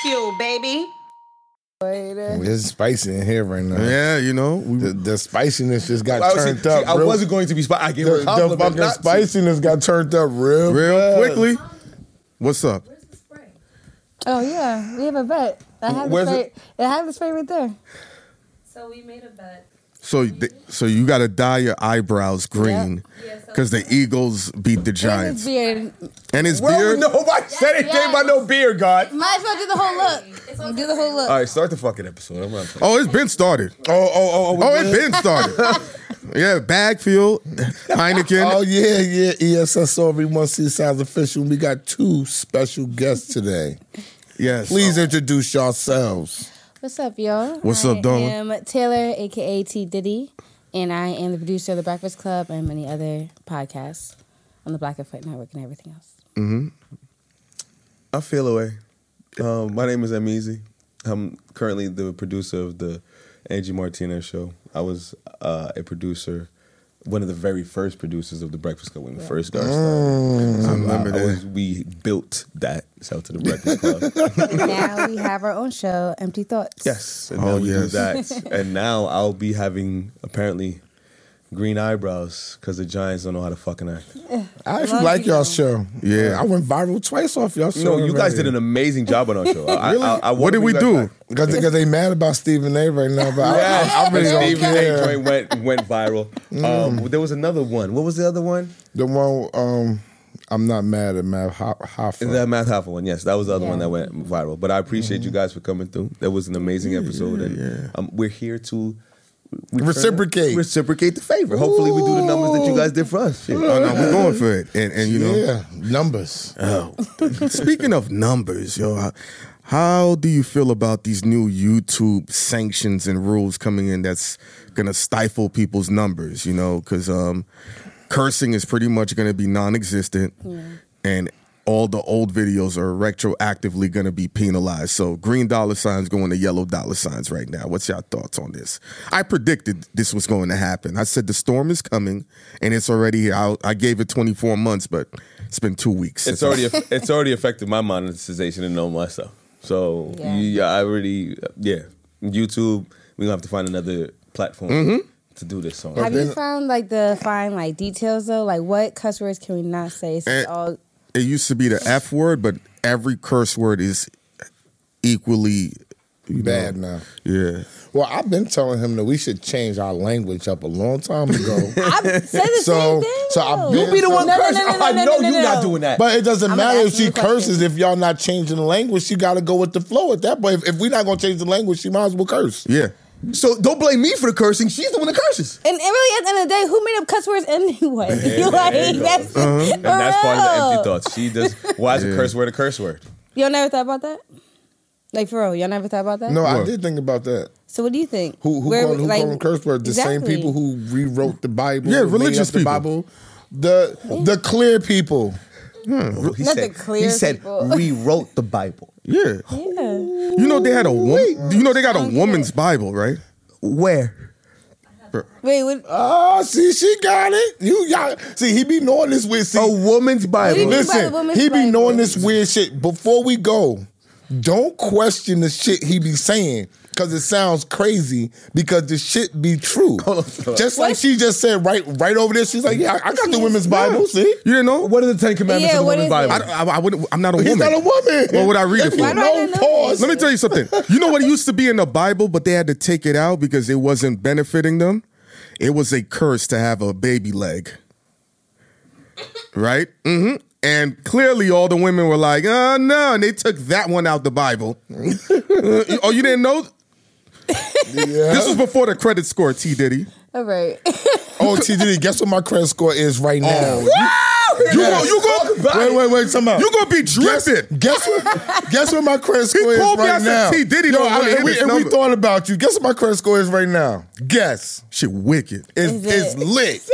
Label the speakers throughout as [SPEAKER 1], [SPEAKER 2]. [SPEAKER 1] fuel, baby.
[SPEAKER 2] It's spicy in here right now.
[SPEAKER 3] Yeah, you know. We,
[SPEAKER 2] The, the spiciness just got
[SPEAKER 3] I was-
[SPEAKER 2] turned
[SPEAKER 3] see,
[SPEAKER 2] up.
[SPEAKER 3] I
[SPEAKER 2] real-
[SPEAKER 3] wasn't going to be spicy. I gave
[SPEAKER 2] the,
[SPEAKER 3] her a
[SPEAKER 2] the
[SPEAKER 3] compliment.
[SPEAKER 2] fucking
[SPEAKER 3] not to.
[SPEAKER 2] spiciness got turned up real,
[SPEAKER 3] Real
[SPEAKER 2] fast.
[SPEAKER 3] quickly. What's up?
[SPEAKER 4] Oh yeah, we have a bet. I have
[SPEAKER 3] Where's
[SPEAKER 4] the spray. I have the spray right there.
[SPEAKER 5] So we made a bet.
[SPEAKER 3] So, th- so you got to dye your eyebrows green
[SPEAKER 5] Yeah, so-
[SPEAKER 3] because the Eagles beat the
[SPEAKER 4] And it's
[SPEAKER 3] Giants.
[SPEAKER 4] beard.
[SPEAKER 3] And his
[SPEAKER 2] Well,
[SPEAKER 3] beard.
[SPEAKER 2] nobody said anything about no beer, God.
[SPEAKER 4] Might as well do the whole
[SPEAKER 5] It's
[SPEAKER 4] look.
[SPEAKER 5] on
[SPEAKER 4] Do the whole look.
[SPEAKER 2] All right, start the fucking episode. I'm not.
[SPEAKER 3] Oh, it's been started.
[SPEAKER 2] Oh, oh, oh,
[SPEAKER 3] Oh, it's been started. yeah, Bagfield, Heineken.
[SPEAKER 2] Oh yeah, yeah. ESS everyone see sounds official. We got two special guests today.
[SPEAKER 3] yes.
[SPEAKER 2] Please introduce yourselves.
[SPEAKER 4] What's up, y'all?
[SPEAKER 3] What's
[SPEAKER 4] I
[SPEAKER 3] up, darling?
[SPEAKER 4] am Taylor, aka T Diddy, and I am the producer of the Breakfast Club and many other podcasts on the Black and Foot Network and everything else.
[SPEAKER 6] I feel away. Um, my name is Amizi. I'm currently the producer of the Angie Martinez show. I was uh, a producer, one of the very first producers of the Breakfast Club when we first got
[SPEAKER 2] Mm,
[SPEAKER 6] started. So I
[SPEAKER 3] remember that.
[SPEAKER 6] was- we built that shout out to the Breakfast Club.
[SPEAKER 4] And now we have our own show, Empty Thoughts.
[SPEAKER 6] yes, and
[SPEAKER 3] Oh,
[SPEAKER 6] now we do
[SPEAKER 3] yes.
[SPEAKER 6] that. and now I'll be having apparently green eyebrows because the Giants don't know how to fucking act.
[SPEAKER 2] I actually
[SPEAKER 4] Love
[SPEAKER 2] like
[SPEAKER 4] you.
[SPEAKER 2] y'all show.
[SPEAKER 3] Yeah.
[SPEAKER 2] I went viral twice off y'all show.
[SPEAKER 6] No, you guys did an amazing job on our show. I, really? I, I
[SPEAKER 3] What did
[SPEAKER 6] welcome
[SPEAKER 3] we
[SPEAKER 6] you guys
[SPEAKER 3] do?
[SPEAKER 6] back.
[SPEAKER 2] because they, 'cause they mad about Stephen A. right now. But
[SPEAKER 6] Yes,
[SPEAKER 2] I, I really
[SPEAKER 6] the
[SPEAKER 2] don't
[SPEAKER 6] Stephen A.
[SPEAKER 2] care.
[SPEAKER 6] joint went went viral. Um, there was another one. What was the other one?
[SPEAKER 2] The one, um, I'm not mad at Matt Ho- Hoffa.
[SPEAKER 6] The Math Hoffa one. Yes, that was the other one
[SPEAKER 4] Yeah.
[SPEAKER 6] that went viral. But I appreciate you guys for coming through. That was an amazing episode, and um, we're here to return-
[SPEAKER 2] Reciprocate.
[SPEAKER 6] reciprocate the favor. Hopefully, we do the numbers that you guys did for us. Shit.
[SPEAKER 3] Oh no, we're going for it. And and you know, Uh,
[SPEAKER 2] yeah, numbers.
[SPEAKER 3] Speaking of numbers, yo, how, how do you feel about these new YouTube sanctions and rules coming in that's gonna stifle people's numbers? You know, because um, cursing is pretty much gonna be non-existent, and all the old videos are retroactively gonna be penalized. So green dollar signs going to yellow dollar signs right now. What's your thoughts on this? I predicted this was going to happen. I said the storm is coming, and it's already here. I, I gave it 24 months, but it's been two weeks.
[SPEAKER 6] It's
[SPEAKER 3] since I
[SPEAKER 6] already it's already affected my monetization and all my stuff. So
[SPEAKER 4] Yeah.
[SPEAKER 6] yeah, I already yeah. YouTube, we gonna have to find another platform to do this on.
[SPEAKER 4] Have you found like the fine like details though? Like what cuss words can we not say? So
[SPEAKER 3] Eh.
[SPEAKER 4] it's all
[SPEAKER 3] it used to be the F word, but every curse word is equally you know,
[SPEAKER 2] Bad now.
[SPEAKER 3] Yeah.
[SPEAKER 2] Well, I've been telling him that we should change our language up a long time ago.
[SPEAKER 4] I said the
[SPEAKER 2] So-
[SPEAKER 4] same thing.
[SPEAKER 2] so I've
[SPEAKER 4] though.
[SPEAKER 2] been- You be the one
[SPEAKER 4] no, no,
[SPEAKER 6] Curse-
[SPEAKER 4] no, no,
[SPEAKER 6] I know
[SPEAKER 4] no, no, no,
[SPEAKER 6] you're
[SPEAKER 4] no.
[SPEAKER 6] not doing that.
[SPEAKER 2] But it doesn't
[SPEAKER 4] I'm gonna
[SPEAKER 2] matter if
[SPEAKER 4] ask
[SPEAKER 2] she
[SPEAKER 4] you a question.
[SPEAKER 2] curses if y'all not changing the language. She got to go with the flow at that point. If, if we're not gonna change the language, she might as well curse.
[SPEAKER 3] Yeah.
[SPEAKER 6] so don't blame me for the cursing. She's the one that curses.
[SPEAKER 4] And, and really, at the end of the day, who made up cuss words anyway? you like, that's,
[SPEAKER 2] Uh-huh.
[SPEAKER 6] And that's part of the empty thoughts. She does. Why is
[SPEAKER 3] Yeah.
[SPEAKER 6] a curse word a curse word?
[SPEAKER 4] Y'all never thought about that? Like for real, y'all never thought about that?
[SPEAKER 2] No, I
[SPEAKER 3] What?
[SPEAKER 2] did think about that.
[SPEAKER 4] So what do you think?
[SPEAKER 2] Who who
[SPEAKER 4] Where-
[SPEAKER 2] called, who
[SPEAKER 4] like-
[SPEAKER 2] called them curse words? The
[SPEAKER 4] Exactly.
[SPEAKER 2] same people who rewrote the Bible.
[SPEAKER 3] Yeah,
[SPEAKER 2] made up
[SPEAKER 3] religious
[SPEAKER 2] the
[SPEAKER 3] people.
[SPEAKER 2] Bible. The the clear people.
[SPEAKER 6] Oh, he
[SPEAKER 4] Not the clear
[SPEAKER 6] he said
[SPEAKER 4] people.
[SPEAKER 6] rewrote the Bible.
[SPEAKER 3] Yeah.
[SPEAKER 4] Yeah.
[SPEAKER 3] You know they had a woman. You know they got a woman's Bible, right?
[SPEAKER 6] Where?
[SPEAKER 4] Wait, what?
[SPEAKER 2] Oh, see, she got it. You y'all see, he be knowing this weird. See,
[SPEAKER 6] A woman's
[SPEAKER 4] do you
[SPEAKER 6] Bible.
[SPEAKER 4] mean by the
[SPEAKER 2] listen,
[SPEAKER 4] woman's
[SPEAKER 2] he be
[SPEAKER 4] Bible?
[SPEAKER 2] knowing this weird shit. Before we go, don't question the shit he be saying because it sounds crazy. Because the shit be true. Just like she just said right right over there, she's like, yeah, I, I got the women's Bible. See,
[SPEAKER 3] You didn't know?
[SPEAKER 6] What are the Ten Commandments
[SPEAKER 4] Yeah,
[SPEAKER 6] in the
[SPEAKER 4] what
[SPEAKER 6] woman's
[SPEAKER 4] is it?
[SPEAKER 6] Bible?
[SPEAKER 3] I, don't- I, I wouldn't. I'm not a
[SPEAKER 2] he's
[SPEAKER 3] woman.
[SPEAKER 2] not a woman.
[SPEAKER 3] What would I read it
[SPEAKER 2] If
[SPEAKER 3] for?
[SPEAKER 2] you
[SPEAKER 4] Why do I
[SPEAKER 2] know,
[SPEAKER 4] not know
[SPEAKER 2] pause.
[SPEAKER 3] Let me tell you something. You know what it used to be in the Bible, but they had to take it out because it wasn't benefiting them. It was a curse to have a baby leg, right? hmm And clearly, all the women were like, "Oh no!" And they took that one out the Bible. oh, you didn't know?
[SPEAKER 2] Yeah.
[SPEAKER 3] This was before the credit score, T Diddy.
[SPEAKER 4] All right.
[SPEAKER 2] Oh, TDD, guess what my credit score is right now?
[SPEAKER 3] You go, you go,
[SPEAKER 2] wait, wait, wait, somehow.
[SPEAKER 3] you gonna be
[SPEAKER 2] guess,
[SPEAKER 3] dripping.
[SPEAKER 2] guess what? Guess what my credit score is
[SPEAKER 3] pulled me, I
[SPEAKER 2] right
[SPEAKER 3] said,
[SPEAKER 2] now?
[SPEAKER 3] "T. Diddy
[SPEAKER 2] Yo,
[SPEAKER 3] don't wanna
[SPEAKER 2] I-
[SPEAKER 3] hit
[SPEAKER 2] and we,
[SPEAKER 3] his
[SPEAKER 2] and we
[SPEAKER 3] number."
[SPEAKER 2] thought about you. Guess what my credit score is right now? Guess
[SPEAKER 3] Shit, wicked.
[SPEAKER 2] it's
[SPEAKER 4] Is
[SPEAKER 2] it's
[SPEAKER 4] it-
[SPEAKER 2] lit.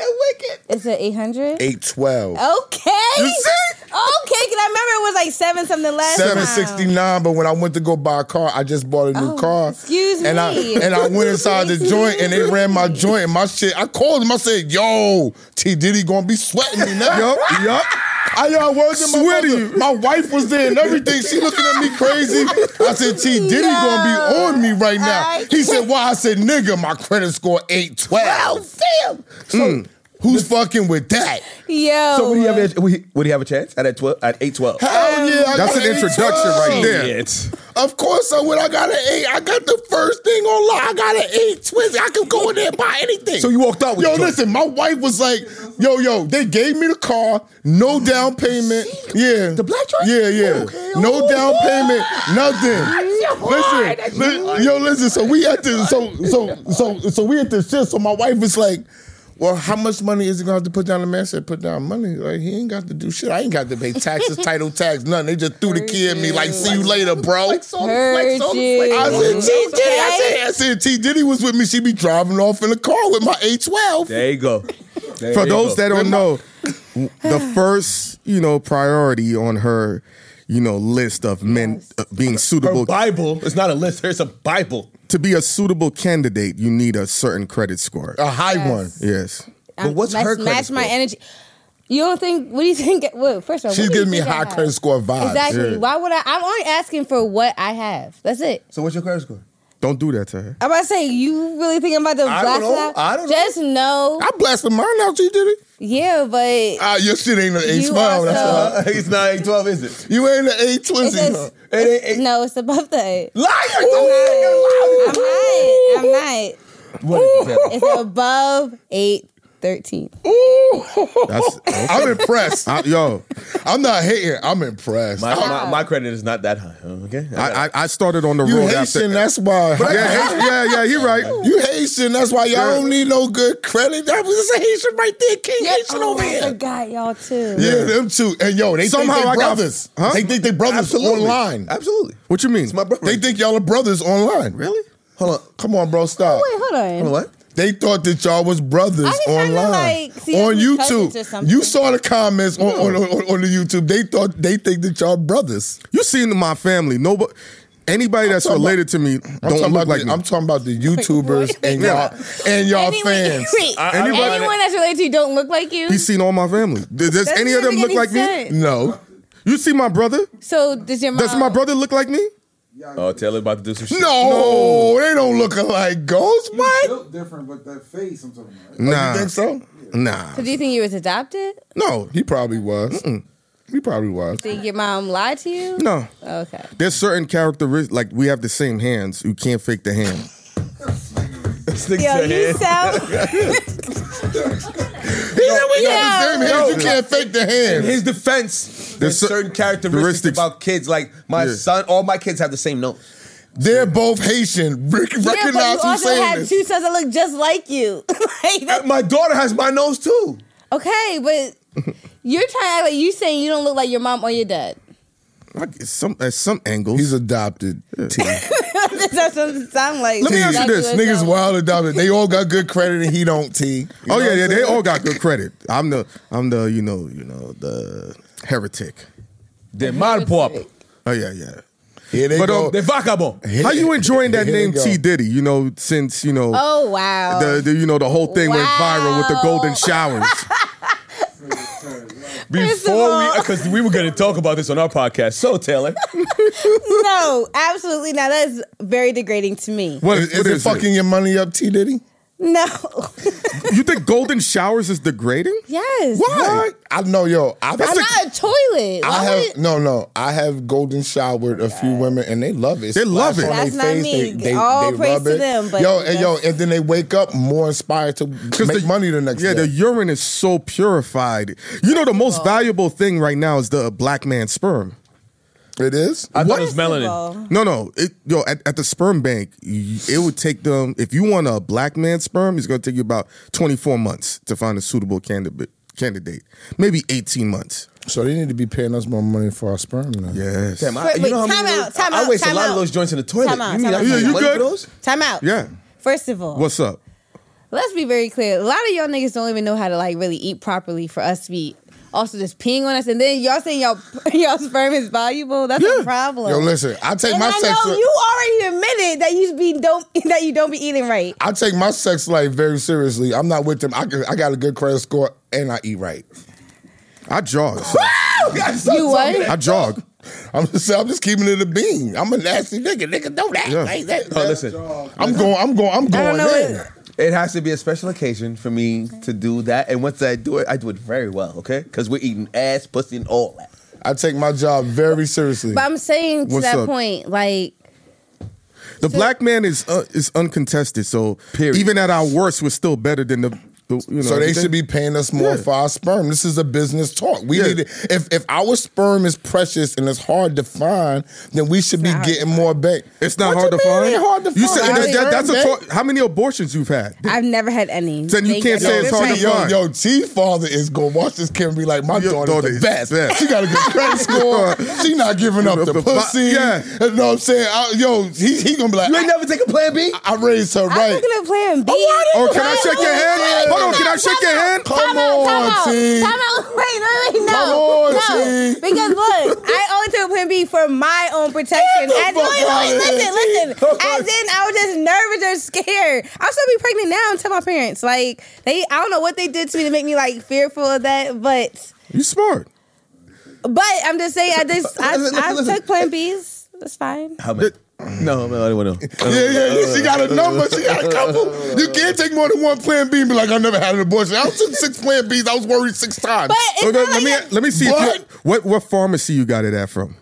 [SPEAKER 4] Is it 800?
[SPEAKER 2] Eight twelve.
[SPEAKER 4] Okay.
[SPEAKER 3] You see?
[SPEAKER 4] Okay, 'cause I remember it was like seven something last
[SPEAKER 2] Seven
[SPEAKER 4] time.
[SPEAKER 2] sixty nine, but when I went to go buy a car, I just bought a new
[SPEAKER 4] Oh,
[SPEAKER 2] car.
[SPEAKER 4] excuse
[SPEAKER 2] and I
[SPEAKER 4] me.
[SPEAKER 2] and I went inside the joint and they ran my joint and my shit. I called him. I said, "Yo, T Diddy gonna be sweating me now."
[SPEAKER 3] Yup, yup.
[SPEAKER 2] I y'all words in my
[SPEAKER 3] Swear to
[SPEAKER 2] mother.
[SPEAKER 3] you.
[SPEAKER 2] My wife was there and everything. She looking at me crazy. I said, T Diddy
[SPEAKER 4] Yo,
[SPEAKER 2] gonna be on me right now.
[SPEAKER 4] I
[SPEAKER 2] He said, Why? I said, nigga, my credit score 812. Damn. So who's fucking with that?
[SPEAKER 4] Yo.
[SPEAKER 6] So would he have
[SPEAKER 4] Oh.
[SPEAKER 6] a, would he, would he have a chance at at twelve at eight twelve?
[SPEAKER 2] Hell yeah. I
[SPEAKER 3] That's
[SPEAKER 2] got
[SPEAKER 3] an
[SPEAKER 2] an
[SPEAKER 3] introduction
[SPEAKER 2] 812.
[SPEAKER 3] right there.
[SPEAKER 2] Of course I would. I got an eight. I got the first thing online. I got an eight twist. I can go in there and buy anything.
[SPEAKER 6] So you walked out with
[SPEAKER 2] Yo,
[SPEAKER 6] the joint.
[SPEAKER 2] listen, my wife was like, yo, yo, they gave me the car, no down payment. Yeah. The
[SPEAKER 6] black joint?
[SPEAKER 2] Yeah, yeah.
[SPEAKER 6] Okay,
[SPEAKER 2] No
[SPEAKER 6] oh.
[SPEAKER 2] down payment, nothing. Listen, li- yo, listen. So we at this, so so so so we at this shit. So my wife is like, "Well, how much money is he gonna have to put down?" The man said, "Put down money. Like he ain't got to do shit. I ain't got to pay taxes, title tax, nothing. They just threw the key at me. Like, see you later, bro."
[SPEAKER 4] Heard you.
[SPEAKER 2] I said, T Diddy. I
[SPEAKER 4] Okay.
[SPEAKER 2] said, I said, T Diddy was with me. She be driving off in the car with my A twelve.
[SPEAKER 6] There you go. There
[SPEAKER 3] For
[SPEAKER 6] you
[SPEAKER 3] those
[SPEAKER 6] go.
[SPEAKER 3] that don't know, the first you know priority on her you know list of men uh, being
[SPEAKER 6] Her
[SPEAKER 3] suitable
[SPEAKER 6] Bible, it's not a list. There's a Bible.
[SPEAKER 3] to be a suitable candidate, you need a certain credit score.
[SPEAKER 2] A high
[SPEAKER 4] Yes.
[SPEAKER 2] one.
[SPEAKER 3] yes.
[SPEAKER 6] But what's
[SPEAKER 4] match,
[SPEAKER 6] her credit
[SPEAKER 4] match my
[SPEAKER 6] score?
[SPEAKER 4] energy. You don't think? What do you think? Well, first of all,
[SPEAKER 2] She's
[SPEAKER 4] what do you
[SPEAKER 2] giving me
[SPEAKER 4] think I
[SPEAKER 2] high
[SPEAKER 4] have?
[SPEAKER 2] credit score
[SPEAKER 6] Ah,
[SPEAKER 2] vibes.
[SPEAKER 4] Exactly.
[SPEAKER 3] Yeah.
[SPEAKER 4] Why would I? I'm only asking for what I have. That's it.
[SPEAKER 6] So what's your credit score?
[SPEAKER 3] Don't do that to her.
[SPEAKER 4] I'm about to say, you really think I'm about to
[SPEAKER 6] I
[SPEAKER 4] blast
[SPEAKER 6] don't know.
[SPEAKER 4] it out?
[SPEAKER 6] I don't know.
[SPEAKER 4] Just know.
[SPEAKER 2] I blasted mine out, T Diddy.
[SPEAKER 4] Yeah, but
[SPEAKER 2] Ah, your shit ain't an eight
[SPEAKER 4] You
[SPEAKER 2] twelve. That's
[SPEAKER 4] also-
[SPEAKER 2] why.
[SPEAKER 6] Uh, it's not eight twelve, is it?
[SPEAKER 2] You ain't an eight
[SPEAKER 4] it's
[SPEAKER 2] twenty. huh?
[SPEAKER 4] just,
[SPEAKER 6] It ain't eight.
[SPEAKER 4] no, it's above that.
[SPEAKER 6] Liar!
[SPEAKER 4] I'm not. I'm not.
[SPEAKER 6] What is it?
[SPEAKER 4] It's above eight thirteen.
[SPEAKER 2] Oh.
[SPEAKER 3] That's
[SPEAKER 2] I'm impressed.
[SPEAKER 3] I, yo.
[SPEAKER 2] I'm not hating. I'm impressed. Oh,
[SPEAKER 6] My,
[SPEAKER 2] I-
[SPEAKER 6] my, my credit is not that high. Okay.
[SPEAKER 3] I, I I started on the
[SPEAKER 2] you
[SPEAKER 3] road
[SPEAKER 2] Haitian, uh,
[SPEAKER 3] after.
[SPEAKER 2] that's why.
[SPEAKER 3] Yeah, Haitian- yeah, yeah. You're right.
[SPEAKER 2] You Haitian, that's why y'all
[SPEAKER 3] Yeah.
[SPEAKER 2] don't need no good credit. That was just a Haitian right there, King Haitian
[SPEAKER 4] oh,
[SPEAKER 2] over
[SPEAKER 4] I
[SPEAKER 2] here.
[SPEAKER 4] forgot y'all too.
[SPEAKER 2] Yeah, them two. And yo, they
[SPEAKER 3] Somehow
[SPEAKER 2] think they
[SPEAKER 3] I got-
[SPEAKER 2] brothers.
[SPEAKER 3] Huh?
[SPEAKER 2] They think they brothers online.
[SPEAKER 6] Absolutely.
[SPEAKER 3] What you mean?
[SPEAKER 6] It's my brother.
[SPEAKER 2] They think y'all are brothers online.
[SPEAKER 6] really? Hold on.
[SPEAKER 2] Come on, bro, stop.
[SPEAKER 4] Wait, hold on.
[SPEAKER 6] Hold on. What?
[SPEAKER 2] They thought that y'all was brothers
[SPEAKER 4] I be trying to,
[SPEAKER 2] online
[SPEAKER 4] like, see
[SPEAKER 2] on
[SPEAKER 4] if we cousins or
[SPEAKER 2] YouTube.
[SPEAKER 4] something.
[SPEAKER 2] You saw the comments on, on, on, on the YouTube. They thought they think that y'all brothers.
[SPEAKER 3] You seen my family. Nobody, anybody that's
[SPEAKER 2] talking
[SPEAKER 3] related to me
[SPEAKER 2] I'm
[SPEAKER 3] don't
[SPEAKER 2] talking
[SPEAKER 3] look
[SPEAKER 2] about
[SPEAKER 3] like
[SPEAKER 2] the,
[SPEAKER 3] me.
[SPEAKER 2] I'm talking about the YouTubers
[SPEAKER 4] what?
[SPEAKER 2] and y'all and y'all
[SPEAKER 4] Anyone-
[SPEAKER 2] fans.
[SPEAKER 4] Wait,
[SPEAKER 6] I- I don't
[SPEAKER 4] anyone,
[SPEAKER 6] mind it.
[SPEAKER 4] that's related to you don't look like you.
[SPEAKER 3] He's seen all my family. Does, does
[SPEAKER 4] That
[SPEAKER 3] any of them
[SPEAKER 4] doesn't
[SPEAKER 3] look
[SPEAKER 4] make
[SPEAKER 3] like
[SPEAKER 4] any sense.
[SPEAKER 3] me?
[SPEAKER 2] No.
[SPEAKER 3] You see my brother?
[SPEAKER 4] So does your mom?
[SPEAKER 3] Does my brother look like me?
[SPEAKER 6] Oh, Taylor about to do some shit.
[SPEAKER 2] No, they don't look alike ghosts. What? Oh,
[SPEAKER 1] Built different, but that face I'm talking about.
[SPEAKER 3] Nah.
[SPEAKER 2] You think so?
[SPEAKER 3] Nah.
[SPEAKER 4] So do you think you was adopted?
[SPEAKER 3] No.
[SPEAKER 2] He probably was. He probably was.
[SPEAKER 4] Did your mom lie to you?
[SPEAKER 3] No.
[SPEAKER 4] Okay.
[SPEAKER 3] There's certain characteristics like we have the same hands. You can't fake the hand.
[SPEAKER 6] Stick to
[SPEAKER 4] Yo,
[SPEAKER 6] your
[SPEAKER 4] you
[SPEAKER 6] hand.
[SPEAKER 4] sound.
[SPEAKER 2] He said we got the
[SPEAKER 4] Yeah.
[SPEAKER 2] same hands. You can't fake the
[SPEAKER 6] In
[SPEAKER 2] hands.
[SPEAKER 6] his defense,
[SPEAKER 3] There's
[SPEAKER 6] there's
[SPEAKER 3] cer-
[SPEAKER 6] certain characteristics
[SPEAKER 3] heuristics.
[SPEAKER 6] about kids. Like my
[SPEAKER 3] Yeah.
[SPEAKER 6] son, all my kids have the same nose.
[SPEAKER 2] They're both Haitian. Rick,
[SPEAKER 4] yeah,
[SPEAKER 2] recognize
[SPEAKER 4] but you
[SPEAKER 2] who's
[SPEAKER 4] also
[SPEAKER 2] saying
[SPEAKER 4] had
[SPEAKER 2] this.
[SPEAKER 4] two sons that look just like you. like that,
[SPEAKER 6] My daughter has my nose too.
[SPEAKER 4] okay, but you're trying to act like you saying you don't look like your mom or your dad.
[SPEAKER 3] Like at some at some angles.
[SPEAKER 2] He's adopted.
[SPEAKER 3] Oh,
[SPEAKER 2] T.
[SPEAKER 4] That's what it sound like.
[SPEAKER 3] Let me ask you
[SPEAKER 4] Exactly
[SPEAKER 3] this,
[SPEAKER 4] what it
[SPEAKER 2] Niggas
[SPEAKER 4] sound
[SPEAKER 2] wild adopted. They all got good credit and he don't T. You know
[SPEAKER 3] oh
[SPEAKER 2] what
[SPEAKER 3] yeah,
[SPEAKER 2] I'm
[SPEAKER 3] yeah. They
[SPEAKER 2] saying?
[SPEAKER 3] all got good credit. I'm the I'm the you know you know the heretic.
[SPEAKER 6] They're mod pop.
[SPEAKER 3] Oh yeah, yeah.
[SPEAKER 2] Here they
[SPEAKER 3] But,
[SPEAKER 2] go.
[SPEAKER 3] um,
[SPEAKER 6] They're vagabond.
[SPEAKER 3] How you enjoying that
[SPEAKER 2] Here they
[SPEAKER 3] name
[SPEAKER 2] go.
[SPEAKER 3] T Diddy? You know since you know
[SPEAKER 4] Oh wow.
[SPEAKER 3] the, the you know the whole thing went viral with the golden
[SPEAKER 4] Wow.
[SPEAKER 3] showers.
[SPEAKER 4] First of
[SPEAKER 6] Before we,
[SPEAKER 4] all-
[SPEAKER 6] because we were going to talk about this on our podcast. So Taylor,
[SPEAKER 4] no, absolutely not. That is very degrading to me.
[SPEAKER 3] What
[SPEAKER 2] Is, is it fucking your money up, T Diddy?
[SPEAKER 4] No.
[SPEAKER 3] You think golden showers is degrading?
[SPEAKER 4] yes.
[SPEAKER 2] What? I know, yo. I've
[SPEAKER 4] I'm not a toilet. Why
[SPEAKER 2] I
[SPEAKER 4] would
[SPEAKER 2] have
[SPEAKER 4] it-
[SPEAKER 2] no, no. I I have golden showered a few women, and they love it.
[SPEAKER 3] They love it.
[SPEAKER 2] Splash on
[SPEAKER 4] That's
[SPEAKER 2] their
[SPEAKER 4] not
[SPEAKER 2] face,
[SPEAKER 4] me. All praise
[SPEAKER 2] rub
[SPEAKER 4] to
[SPEAKER 2] it.
[SPEAKER 4] them, but
[SPEAKER 2] yo, and yo,
[SPEAKER 4] that's-
[SPEAKER 2] and then they wake up more inspired to make
[SPEAKER 3] the-
[SPEAKER 2] money the next
[SPEAKER 3] Yeah,
[SPEAKER 2] day.
[SPEAKER 3] the urine is so purified. You know the most valuable thing right now is the black man's sperm.
[SPEAKER 2] it is.
[SPEAKER 6] I thought it was
[SPEAKER 4] First of
[SPEAKER 6] melanin.
[SPEAKER 4] all,
[SPEAKER 3] No, no, it, yo, at, at the sperm bank, y- it would take them. If you want a black man sperm, it's going to take you about twenty four months to find a suitable candidate. Candidate, maybe eighteen months.
[SPEAKER 2] so they need to be paying us more money for our sperm now.
[SPEAKER 3] Yes.
[SPEAKER 6] Damn, I,
[SPEAKER 4] Wait,
[SPEAKER 6] you
[SPEAKER 4] wait,
[SPEAKER 6] know how
[SPEAKER 4] time
[SPEAKER 6] many
[SPEAKER 4] out, time
[SPEAKER 6] I,
[SPEAKER 4] out,
[SPEAKER 6] I waste
[SPEAKER 4] time
[SPEAKER 6] a lot
[SPEAKER 4] out.
[SPEAKER 6] of those joints in the toilet.
[SPEAKER 4] Time out,
[SPEAKER 6] you mean
[SPEAKER 4] time
[SPEAKER 6] I
[SPEAKER 4] out.
[SPEAKER 6] pay
[SPEAKER 4] Yeah, you
[SPEAKER 6] money for
[SPEAKER 3] good?
[SPEAKER 6] those?
[SPEAKER 4] Time out.
[SPEAKER 3] Yeah.
[SPEAKER 4] First of all,
[SPEAKER 3] What's up?
[SPEAKER 4] let's be very clear. A lot of y'all niggas don't even know how to like really eat properly for us to be also just peeing on us, and then y'all saying y'all y'all sperm is valuable. That's a problem.
[SPEAKER 2] Yo, listen, I take
[SPEAKER 4] and
[SPEAKER 2] my
[SPEAKER 4] I
[SPEAKER 2] sex.
[SPEAKER 4] know
[SPEAKER 2] li-
[SPEAKER 4] you already admitted that you be don't that you don't be eating right.
[SPEAKER 2] I take my sex life very seriously. I'm not with them. I, can- I got a good credit score, and I eat right.
[SPEAKER 3] I jaw. so-
[SPEAKER 4] You what?
[SPEAKER 2] I jog. I'm just, I'm just keeping it a bean. I'm a nasty nigga. Nigga, don't act
[SPEAKER 3] Yeah.
[SPEAKER 2] like that.
[SPEAKER 6] Oh, listen.
[SPEAKER 2] I'm going. I'm going. I'm going
[SPEAKER 4] I don't know.
[SPEAKER 2] in.
[SPEAKER 4] What,
[SPEAKER 6] It has to be a special occasion for me to do that. And once I do it, I do it very well, okay? Because we're eating ass, pussy, and all that.
[SPEAKER 2] I take my job very seriously.
[SPEAKER 4] but I'm saying to
[SPEAKER 3] What's
[SPEAKER 4] that
[SPEAKER 3] up?
[SPEAKER 4] point, like,
[SPEAKER 3] The black man is uh, is uncontested. So
[SPEAKER 6] Period.
[SPEAKER 3] even at our worst, we're still better than the. the you know,
[SPEAKER 2] So they
[SPEAKER 3] everything.
[SPEAKER 2] should be paying us more
[SPEAKER 3] Yeah.
[SPEAKER 2] for our sperm. This is a business talk. We
[SPEAKER 3] Yeah.
[SPEAKER 2] need it. If if our sperm is precious and it's hard to find, then we should
[SPEAKER 4] not hard
[SPEAKER 2] be getting more back.
[SPEAKER 3] It's not
[SPEAKER 2] What
[SPEAKER 3] hard
[SPEAKER 2] you
[SPEAKER 3] to
[SPEAKER 2] mean
[SPEAKER 3] find.
[SPEAKER 2] It ain't hard to
[SPEAKER 3] you
[SPEAKER 2] find.
[SPEAKER 3] said that, that- that's a
[SPEAKER 2] Sperm
[SPEAKER 3] talk. How many abortions you've had?
[SPEAKER 4] I've never had any.
[SPEAKER 3] Then you
[SPEAKER 4] They
[SPEAKER 3] can't say
[SPEAKER 4] get no
[SPEAKER 3] it's
[SPEAKER 2] bank.
[SPEAKER 3] hard to
[SPEAKER 2] Yo,
[SPEAKER 3] find.
[SPEAKER 2] yo, T father is gonna watch this kid and be like, my
[SPEAKER 3] Your
[SPEAKER 2] daughter's
[SPEAKER 3] daughter
[SPEAKER 2] the
[SPEAKER 3] is
[SPEAKER 2] best.
[SPEAKER 3] best.
[SPEAKER 2] She got a good credit score. she not giving up
[SPEAKER 3] Up
[SPEAKER 2] the,
[SPEAKER 3] the bu-
[SPEAKER 2] pussy.
[SPEAKER 3] yeah.
[SPEAKER 2] you know what I'm saying? I- yo, he, he gonna be like,
[SPEAKER 6] You ain't
[SPEAKER 2] I,
[SPEAKER 6] never take a plan B?
[SPEAKER 2] I raised her
[SPEAKER 4] I'm
[SPEAKER 2] right.
[SPEAKER 4] looking at Plan B.
[SPEAKER 3] Oh, can I shake your hand? Hold on, can I shake your hand?
[SPEAKER 2] Come on, T.
[SPEAKER 4] Time out. Wait, wait, wait. No.
[SPEAKER 2] Come on,
[SPEAKER 4] no.
[SPEAKER 2] T.
[SPEAKER 4] Because look, I only took Plan B for my own protection.
[SPEAKER 2] the
[SPEAKER 4] As,
[SPEAKER 2] fuck
[SPEAKER 4] wait,
[SPEAKER 2] out
[SPEAKER 4] wait,
[SPEAKER 2] of here,
[SPEAKER 4] listen, listen.
[SPEAKER 6] Come on.
[SPEAKER 4] As in, I was just nervous or scared. I'll still be pregnant now and tell my parents. Like, they, I don't know what they did to me to make me, like, fearful of that, but,
[SPEAKER 3] You smart.
[SPEAKER 4] but I'm just saying, I just, I,
[SPEAKER 6] Listen,
[SPEAKER 4] I
[SPEAKER 6] listen, listen.
[SPEAKER 4] took Plan B's. That's fine.
[SPEAKER 6] How many? No, no, I don't want to know.
[SPEAKER 2] Yeah, yeah, yeah. She got a number. She got a couple. You can't take more than one Plan B and be like, I never had an abortion. I took six Plan Bs. I was worried six times.
[SPEAKER 4] But it's
[SPEAKER 3] Okay,
[SPEAKER 4] not
[SPEAKER 3] Oh, let
[SPEAKER 4] like
[SPEAKER 3] me
[SPEAKER 4] that-
[SPEAKER 3] let me see if
[SPEAKER 2] What?
[SPEAKER 3] you, what what pharmacy you got it at from.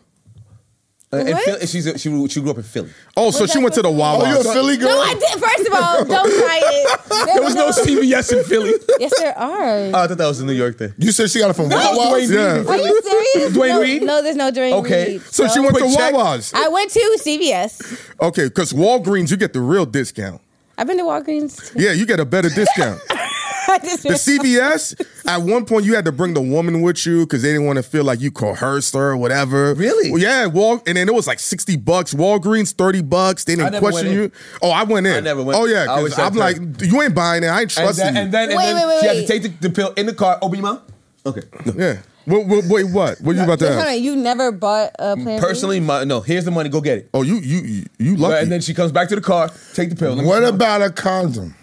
[SPEAKER 6] Uh, and
[SPEAKER 4] What?
[SPEAKER 6] Philly, she's a, she, she grew up in Philly.
[SPEAKER 3] Oh, so
[SPEAKER 4] Was
[SPEAKER 3] she
[SPEAKER 4] that
[SPEAKER 3] went to the
[SPEAKER 4] for-
[SPEAKER 2] oh, you
[SPEAKER 3] Wawa.
[SPEAKER 2] a Philly girl?
[SPEAKER 4] No, I did. First of all, don't try it. There, was no.
[SPEAKER 6] CVS in Philly.
[SPEAKER 4] Yes, there are.
[SPEAKER 6] Oh, I thought that was a New York thing.
[SPEAKER 2] You said she got it from
[SPEAKER 6] Dwayne
[SPEAKER 2] Wawa?
[SPEAKER 6] Reed.
[SPEAKER 3] Yeah.
[SPEAKER 4] Are you serious?
[SPEAKER 6] Dwayne
[SPEAKER 4] no,
[SPEAKER 6] Reed?
[SPEAKER 4] No, there's no Dwayne
[SPEAKER 6] Okay.
[SPEAKER 4] Reed.
[SPEAKER 3] So she went to
[SPEAKER 6] Quick check.
[SPEAKER 3] Wawa's.
[SPEAKER 4] I went to CVS.
[SPEAKER 3] Okay, because Walgreens you get the real discount.
[SPEAKER 4] I've been to Walgreens.
[SPEAKER 3] Yeah, you get a better discount.
[SPEAKER 4] I just
[SPEAKER 3] The CVS, at one point you had to bring the woman with you because they didn't want to feel like you coerced her or whatever.
[SPEAKER 6] Really?
[SPEAKER 3] Well, yeah, Wal- and then it was like 60 bucks. Walgreens, 30 bucks. They
[SPEAKER 6] I
[SPEAKER 3] didn't
[SPEAKER 6] never
[SPEAKER 3] question
[SPEAKER 6] went in.
[SPEAKER 3] you. Oh, I went in.
[SPEAKER 6] I never went-
[SPEAKER 3] Oh, yeah,
[SPEAKER 6] I always
[SPEAKER 3] 'cause
[SPEAKER 6] said
[SPEAKER 3] I'm like, you ain't buying it. I ain't
[SPEAKER 6] And
[SPEAKER 3] trusting
[SPEAKER 6] then, and
[SPEAKER 3] you.
[SPEAKER 6] then, and
[SPEAKER 4] Wait,
[SPEAKER 6] then
[SPEAKER 4] wait, wait,
[SPEAKER 6] she had to
[SPEAKER 4] wait.
[SPEAKER 6] take the, the pill in the car, open your mouth. Okay. No.
[SPEAKER 3] yeah. Wait, wait, wait, what? What you about to
[SPEAKER 4] Wait, hold
[SPEAKER 3] ask?
[SPEAKER 4] on, you never bought a Plan B?
[SPEAKER 6] Personally, my, no, here's the money, go get it.
[SPEAKER 3] Oh, you you you- you lucky.
[SPEAKER 6] And then she comes back to the car, take the pill. Let me-
[SPEAKER 2] What about a condom?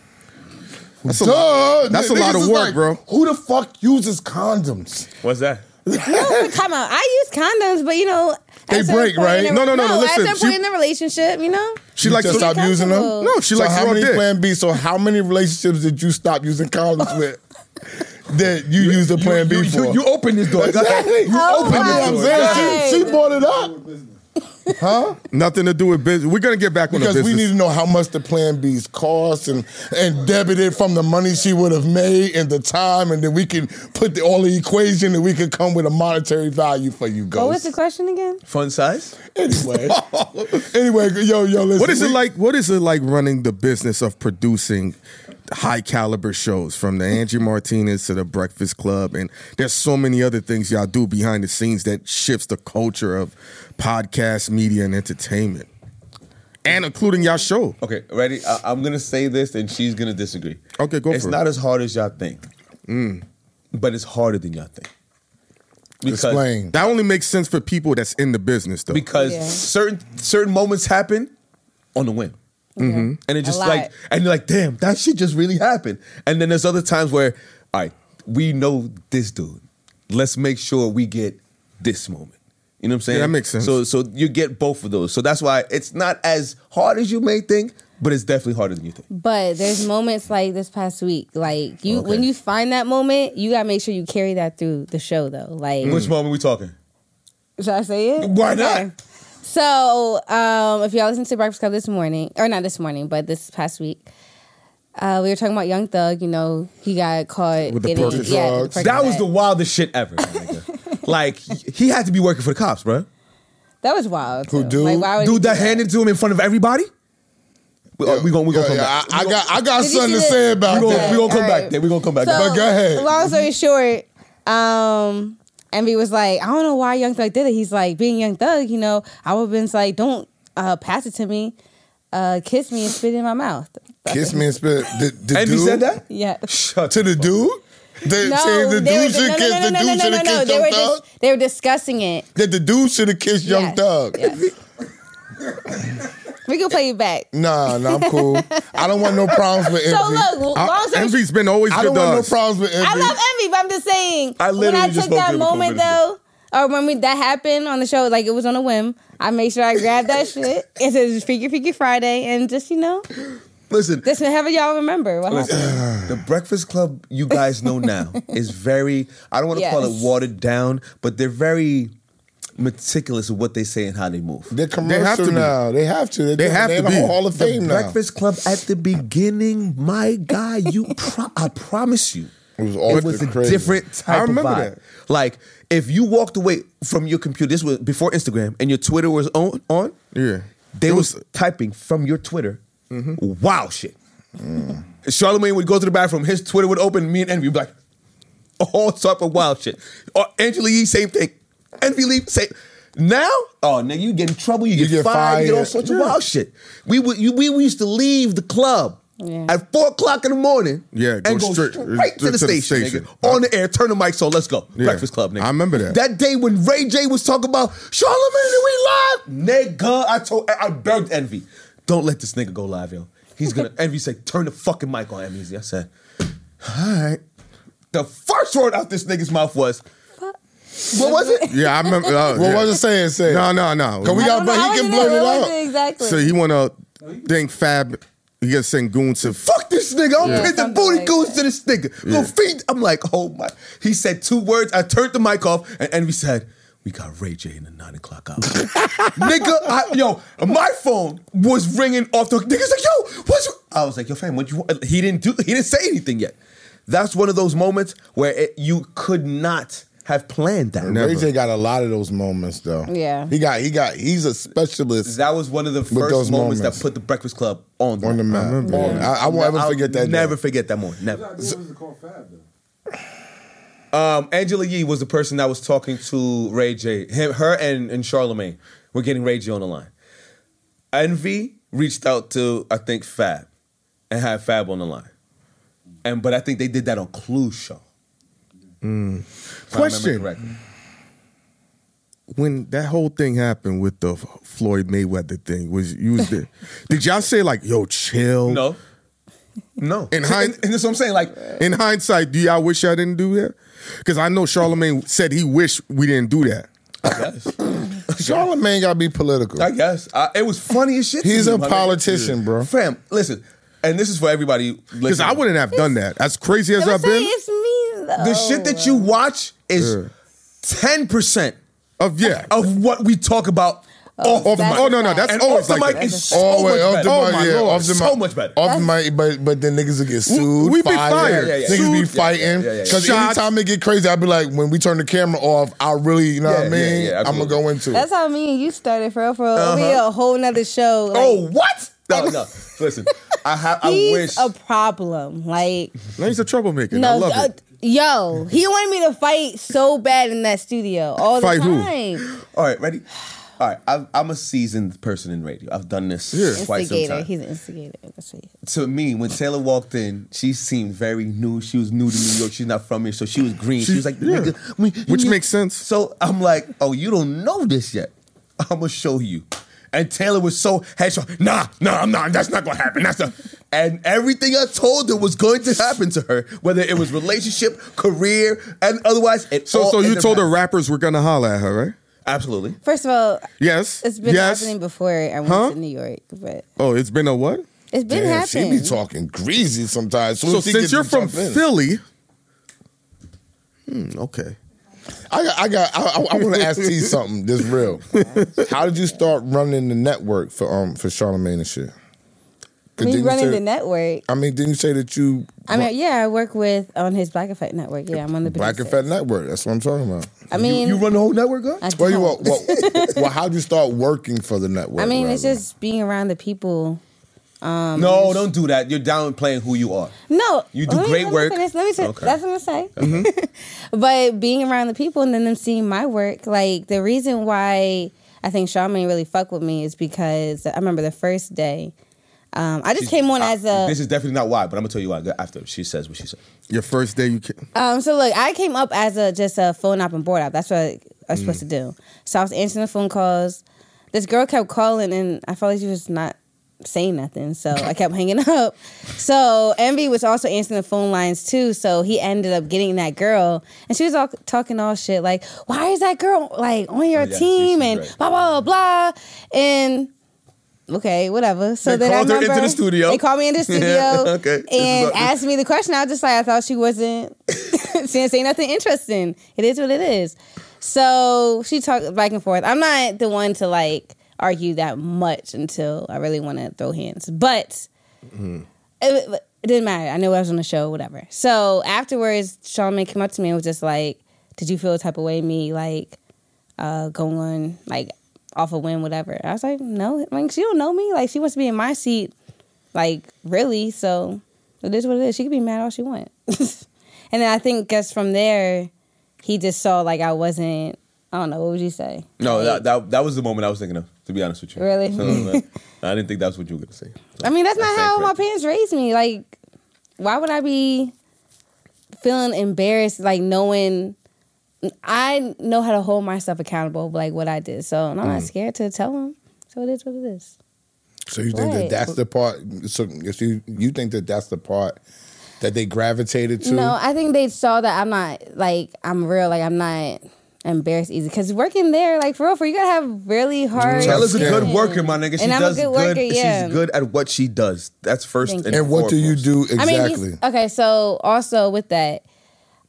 [SPEAKER 3] that's a
[SPEAKER 2] Duh,
[SPEAKER 3] that's a
[SPEAKER 2] niggas
[SPEAKER 3] lot of
[SPEAKER 2] is
[SPEAKER 3] work,
[SPEAKER 2] like,
[SPEAKER 3] bro.
[SPEAKER 2] Who the fuck uses condoms?
[SPEAKER 6] What's that?
[SPEAKER 4] No, but come on. I use condoms, but you know. at
[SPEAKER 2] They
[SPEAKER 4] a certain
[SPEAKER 2] break,
[SPEAKER 4] point
[SPEAKER 2] right?
[SPEAKER 4] in
[SPEAKER 3] No, no, no, no,
[SPEAKER 4] no.
[SPEAKER 3] listen,
[SPEAKER 4] At some
[SPEAKER 3] she-
[SPEAKER 4] point in the relationship, you know?
[SPEAKER 3] she
[SPEAKER 2] You
[SPEAKER 3] likes
[SPEAKER 2] just
[SPEAKER 3] to
[SPEAKER 2] stop using them.
[SPEAKER 4] comfortable.
[SPEAKER 3] No, she
[SPEAKER 2] so
[SPEAKER 3] likes
[SPEAKER 2] how
[SPEAKER 3] raw
[SPEAKER 2] many
[SPEAKER 3] dick.
[SPEAKER 2] Plan B? So how many relationships did you stop using condoms with that you, used a Plan
[SPEAKER 6] you,
[SPEAKER 2] B for?
[SPEAKER 6] You, you open this door.
[SPEAKER 2] Exactly.
[SPEAKER 6] You
[SPEAKER 4] Oh
[SPEAKER 6] open
[SPEAKER 2] I mean,
[SPEAKER 4] my
[SPEAKER 2] I'm
[SPEAKER 6] this door.
[SPEAKER 2] saying she, she brought it up.
[SPEAKER 3] Nothing to do with business. We're gonna get back on the
[SPEAKER 2] Because
[SPEAKER 3] business.
[SPEAKER 2] we need to know how much the Plan B's cost and and debited from the money she would have made and the time, and then we can put the, all the equation and we can come with a monetary value for you,
[SPEAKER 4] What was
[SPEAKER 2] ghost.
[SPEAKER 4] the question again?
[SPEAKER 6] Fun size?
[SPEAKER 2] anyway, anyway, yo, yo, listen.
[SPEAKER 3] what is it
[SPEAKER 2] we-
[SPEAKER 3] like? What is it like running the business of producing high caliber shows from the Angie Martinez to the Breakfast Club, and there's so many other things y'all do behind the scenes that shifts the culture of podcast media and entertainment, and including y'all show.
[SPEAKER 6] Okay, ready? I, I'm gonna say this, and she's gonna disagree.
[SPEAKER 3] Okay, go
[SPEAKER 6] It's
[SPEAKER 3] for it. Mm.
[SPEAKER 6] not as hard as y'all think, but it's harder than y'all think. Because,
[SPEAKER 2] Explain.
[SPEAKER 3] That only makes sense for people that's in the business, though.
[SPEAKER 6] Because
[SPEAKER 4] Yeah.
[SPEAKER 6] certain certain moments happen on the whim, and it just
[SPEAKER 4] lot.
[SPEAKER 6] like and you're like, damn, that shit just really happened. And then there's other times where, all right, we know this dude. Let's make sure we get this moment. You know what I'm saying?
[SPEAKER 3] Yeah, that makes sense.
[SPEAKER 6] So so you get both of those. So that's why it's not as hard as you may think, but it's definitely harder than you think.
[SPEAKER 4] But there's moments like this past week. Like, you
[SPEAKER 6] Okay.
[SPEAKER 4] when you find that moment, you got to make sure you carry that through the show, though. Like,
[SPEAKER 6] Which moment we talking?
[SPEAKER 4] Should I say it?
[SPEAKER 6] Why not?
[SPEAKER 4] So, um, if y'all listen to Breakfast Club this morning, or not this morning, but this past week, uh, we were talking about Young Thug. You know, he got caught
[SPEAKER 3] With the
[SPEAKER 4] getting
[SPEAKER 3] Percocet.
[SPEAKER 4] yeah, the
[SPEAKER 6] That was
[SPEAKER 4] Percocet.
[SPEAKER 6] the wildest shit ever. my nigga. like he had to be working for the cops, bro.
[SPEAKER 4] that was wild.
[SPEAKER 2] Who
[SPEAKER 4] too.
[SPEAKER 2] do?
[SPEAKER 4] Like, why would he
[SPEAKER 6] Dude,
[SPEAKER 4] do
[SPEAKER 6] that handed to him in front of everybody. We, uh,
[SPEAKER 2] Yo,
[SPEAKER 6] we gonna we gonna
[SPEAKER 2] yo,
[SPEAKER 6] come
[SPEAKER 2] yo,
[SPEAKER 6] back.
[SPEAKER 2] I, I got I got
[SPEAKER 4] Did you
[SPEAKER 2] something to
[SPEAKER 4] see the-
[SPEAKER 2] say about
[SPEAKER 6] We gonna,
[SPEAKER 2] that.
[SPEAKER 6] we gonna come
[SPEAKER 4] All
[SPEAKER 6] back.
[SPEAKER 4] right.
[SPEAKER 6] There we gonna come back.
[SPEAKER 4] So,
[SPEAKER 2] But go ahead. Mm-hmm.
[SPEAKER 4] Long story short, um, Envy was like, I don't know why Young Thug did it. He's like, being Young Thug, you know, I would have been like, don't uh, pass it to me, uh, kiss me and spit it in my mouth.
[SPEAKER 2] Kiss me and spit. The, the
[SPEAKER 6] and he
[SPEAKER 2] dude,
[SPEAKER 6] said that.
[SPEAKER 4] Yeah.
[SPEAKER 6] Shut
[SPEAKER 2] to the dude. The, saying the
[SPEAKER 4] they were-
[SPEAKER 2] dude should
[SPEAKER 4] no,
[SPEAKER 2] kiss
[SPEAKER 4] no,
[SPEAKER 2] the
[SPEAKER 4] no, no, no,
[SPEAKER 2] dude
[SPEAKER 4] no,
[SPEAKER 2] should have
[SPEAKER 4] no, no.
[SPEAKER 2] kissed
[SPEAKER 4] They were
[SPEAKER 2] Young
[SPEAKER 4] dis-
[SPEAKER 2] Thug.
[SPEAKER 4] they were discussing it.
[SPEAKER 2] That the dude should have kissed Young
[SPEAKER 4] Yes,
[SPEAKER 2] Thug.
[SPEAKER 4] yes. we can play it back.
[SPEAKER 2] Nah, nah, I'm cool. I don't want no problems with envy.
[SPEAKER 4] So look,
[SPEAKER 3] I-
[SPEAKER 4] long story.
[SPEAKER 3] Envy's been always
[SPEAKER 2] I don't
[SPEAKER 3] good to
[SPEAKER 2] want no
[SPEAKER 3] us.
[SPEAKER 2] problems with envy.
[SPEAKER 4] I love Envy, but I'm just saying
[SPEAKER 6] I
[SPEAKER 4] when
[SPEAKER 6] literally
[SPEAKER 4] I
[SPEAKER 6] just
[SPEAKER 4] took
[SPEAKER 6] spoke to
[SPEAKER 4] that
[SPEAKER 6] him a couple
[SPEAKER 4] moment
[SPEAKER 6] minutes ago.
[SPEAKER 4] though, or when we that happened on the show, like it was on a whim. I made sure I grabbed that shit. It says Freaky Freaky Friday, and just you know,
[SPEAKER 6] Listen,
[SPEAKER 4] just however y'all remember what happened.
[SPEAKER 6] Listen, the Breakfast Club you guys know now is very I don't want to call it
[SPEAKER 4] Yes.
[SPEAKER 6] watered down, but they're very meticulous with what they say and how they move.
[SPEAKER 2] They're commercial
[SPEAKER 3] have to be.
[SPEAKER 2] now. They have to. They're,
[SPEAKER 3] They have
[SPEAKER 2] they're
[SPEAKER 3] to
[SPEAKER 2] in the
[SPEAKER 3] be.
[SPEAKER 2] Hall of
[SPEAKER 6] the
[SPEAKER 2] Fame now.
[SPEAKER 6] Breakfast Club at the beginning, my guy, you pro- I promise you.
[SPEAKER 2] It was all
[SPEAKER 6] it was a
[SPEAKER 2] crazy.
[SPEAKER 6] different type
[SPEAKER 3] I remember
[SPEAKER 6] of vibe.
[SPEAKER 3] that.
[SPEAKER 6] Like if you walked away from your computer, this was before Instagram, and your Twitter was on. on
[SPEAKER 3] Yeah.
[SPEAKER 6] they
[SPEAKER 3] It
[SPEAKER 6] was, typing from your Twitter. Wow, shit. Mm. Charlemagne would go to the bathroom. His Twitter would open. Me and Envy would be like, all type of wild shit. Or Angela Yee, same thing. Envy Lee, same. Now, oh nigga, you get in trouble. You get,
[SPEAKER 2] get
[SPEAKER 6] fired, You get all
[SPEAKER 2] fired.
[SPEAKER 6] sorts of wild shit. We would, you, we, we used to leave the club.
[SPEAKER 4] Yeah.
[SPEAKER 6] At four o'clock in the morning,
[SPEAKER 3] Yeah, go
[SPEAKER 6] and go straight,
[SPEAKER 3] straight-
[SPEAKER 6] to, the, station,
[SPEAKER 3] station.
[SPEAKER 6] nigga. on the air, turn the mics on, let's go.
[SPEAKER 3] Yeah.
[SPEAKER 6] Breakfast Club, nigga.
[SPEAKER 3] I remember that.
[SPEAKER 6] That day when Ray J was talking about Charlamagne, we live, nigga. I told, I begged Envy, don't let this nigga go live, yo. He's gonna. Envy said, turn the fucking mic on, Envy. I said, all right. The first word out this nigga's mouth was, what was it?
[SPEAKER 3] Yeah, I remember. Uh,
[SPEAKER 2] What
[SPEAKER 3] yeah.
[SPEAKER 2] was it saying? Say
[SPEAKER 3] No, no, no.
[SPEAKER 2] Can we
[SPEAKER 4] I
[SPEAKER 2] got,
[SPEAKER 4] don't
[SPEAKER 2] but
[SPEAKER 4] know
[SPEAKER 2] he
[SPEAKER 4] how
[SPEAKER 2] can
[SPEAKER 4] it
[SPEAKER 2] blurt
[SPEAKER 4] is.
[SPEAKER 2] it
[SPEAKER 4] What was
[SPEAKER 2] out.
[SPEAKER 4] it Exactly.
[SPEAKER 3] So he wanna think Fab. He gonna send goons to.
[SPEAKER 6] fuck this nigga. I'm
[SPEAKER 4] Yeah.
[SPEAKER 6] paying the
[SPEAKER 4] Something
[SPEAKER 6] booty
[SPEAKER 4] like
[SPEAKER 6] goons
[SPEAKER 4] that.
[SPEAKER 6] to this nigga. Little feet. I'm like, oh my. He said two words. I turned the mic off, and Envy said, we got Ray J in the nine o'clock hour. nigga, I, yo, my phone was ringing off the. Nigga's like, yo, what's. I was like, yo, fam, what you want? He didn't do. He didn't say anything yet. That's one of those moments where it, you could not have planned that.
[SPEAKER 2] Ray J got a lot of those moments though.
[SPEAKER 4] Yeah.
[SPEAKER 2] he got he got he's a specialist
[SPEAKER 6] That was one of the first
[SPEAKER 2] those
[SPEAKER 6] moments,
[SPEAKER 2] moments.
[SPEAKER 6] that put the Breakfast Club on.
[SPEAKER 2] on the map. I,
[SPEAKER 3] remember
[SPEAKER 2] on, I, I won't ever
[SPEAKER 6] I'll
[SPEAKER 2] forget that.
[SPEAKER 6] Never
[SPEAKER 2] day.
[SPEAKER 6] forget that moment. Never.
[SPEAKER 1] Whose idea was to call Fab though?
[SPEAKER 6] Um, Angela Yee was the person that was talking to Ray J. Him, her and, and Charlemagne were getting Ray J on the line. Envy reached out to, I think, Fab and had Fab on the line. And but I think they did that on Clue Show. if I remember
[SPEAKER 3] Question.
[SPEAKER 6] correctly.
[SPEAKER 3] when that whole thing happened with the Floyd Mayweather thing, was you was there? did y'all say like, "Yo, chill"?
[SPEAKER 6] No. No.
[SPEAKER 3] In
[SPEAKER 6] See,
[SPEAKER 3] hind-
[SPEAKER 6] and, and that's what I'm saying. Like,
[SPEAKER 3] In hindsight, do y'all wish I didn't do that? Because I know Charlemagne said he wished we didn't do that.
[SPEAKER 6] I guess.
[SPEAKER 2] Charlemagne got to be political.
[SPEAKER 6] I guess. I, it was funny as shit. to
[SPEAKER 2] He's
[SPEAKER 6] me,
[SPEAKER 2] a
[SPEAKER 6] my nigga.
[SPEAKER 2] politician, bro.
[SPEAKER 6] Fam, listen. And this is for everybody.
[SPEAKER 3] Because I wouldn't have done that. As crazy as
[SPEAKER 4] Can I
[SPEAKER 3] I've
[SPEAKER 4] say
[SPEAKER 3] been,
[SPEAKER 4] it's me though.
[SPEAKER 6] The shit that you watch is
[SPEAKER 3] Yeah.
[SPEAKER 6] 10%.
[SPEAKER 3] of yeah,
[SPEAKER 6] of what we talk about off,
[SPEAKER 3] Off
[SPEAKER 6] the
[SPEAKER 3] mic.
[SPEAKER 6] mic.
[SPEAKER 3] Oh, no, no, that's
[SPEAKER 6] and
[SPEAKER 3] always
[SPEAKER 6] off the
[SPEAKER 3] like
[SPEAKER 6] mic
[SPEAKER 3] that.
[SPEAKER 6] is so
[SPEAKER 2] Always,
[SPEAKER 6] much
[SPEAKER 2] off the
[SPEAKER 6] better.
[SPEAKER 2] mic,
[SPEAKER 6] oh my
[SPEAKER 2] yeah,
[SPEAKER 6] lord,
[SPEAKER 2] off the
[SPEAKER 6] so
[SPEAKER 2] mic.
[SPEAKER 6] much better.
[SPEAKER 2] Off my, but but then niggas will get sued.
[SPEAKER 3] we be
[SPEAKER 2] fired.
[SPEAKER 3] fired.
[SPEAKER 6] Yeah, yeah, yeah.
[SPEAKER 2] Niggas be
[SPEAKER 6] Sued.
[SPEAKER 2] fighting.
[SPEAKER 6] Yeah, yeah, yeah, yeah.
[SPEAKER 2] Cause
[SPEAKER 3] Shots.
[SPEAKER 2] anytime it get crazy, I'll be like, when we turn the camera off, I really, you know what I
[SPEAKER 6] Yeah,
[SPEAKER 2] mean?
[SPEAKER 6] yeah, yeah,
[SPEAKER 2] I'm gonna
[SPEAKER 6] absolutely.
[SPEAKER 2] go into
[SPEAKER 4] That's
[SPEAKER 2] it.
[SPEAKER 4] how me and you started, for real, for real. We a whole nother show. Like,
[SPEAKER 6] oh what? No, no. Listen, I have. I
[SPEAKER 4] he's
[SPEAKER 6] wish.
[SPEAKER 4] a problem. Like
[SPEAKER 3] now he's a troublemaker. and I
[SPEAKER 4] no,
[SPEAKER 3] love
[SPEAKER 4] uh,
[SPEAKER 3] it.
[SPEAKER 4] yo, he wanted me to fight so bad in that studio all
[SPEAKER 3] Fight
[SPEAKER 4] the
[SPEAKER 3] who?
[SPEAKER 4] time.
[SPEAKER 6] All right, ready. All right, I've, I'm a seasoned person in radio. I've done this quite some
[SPEAKER 4] Instigator.
[SPEAKER 6] time.
[SPEAKER 4] He's an instigator. That's what he is.
[SPEAKER 6] to me, when Taylor walked in, she seemed very new. She was new to New York. She's not from here, so she was green. She,
[SPEAKER 3] She-
[SPEAKER 6] was like,
[SPEAKER 3] yeah.
[SPEAKER 6] "Nigga, we-
[SPEAKER 3] Which
[SPEAKER 6] we-"
[SPEAKER 3] makes sense.
[SPEAKER 6] So I'm like, "Oh, you don't know this yet. I'm gonna show you." And Taylor was so headstrong. Nah, nah, I'm not. That's not gonna happen. That's not. And everything I told her was going to happen to her, whether it was relationship, career, and otherwise. It
[SPEAKER 3] So,
[SPEAKER 4] Oh,
[SPEAKER 6] all
[SPEAKER 3] so you
[SPEAKER 6] ended up
[SPEAKER 3] told the
[SPEAKER 6] happening.
[SPEAKER 3] rappers we're gonna holler at her, right?
[SPEAKER 6] Absolutely.
[SPEAKER 4] First of all,
[SPEAKER 3] Yes.
[SPEAKER 4] it's been
[SPEAKER 3] yes.
[SPEAKER 4] happening before I went
[SPEAKER 3] Huh?
[SPEAKER 4] to New York, but
[SPEAKER 3] Oh, it's been a what?
[SPEAKER 4] it's been
[SPEAKER 2] Damn, she
[SPEAKER 4] happening.
[SPEAKER 2] be talking greasy sometimes. Soon
[SPEAKER 3] So
[SPEAKER 2] as she
[SPEAKER 3] since
[SPEAKER 2] gets
[SPEAKER 3] you're
[SPEAKER 2] to
[SPEAKER 3] from
[SPEAKER 2] jump in.
[SPEAKER 3] Philly, hmm, okay.
[SPEAKER 2] I got, I got, I, want to ask T something. This real. How did you start running the network for um for Charlemagne and shit? 'Cause didn't
[SPEAKER 4] me
[SPEAKER 2] you
[SPEAKER 4] running
[SPEAKER 2] say-
[SPEAKER 4] the network.
[SPEAKER 2] I mean, didn't you say that you?
[SPEAKER 4] I mean, yeah, I work with on his Black Effect Network. Yeah, I'm on the
[SPEAKER 2] Black and
[SPEAKER 4] producers.
[SPEAKER 2] Fat Network. That's what I'm talking about.
[SPEAKER 4] I mean,
[SPEAKER 6] you, you run the whole network, up?
[SPEAKER 4] I
[SPEAKER 2] Well, you well,
[SPEAKER 4] don't.
[SPEAKER 2] well, well, how'd you start working for the network?
[SPEAKER 4] I mean, it's
[SPEAKER 2] rather?
[SPEAKER 4] just being around the people. um,
[SPEAKER 6] no, don't do that. You're downplaying who you are.
[SPEAKER 4] No,
[SPEAKER 6] You do
[SPEAKER 4] let me-
[SPEAKER 6] great
[SPEAKER 4] let me
[SPEAKER 6] work.
[SPEAKER 4] finish. Let me say,
[SPEAKER 6] Okay. Mm-hmm.
[SPEAKER 4] that's what I'm saying. but being around the people and then them seeing my work, like the reason why I think Charmaine really fuck with me is because I remember the first day. Um, I just came on
[SPEAKER 6] I-
[SPEAKER 4] as a.
[SPEAKER 6] This is definitely not why, but I'm gonna tell you why after she says what she said.
[SPEAKER 3] Your first day, you can.
[SPEAKER 4] Um, so look, I came up as a just a phone op and board op. That's what I was supposed to
[SPEAKER 6] Mm.
[SPEAKER 4] do. So I was answering the phone calls. This girl kept calling, and I felt like she was not saying nothing. So I kept hanging up. So Envy was also answering the phone lines too. So he ended up getting that girl, and she was all talking all shit like, "Why is that girl like on your
[SPEAKER 6] Yeah, she-
[SPEAKER 4] team?"
[SPEAKER 6] she's
[SPEAKER 4] and
[SPEAKER 6] right.
[SPEAKER 4] blah blah blah. And okay, whatever.
[SPEAKER 6] They
[SPEAKER 4] So then
[SPEAKER 6] called
[SPEAKER 4] I
[SPEAKER 6] her
[SPEAKER 4] remember
[SPEAKER 6] into the studio.
[SPEAKER 4] They called me into the studio
[SPEAKER 6] Yeah, okay. This is
[SPEAKER 4] and
[SPEAKER 6] what-
[SPEAKER 4] asked me the question. I was just like, I thought she wasn't. she didn't say nothing interesting. It is what it is. So she talked back and forth. I'm not the one to like argue that much until I really want to throw hands, but
[SPEAKER 6] Mm-hmm.
[SPEAKER 4] it, it didn't matter. I knew I was on the show, whatever. So afterwards, Sean May came up to me and was just like, "Did you feel the type of way me like uh, going like off a win, whatever?" I was like, "No, like she don't know me. Like she wants to be in my seat, like really. So it is what it is. She can be mad all she wants." and then I think guess from there, he just saw like I wasn't. I don't know. What would you say?
[SPEAKER 6] No, that, that that was the moment I was thinking of. To be honest with you,
[SPEAKER 4] Really?
[SPEAKER 6] So, like, I didn't think that's what you were gonna say.
[SPEAKER 4] I mean, that's not
[SPEAKER 6] That's
[SPEAKER 4] how my
[SPEAKER 6] incorrect.
[SPEAKER 4] parents raised me. Like, why would I be feeling embarrassed, like knowing I know how to hold myself accountable, like what I did. So and I'm not scared to tell them. So it is what it is.
[SPEAKER 2] So you think that
[SPEAKER 4] Right.
[SPEAKER 2] that's the part? So if you you think that that's the part that they gravitated to?
[SPEAKER 4] No, I think they saw that I'm not like I'm real. Like I'm not embarrassed easy because working there, like for real, for you gotta have really hard.
[SPEAKER 6] Shella's a good
[SPEAKER 4] skin.
[SPEAKER 6] worker, my nigga. She
[SPEAKER 4] and I'm
[SPEAKER 6] does
[SPEAKER 4] a good worker. yeah.
[SPEAKER 6] She's good at what she does. That's first
[SPEAKER 4] Thank
[SPEAKER 6] and,
[SPEAKER 4] you.
[SPEAKER 2] and what do you
[SPEAKER 6] foremost.
[SPEAKER 2] do exactly?
[SPEAKER 4] I mean, these- okay. So also with that,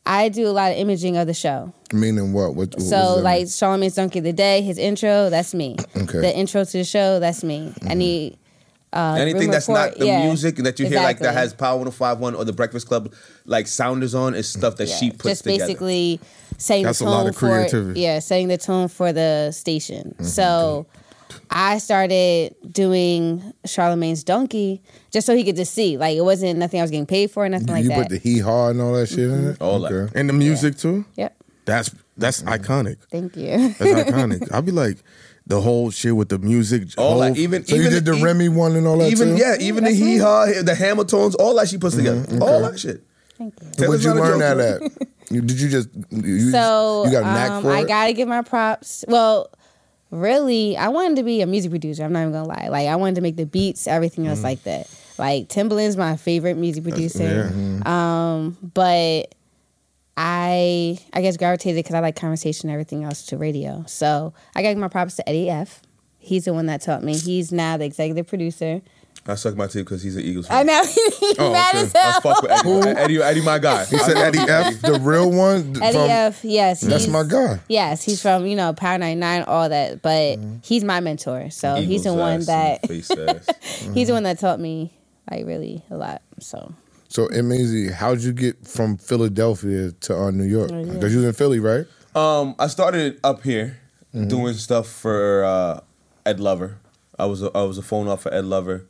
[SPEAKER 4] I do a lot of imaging of the show.
[SPEAKER 2] Meaning what? What? what
[SPEAKER 4] So
[SPEAKER 2] does that
[SPEAKER 4] like Charlamagne's Donkey of the Day, his intro, that's me.
[SPEAKER 2] Okay. Mm-hmm.
[SPEAKER 4] The intro to the show, that's me. I need uh,
[SPEAKER 6] Anything
[SPEAKER 4] room
[SPEAKER 6] that's
[SPEAKER 4] report,
[SPEAKER 6] not the
[SPEAKER 4] yeah,
[SPEAKER 6] music that you hear like that
[SPEAKER 4] exactly.
[SPEAKER 6] has Power 1051 or the Breakfast Club like sounders on is stuff that
[SPEAKER 4] Yeah,
[SPEAKER 6] she puts
[SPEAKER 4] just
[SPEAKER 6] together.
[SPEAKER 4] basically setting
[SPEAKER 3] That's a
[SPEAKER 4] the tone
[SPEAKER 3] lot of
[SPEAKER 4] for
[SPEAKER 3] creativity.
[SPEAKER 4] yeah, setting the tone for the station. So I started doing Charlemagne's Donkey just so he could just see. Like it wasn't nothing I was getting paid for, nothing
[SPEAKER 2] mean?
[SPEAKER 4] like
[SPEAKER 2] you put
[SPEAKER 4] that.
[SPEAKER 2] the hee haw and all that shit in it.
[SPEAKER 6] Mm-hmm. All that.
[SPEAKER 3] And the music too.
[SPEAKER 4] yep.
[SPEAKER 3] That's that's
[SPEAKER 2] Mm-hmm.
[SPEAKER 3] iconic.
[SPEAKER 4] Thank you.
[SPEAKER 3] That's iconic. I'll be like the whole shit with the music.
[SPEAKER 6] All that,
[SPEAKER 3] whole-
[SPEAKER 6] Oh, even
[SPEAKER 2] So
[SPEAKER 6] even
[SPEAKER 2] you did the
[SPEAKER 6] e-
[SPEAKER 2] Remy one and all that
[SPEAKER 6] even
[SPEAKER 2] too.
[SPEAKER 6] yeah, even the
[SPEAKER 4] that's
[SPEAKER 6] hee
[SPEAKER 4] me.
[SPEAKER 6] haw, the Hamiltons, all that she puts
[SPEAKER 2] Mm-hmm.
[SPEAKER 6] together, all that shit.
[SPEAKER 4] Thank you.
[SPEAKER 2] Where'd
[SPEAKER 6] Taylor's
[SPEAKER 2] you
[SPEAKER 6] not a
[SPEAKER 2] learn that
[SPEAKER 6] joker.
[SPEAKER 2] at? You- Did you just you, you
[SPEAKER 4] so
[SPEAKER 2] just- you got a knack
[SPEAKER 4] um,
[SPEAKER 2] for
[SPEAKER 4] I
[SPEAKER 2] it?
[SPEAKER 4] gotta give my props. Well, really, I wanted to be a music producer. I'm not even gonna lie. Like I wanted to make the beats, everything
[SPEAKER 2] Mm.
[SPEAKER 4] else like that. Like Timbaland's my favorite music producer, um, but I I guess gravitated because I like conversation and everything else to radio. So I gotta give my props to Eddie F. He's the one that taught me. He's now the executive producer.
[SPEAKER 6] I suck my teeth because he's an Eagles
[SPEAKER 4] I
[SPEAKER 6] fan.
[SPEAKER 4] know he's
[SPEAKER 3] Oh,
[SPEAKER 4] mad
[SPEAKER 3] okay.
[SPEAKER 4] as
[SPEAKER 6] I
[SPEAKER 4] hell.
[SPEAKER 6] fuck with Eddie. Eddie, Eddie, my guy.
[SPEAKER 3] He said Eddie F.
[SPEAKER 2] the real one.
[SPEAKER 4] Eddie
[SPEAKER 2] from-
[SPEAKER 4] F. Yes,
[SPEAKER 2] That's
[SPEAKER 4] he's-
[SPEAKER 2] my guy.
[SPEAKER 4] Yes, he's from you know Power 99, all that. But he's my mentor, so he's the
[SPEAKER 6] Eagles
[SPEAKER 4] one
[SPEAKER 6] Mm-hmm. ass, Mm-hmm.
[SPEAKER 4] that
[SPEAKER 6] face ass.
[SPEAKER 4] he's the one that taught me like really a lot. So
[SPEAKER 2] So amazing. How'd you get from Philadelphia to uh, New York?
[SPEAKER 4] Oh,
[SPEAKER 2] Because
[SPEAKER 4] yeah.
[SPEAKER 2] you was in Philly, right?
[SPEAKER 6] Um, I started up here doing stuff for uh, Ed Lover. I was a, I was a phone off for Ed Lover,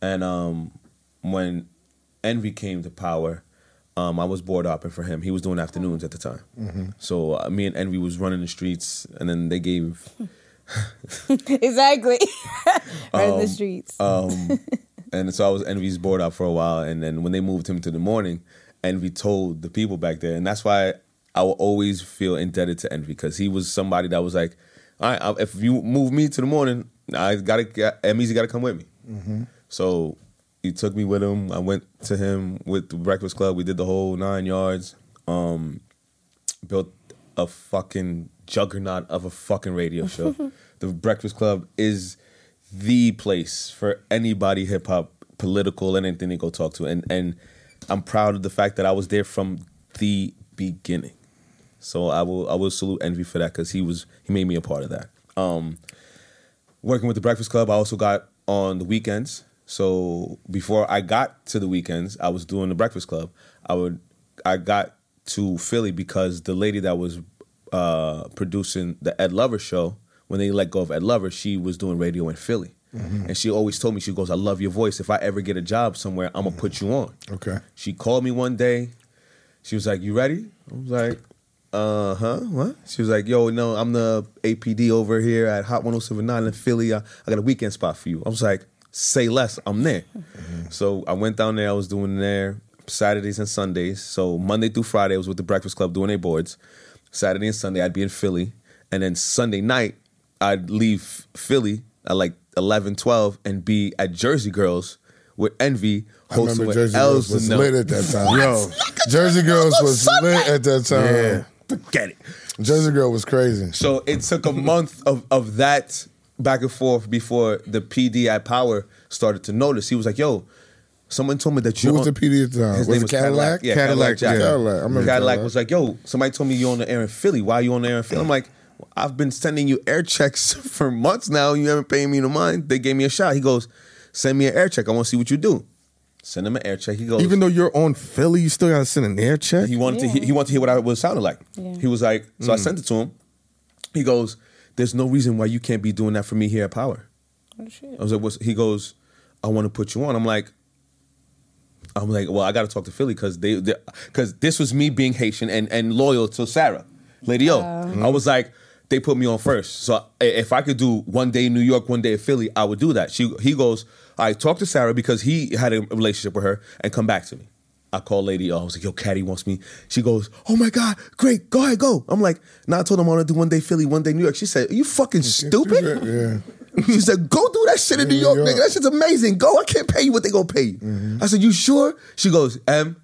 [SPEAKER 6] and um, when Envy came to power, um, I was board hopping for him. He was doing afternoons at the time, so uh, me and Envy was running the streets, and then they gave
[SPEAKER 4] exactly, right in the streets.
[SPEAKER 6] Um, and so I was Envy's board out for a while, and then when they moved him to the morning, Envy told the people back there, and that's why I will always feel indebted to Envy because he was somebody that was like, "All right, I- if you move me to the morning, I gotta get- MEZ gotta come with me." So he took me with him. I went to him with the Breakfast Club. We did the whole nine yards. Um, built a fucking juggernaut of a fucking radio show. the Breakfast Club is the place for anybody hip hop, political, anything they go talk to. And and I'm proud of the fact that I was there from the beginning. So I will I will salute Envy for that because he was he made me a part of that. Um, working with the Breakfast Club, I also got on the weekends. So before I got to the weekends, I was doing the Breakfast Club. I would I got to Philly because the lady that was uh, producing the Ed Lover show, when they let go of Ed Lover, she was doing radio in Philly. And she always told me, she goes, I love your voice. If I ever get a job somewhere, I'm gonna put you on.
[SPEAKER 2] Okay.
[SPEAKER 6] She called me one day. She was like, "You ready?" I was like, "Uh huh." What? She was like, "Yo, no, I'm the APD over here at Hot 107.9 in Philly. I, I got a weekend spot for you." I was like, "Say less. I'm there."
[SPEAKER 2] Mm-hmm.
[SPEAKER 6] So I went down there. I was doing there Saturdays and Sundays. So Monday through Friday, I was with the Breakfast Club doing their boards. Saturday and Sunday, I'd be in Philly, and then Sunday night, I'd leave Philly. at like 11, 12 and be at Jersey Girls with Envy
[SPEAKER 2] I remember
[SPEAKER 6] hosting with
[SPEAKER 2] Jersey Girls was
[SPEAKER 6] El's
[SPEAKER 2] lit at that time. Yo, Jersey Girls was lit at that time.
[SPEAKER 6] Forget it.
[SPEAKER 2] Jersey Girl was crazy.
[SPEAKER 6] So it took a month of, of that back and forth before the PD at Power started to notice. He was like, yo, someone told me that you
[SPEAKER 2] Who was the PD at the time?
[SPEAKER 6] uh,
[SPEAKER 2] Was
[SPEAKER 6] His name
[SPEAKER 2] it
[SPEAKER 6] was
[SPEAKER 2] Cadillac?
[SPEAKER 6] Cadillac. Yeah, Cadillac.
[SPEAKER 2] Cadillac,
[SPEAKER 6] Jack.
[SPEAKER 2] yeah. Cadillac. I remember Cadillac.
[SPEAKER 6] was like, yo, somebody told me you on the air in Philly. Why you on the air in Philly? I'm like, "Well, I've been sending you air checks for months now. You haven't paid me no mind. They gave me a shot. He goes, send me an air check. I want to see what you do. Send him an air check. He goes,
[SPEAKER 3] Even though you're on Philly, you still gotta send an air check.
[SPEAKER 6] he wanted to he, he wanted to hear what I was sounding like.
[SPEAKER 4] Yeah.
[SPEAKER 6] He was like, so I sent it to him. He goes, "There's no reason why you can't be doing that for me here at Power."
[SPEAKER 4] Oh,
[SPEAKER 6] I was like, What's, he goes, "I want to put you on." I'm like, I'm like, well, I got to talk to Philly because they because this was me being Haitian and and loyal to Sarah, Lady O. I was like, they put me on first, so i- if I could do one day in New York, one day in Philly, I would do that. She he goes, I talked to Sarah because he had a relationship with her and come back to me. I call Lady O. I was like, yo, Caddy wants me. She goes, oh my god, great, go ahead, go. I'm like, nah, I told him I want to do one day Philly, one day New York. She said, are you fucking stupid?
[SPEAKER 2] Yeah.
[SPEAKER 6] She said, "Go do that shit in New
[SPEAKER 2] New
[SPEAKER 6] York,
[SPEAKER 2] York.
[SPEAKER 6] nigga. That shit's amazing. Go. I can't pay you what they gonna pay you."
[SPEAKER 3] Mm-hmm.
[SPEAKER 6] I said, "You sure?" She goes, "M,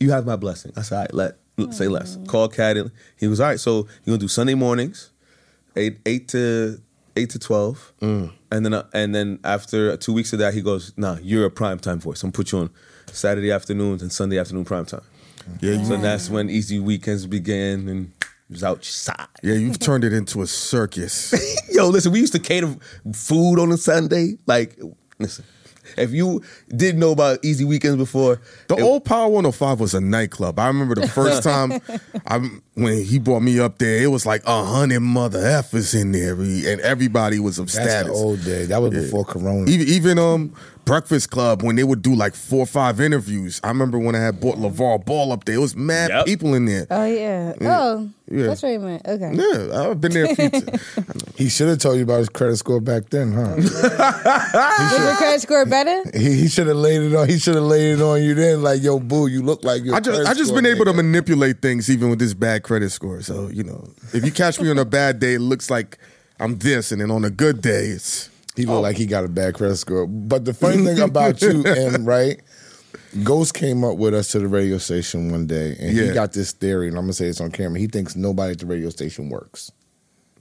[SPEAKER 6] you have my blessing." I said, "All right, let say less." Call Caddy. He was all right. So you gonna do Sunday mornings, eight eight to eight to twelve,
[SPEAKER 3] Mm.
[SPEAKER 6] and then uh, and then after two weeks of that, he goes, "Nah, you're a prime time voice. I'm gonna put you on Saturday afternoons and Sunday afternoon prime time."
[SPEAKER 3] Yeah, you-
[SPEAKER 6] So that's when Easy Weekends began and. it Was outside.
[SPEAKER 3] yeah, you've turned it into a circus.
[SPEAKER 6] Yo, listen, we used to cater food on a Sunday. Like, listen, if you didn't know about Easy Weekends before,
[SPEAKER 3] The
[SPEAKER 6] it-
[SPEAKER 3] old Power 105 was a nightclub. I remember the first time I when he brought me up there, it was like a hundred mother effers in there, we- and everybody was of
[SPEAKER 2] That's
[SPEAKER 3] status.
[SPEAKER 2] the old day. That was before Corona.
[SPEAKER 3] Even, even um Breakfast Club when they would do like four or five interviews. I remember when I had bought LeVar Ball up there. It was mad
[SPEAKER 6] Yep.
[SPEAKER 3] people in there.
[SPEAKER 4] Oh yeah. Oh,
[SPEAKER 3] Yeah.
[SPEAKER 4] that's what you meant. Okay.
[SPEAKER 3] Yeah, I've been there a few times.
[SPEAKER 2] he should have told you about his credit score back then, huh?
[SPEAKER 4] Was your credit score better?
[SPEAKER 2] he he should have laid it on. He should have laid it on you then. Like, yo, boo, you look like your
[SPEAKER 3] I just
[SPEAKER 2] credit
[SPEAKER 3] I just
[SPEAKER 2] score,
[SPEAKER 3] been able to
[SPEAKER 2] nigga.
[SPEAKER 3] manipulate things even with this bad credit score. So you know, if you catch me on a bad day, it looks like I'm this, and then on a good day, it's
[SPEAKER 2] He looked like he got a bad credit score. But the funny thing about you, and right, Ghost came up with us to the radio station one day, and he
[SPEAKER 3] Yeah.
[SPEAKER 2] got this theory, and I'm gonna say this on camera. He thinks nobody at the radio station works.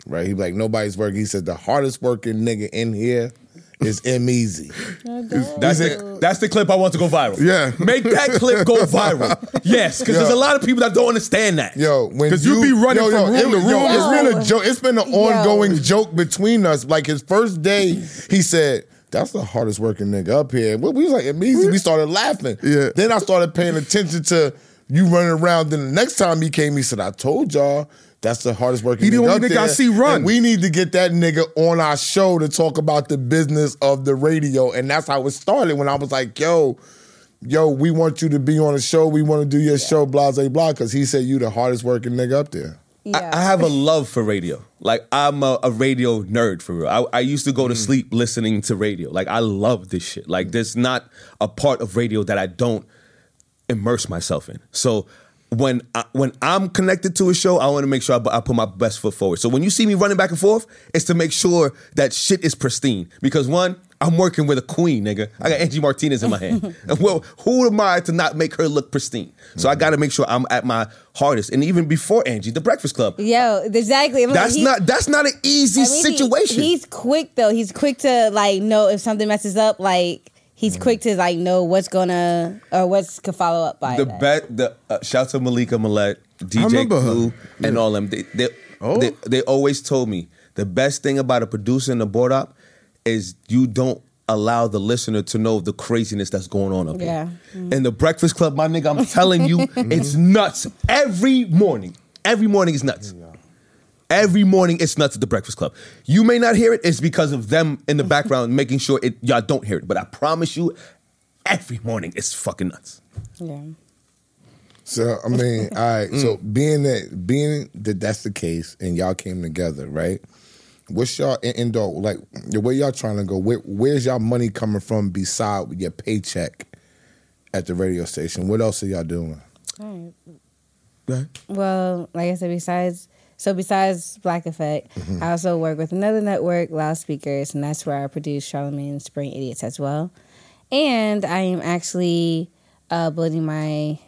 [SPEAKER 2] Right? He be like nobody's working. He said the hardest working nigga in here is M Easy.
[SPEAKER 6] that's the, that's the clip I want to go viral.
[SPEAKER 3] Yeah.
[SPEAKER 6] Make that clip go viral. Yes, because there's a lot of people that don't understand that.
[SPEAKER 2] Yo, when
[SPEAKER 3] 'Cause you be running from room to room
[SPEAKER 2] It's
[SPEAKER 4] to
[SPEAKER 2] been
[SPEAKER 4] room.
[SPEAKER 2] a joke. It's been an
[SPEAKER 4] Yo.
[SPEAKER 2] ongoing joke between us. Like his first day, he said. That's the hardest working nigga up here. We we was like amazing. We started laughing.
[SPEAKER 3] Yeah.
[SPEAKER 2] Then I started paying attention to you running around. Then the next time he came, he said, "I told y'all that's the hardest working."
[SPEAKER 3] He the
[SPEAKER 2] nigga
[SPEAKER 3] only
[SPEAKER 2] up
[SPEAKER 3] nigga I
[SPEAKER 2] there,
[SPEAKER 3] see run."
[SPEAKER 2] and we need to get that nigga on our show to talk about the business of the radio, and that's how it started. When I was like, "Yo, yo, we want you to be on a show. We want to do your show, blase, blah, because he said you the hardest working nigga up there.
[SPEAKER 4] Yeah.
[SPEAKER 6] I, I have a love for radio. Like I'm a, a radio nerd for real. I, I used to go
[SPEAKER 3] Mm.
[SPEAKER 6] to sleep listening to radio. Like I love this shit. Like there's not a part of radio that I don't immerse myself in. So when I, when I'm connected to a show, I want to make sure I, I put my best foot forward. So when you see me running back and forth, it's to make sure that shit is pristine. Because one, I'm working with a queen, nigga. I got Angie Martinez in my hand. And well, who am I to not make her look pristine? So I got to make sure I'm at my hardest. And even before Angie, The Breakfast Club,
[SPEAKER 4] Yo, exactly. I'm like,
[SPEAKER 6] that's
[SPEAKER 4] he-
[SPEAKER 6] not that's not an easy
[SPEAKER 4] I mean, he-
[SPEAKER 6] situation.
[SPEAKER 4] he's quick though. He's quick to like know if something messes up.
[SPEAKER 6] Mm.
[SPEAKER 4] Like he's quick to like know what's gonna or what's could follow up by
[SPEAKER 6] the
[SPEAKER 4] that.
[SPEAKER 6] bet the uh, shout to Malika Millette, DJ
[SPEAKER 3] remember her.
[SPEAKER 6] Clue, and all them. They they,
[SPEAKER 3] Oh.
[SPEAKER 6] they they always told me the best thing about a producer and a board op is you don't allow the listener to know the craziness that's going on up
[SPEAKER 4] Yeah. Mm.
[SPEAKER 6] here. And the Breakfast Club, my nigga, I'm telling you, it's nuts every morning. Every morning is nuts. Every morning it's nuts at the Breakfast Club. You may not hear it, it's because of them in the background making sure it y'all don't hear it. But I promise you, every morning it's fucking nuts.
[SPEAKER 4] yeah.
[SPEAKER 2] So I mean, all right. So
[SPEAKER 3] Mm.
[SPEAKER 2] being that being that that's the case, and y'all came together, right? What's y'all en- end goal? Like the way y'all trying to go? Where, where's y'all money coming from beside your paycheck at the radio station? What else are y'all doing?
[SPEAKER 4] All right. Well, like I said, besides So besides Black Effect,
[SPEAKER 2] Mm-hmm.
[SPEAKER 4] I also work with another network, Loudspeakers, and that's where I produce Charlemagne Spring Idiots as well. And I am actually uh, building my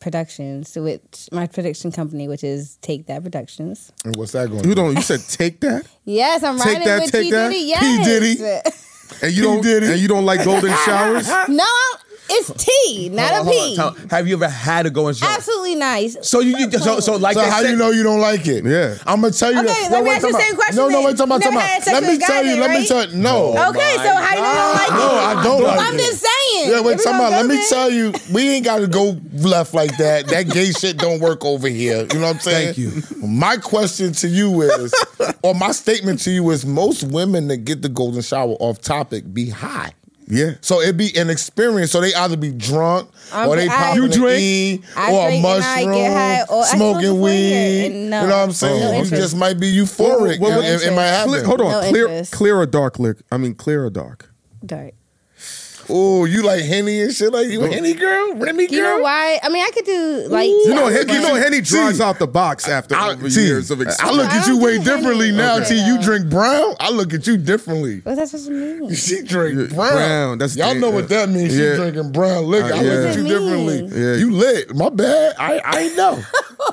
[SPEAKER 4] productions, which my production company, which is Take That Productions.
[SPEAKER 2] And what's that going?
[SPEAKER 3] You don't. You said take that,
[SPEAKER 4] Yes, I'm
[SPEAKER 3] Take
[SPEAKER 4] writing
[SPEAKER 3] that,
[SPEAKER 4] with
[SPEAKER 3] take
[SPEAKER 4] P
[SPEAKER 3] that.
[SPEAKER 4] Diddy.
[SPEAKER 3] P.
[SPEAKER 4] Yes.
[SPEAKER 2] Diddy.
[SPEAKER 3] and you don't. And you don't like golden showers.
[SPEAKER 4] no, I'm- it's T, not a
[SPEAKER 6] Hold on,
[SPEAKER 4] P.
[SPEAKER 6] hold on. Have you ever had a golden shower?
[SPEAKER 4] Absolutely nice.
[SPEAKER 6] So you, you so so like
[SPEAKER 2] so
[SPEAKER 6] I
[SPEAKER 2] how
[SPEAKER 6] said,
[SPEAKER 2] you know you don't like it?
[SPEAKER 3] Yeah.
[SPEAKER 2] I'm gonna tell you.
[SPEAKER 4] Okay,
[SPEAKER 2] that.
[SPEAKER 4] let me ask you the same question
[SPEAKER 2] No, no,
[SPEAKER 4] then.
[SPEAKER 2] wait, time out,
[SPEAKER 4] You
[SPEAKER 2] time
[SPEAKER 4] never had
[SPEAKER 2] out.
[SPEAKER 4] sex
[SPEAKER 2] Let me
[SPEAKER 4] with a guy
[SPEAKER 2] tell you.
[SPEAKER 4] then,
[SPEAKER 2] Let me
[SPEAKER 4] right?
[SPEAKER 2] tell you. No.
[SPEAKER 4] okay, so how you don't like
[SPEAKER 2] Oh No,
[SPEAKER 4] it?
[SPEAKER 2] I don't like
[SPEAKER 4] I'm
[SPEAKER 2] it.
[SPEAKER 4] just saying.
[SPEAKER 2] Yeah, wait,
[SPEAKER 4] If we
[SPEAKER 2] time
[SPEAKER 4] gonna
[SPEAKER 2] out.
[SPEAKER 4] go
[SPEAKER 2] Let me
[SPEAKER 4] there-
[SPEAKER 2] tell you, we ain't got to go left like that. That gay shit don't work over here. You know what I'm saying?
[SPEAKER 3] Thank you.
[SPEAKER 2] My question to you is, or my statement to you is, most women that get the golden shower off topic be high.
[SPEAKER 3] Yeah.
[SPEAKER 2] So it be an experience. So they either be drunk,
[SPEAKER 4] I'm-
[SPEAKER 2] or they
[SPEAKER 4] I-
[SPEAKER 2] popping
[SPEAKER 4] You
[SPEAKER 2] an
[SPEAKER 6] drink?
[SPEAKER 2] E,
[SPEAKER 4] I
[SPEAKER 2] or a
[SPEAKER 4] drink and I get
[SPEAKER 2] mushroom,
[SPEAKER 4] high, or I smoke
[SPEAKER 2] smoking
[SPEAKER 4] before here,
[SPEAKER 2] weed.
[SPEAKER 4] and no.
[SPEAKER 2] you know what I'm saying?
[SPEAKER 4] No
[SPEAKER 2] you
[SPEAKER 4] interest.
[SPEAKER 2] just might be euphoric.
[SPEAKER 4] Well,
[SPEAKER 2] it, it
[SPEAKER 4] well,
[SPEAKER 2] might
[SPEAKER 4] well,
[SPEAKER 2] happen.
[SPEAKER 3] Clear, hold on.
[SPEAKER 4] No
[SPEAKER 3] clear,
[SPEAKER 4] interest.
[SPEAKER 3] clear or dark liquor. I mean, clear or dark.
[SPEAKER 4] Dark.
[SPEAKER 2] Oh, you like henny and shit like you a henny girl, Remy girl.
[SPEAKER 4] You know why? I mean, I could do like
[SPEAKER 3] You know,
[SPEAKER 4] I
[SPEAKER 3] Henny, you know, Henny dries out the box after
[SPEAKER 2] I,
[SPEAKER 3] over
[SPEAKER 2] T,
[SPEAKER 3] years of
[SPEAKER 2] I
[SPEAKER 3] experience.
[SPEAKER 2] look
[SPEAKER 4] I
[SPEAKER 2] at you
[SPEAKER 4] don't
[SPEAKER 2] way
[SPEAKER 4] drink any
[SPEAKER 2] differently now.
[SPEAKER 4] liquor,
[SPEAKER 2] T, you
[SPEAKER 4] though.
[SPEAKER 2] drink brown. I look at you differently.
[SPEAKER 4] What's that supposed to mean?
[SPEAKER 2] She drink
[SPEAKER 3] Yeah,
[SPEAKER 2] brown.
[SPEAKER 3] brown, that's
[SPEAKER 2] y'all
[SPEAKER 3] da-
[SPEAKER 2] know what that means.
[SPEAKER 3] yeah.
[SPEAKER 2] She drinking brown liquor.
[SPEAKER 3] Uh,
[SPEAKER 2] I look
[SPEAKER 3] yeah.
[SPEAKER 2] at you
[SPEAKER 4] What does it mean?
[SPEAKER 2] differently.
[SPEAKER 3] Yeah.
[SPEAKER 2] You lit. My bad. I I ain't know.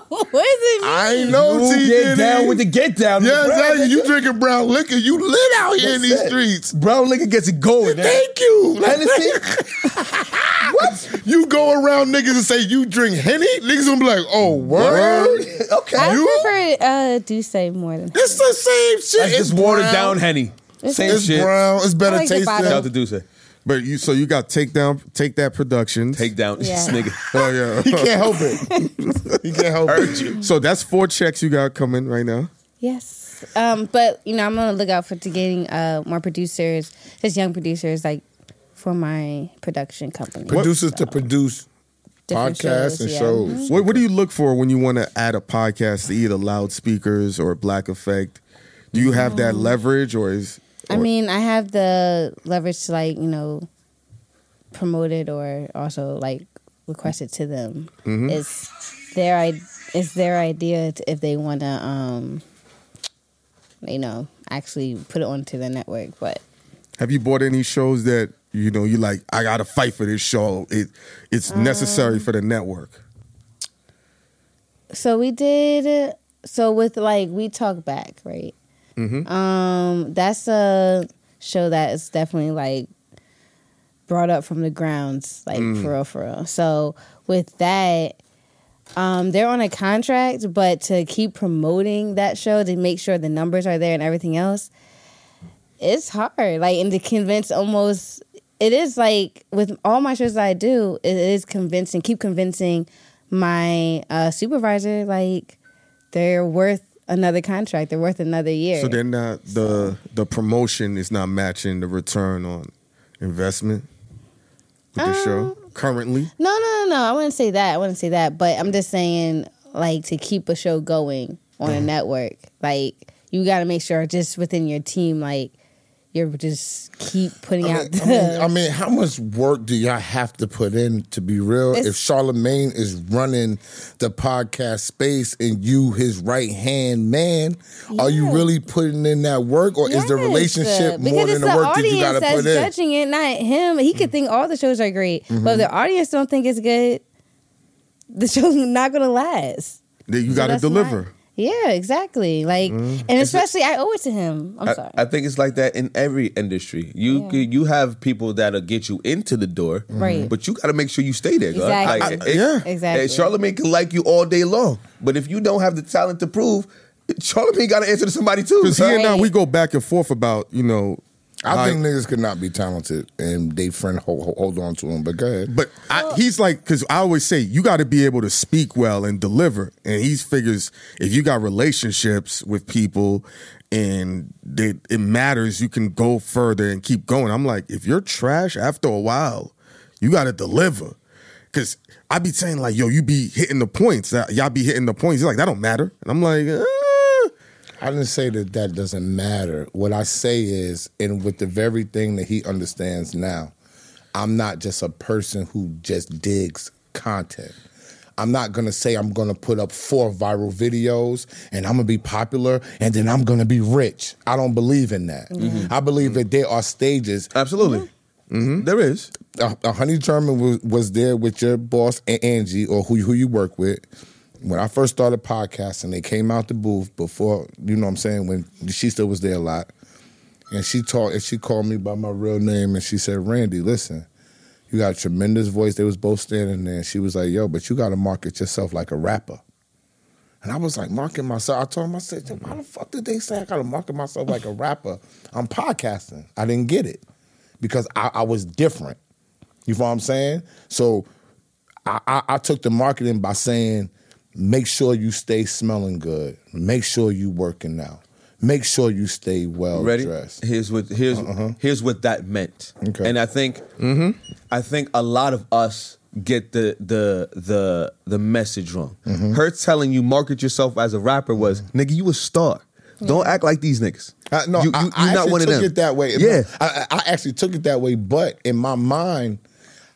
[SPEAKER 4] what does it mean?
[SPEAKER 2] I ain't know.
[SPEAKER 6] You
[SPEAKER 2] T
[SPEAKER 6] get
[SPEAKER 2] Diddy.
[SPEAKER 6] down with the get down.
[SPEAKER 2] Yeah,
[SPEAKER 6] Brown
[SPEAKER 2] exactly.
[SPEAKER 6] liquor-
[SPEAKER 2] You drinking brown liquor. You lit out here in these
[SPEAKER 6] That's it.
[SPEAKER 2] streets.
[SPEAKER 6] Brown liquor gets it going. man.
[SPEAKER 2] Thank you. Like,
[SPEAKER 6] Hennessy.
[SPEAKER 2] you go around niggas and say you drink henny. Niggas gonna be like, oh word.
[SPEAKER 6] okay.
[SPEAKER 4] I
[SPEAKER 2] You-
[SPEAKER 4] prefer uh, Duce more than
[SPEAKER 2] It's the same shit.
[SPEAKER 6] That's
[SPEAKER 2] it's
[SPEAKER 6] just watered
[SPEAKER 2] brown.
[SPEAKER 6] down henny. Same
[SPEAKER 2] It's
[SPEAKER 6] shit.
[SPEAKER 2] brown. It's better
[SPEAKER 4] I like the
[SPEAKER 2] tasting.
[SPEAKER 4] bottom.
[SPEAKER 6] Shout out to Deuce. eh?
[SPEAKER 3] But you, so you got take down, take that production.
[SPEAKER 6] Take down
[SPEAKER 4] Yeah.
[SPEAKER 6] this nigga.
[SPEAKER 3] Oh yeah.
[SPEAKER 2] He can't help it. He can't help it.
[SPEAKER 3] So that's four checks you got coming right now.
[SPEAKER 4] Yes. Um, but you know, I'm gonna look out for to getting uh, more producers, just young producers, like for my production company.
[SPEAKER 2] Producers to produce
[SPEAKER 4] Different
[SPEAKER 2] podcasts and
[SPEAKER 4] yeah.
[SPEAKER 2] shows.
[SPEAKER 3] What, what do you look for when you want to add a podcast to either loudspeakers or Black Effect? Do you have that leverage or is?
[SPEAKER 4] I
[SPEAKER 3] or-
[SPEAKER 4] mean, I have the leverage to like you know promote it or also like request it to them. It's their i- it's their idea to, if they want to um you know actually put it onto the network. But
[SPEAKER 3] have you bought any shows that you know you like? I got to fight for this show. It it's necessary
[SPEAKER 4] Um,
[SPEAKER 3] for the network.
[SPEAKER 4] so we did so with like we talk back right. Um, that's a show that is definitely like brought up from the grounds, like
[SPEAKER 3] Mm.
[SPEAKER 4] for real, for real. So with that, um, they're on a contract, but to keep promoting that show to make sure the numbers are there and everything else, it's hard. Like and to convince almost it is like with all my shows that I do, it is convincing, keep convincing my uh, supervisor like they're worth another contract, they're worth another year.
[SPEAKER 3] So they're not the the promotion is not matching the return on investment with
[SPEAKER 4] Um,
[SPEAKER 3] the show currently.
[SPEAKER 4] No, no, no, no. I wouldn't say that. I wouldn't say that. But I'm just saying, like, to keep a show going on
[SPEAKER 2] Mm.
[SPEAKER 4] a network, like, you got to make sure just within your team, like, you're just keep putting
[SPEAKER 2] I
[SPEAKER 4] out.
[SPEAKER 2] mean, I mean, I mean, how much work do y'all have to put in to be real?
[SPEAKER 4] It's-
[SPEAKER 2] if Charlemagne is running the podcast space and you his right hand man, are you
[SPEAKER 4] Yeah.
[SPEAKER 2] really putting in that work, or is the
[SPEAKER 4] Yes,
[SPEAKER 2] relationship
[SPEAKER 4] because
[SPEAKER 2] more than
[SPEAKER 4] it's
[SPEAKER 2] the work that you got to
[SPEAKER 4] audience
[SPEAKER 2] put
[SPEAKER 4] that's
[SPEAKER 2] in? Mm. Mm-hmm.
[SPEAKER 4] judging it, not him. He could think all the shows are great, but if the audience don't think it's good, the show's not gonna last.
[SPEAKER 3] That you
[SPEAKER 4] So
[SPEAKER 3] got to
[SPEAKER 4] that's not-
[SPEAKER 3] deliver.
[SPEAKER 4] yeah, exactly. Like,
[SPEAKER 2] Mm-hmm.
[SPEAKER 4] and especially I owe it to him. I'm
[SPEAKER 6] I,
[SPEAKER 4] sorry.
[SPEAKER 6] I think it's like that in every industry. You
[SPEAKER 4] Yeah.
[SPEAKER 6] you have people that'll get you into the door,
[SPEAKER 4] Right. Mm-hmm.
[SPEAKER 6] But you got to make sure you stay there. girl.
[SPEAKER 4] Exactly.
[SPEAKER 6] Like,
[SPEAKER 4] I-
[SPEAKER 6] it-
[SPEAKER 3] yeah.
[SPEAKER 4] Exactly.
[SPEAKER 6] and Charlamagne can like you all day long, but if you don't have the talent to prove, Charlamagne got to answer to somebody too.
[SPEAKER 3] Because he
[SPEAKER 6] girl.
[SPEAKER 3] and I,
[SPEAKER 4] Right.
[SPEAKER 3] we go back and forth about you know.
[SPEAKER 2] I
[SPEAKER 3] like-
[SPEAKER 2] think niggas could not be talented, and they friend hold, hold- hold on to him. But go ahead.
[SPEAKER 3] but I, he's like, because I always say you got to be able to speak well and deliver, and he figures if you got relationships with people and they, it matters, you can go further and keep going. I'm like, if you're trash after a while, you got to deliver. Cause I be saying like, yo, you be hitting the points. Uh, Y'all be hitting the points. He's like, that don't matter. And I'm like, "Uh."
[SPEAKER 2] I didn't say that that doesn't matter. What I say is, and with the very thing that he understands now, I'm not just a person who just digs content. I'm not gonna say I'm gonna put up four viral videos and I'm gonna be popular and then I'm gonna be rich. I don't believe in that. I believe that there are stages.
[SPEAKER 6] Absolutely.
[SPEAKER 4] Mm-hmm.
[SPEAKER 6] Mm-hmm. There is.
[SPEAKER 2] Uh, uh, Honey German was, was there with your boss A- Angie or who who you work with. When I first started podcasting, they came out the booth before you know what I'm saying when she still was there a lot, and she talked and she called me by my real name and she said, "Randy, listen." You got a tremendous voice. They was both standing there. And she was like, yo, but you got to market yourself like a rapper. And I was like, market myself. I told him, I said, why the fuck did they say I got to market myself like a rapper? I'm podcasting. I didn't get it because I, I was different. You know what I'm saying? So I, I, I took the marketing by saying, make sure you stay smelling good. Make sure you working out. Make sure you stay well
[SPEAKER 6] Ready?
[SPEAKER 2] dressed.
[SPEAKER 6] Here's what here's here's what that meant.
[SPEAKER 2] Uh-huh. Okay. Mm-hmm.
[SPEAKER 6] And I think I think a lot of us get the the the the message wrong.
[SPEAKER 2] Mm-hmm.
[SPEAKER 6] Her telling you market yourself as a rapper was, nigga, you a star. Don't act like these niggas.
[SPEAKER 2] I, no,
[SPEAKER 6] you,
[SPEAKER 2] I,
[SPEAKER 6] you-
[SPEAKER 2] I
[SPEAKER 6] you
[SPEAKER 2] actually took it that way.
[SPEAKER 6] Yeah.
[SPEAKER 2] I, I I actually took it that way. But in my mind,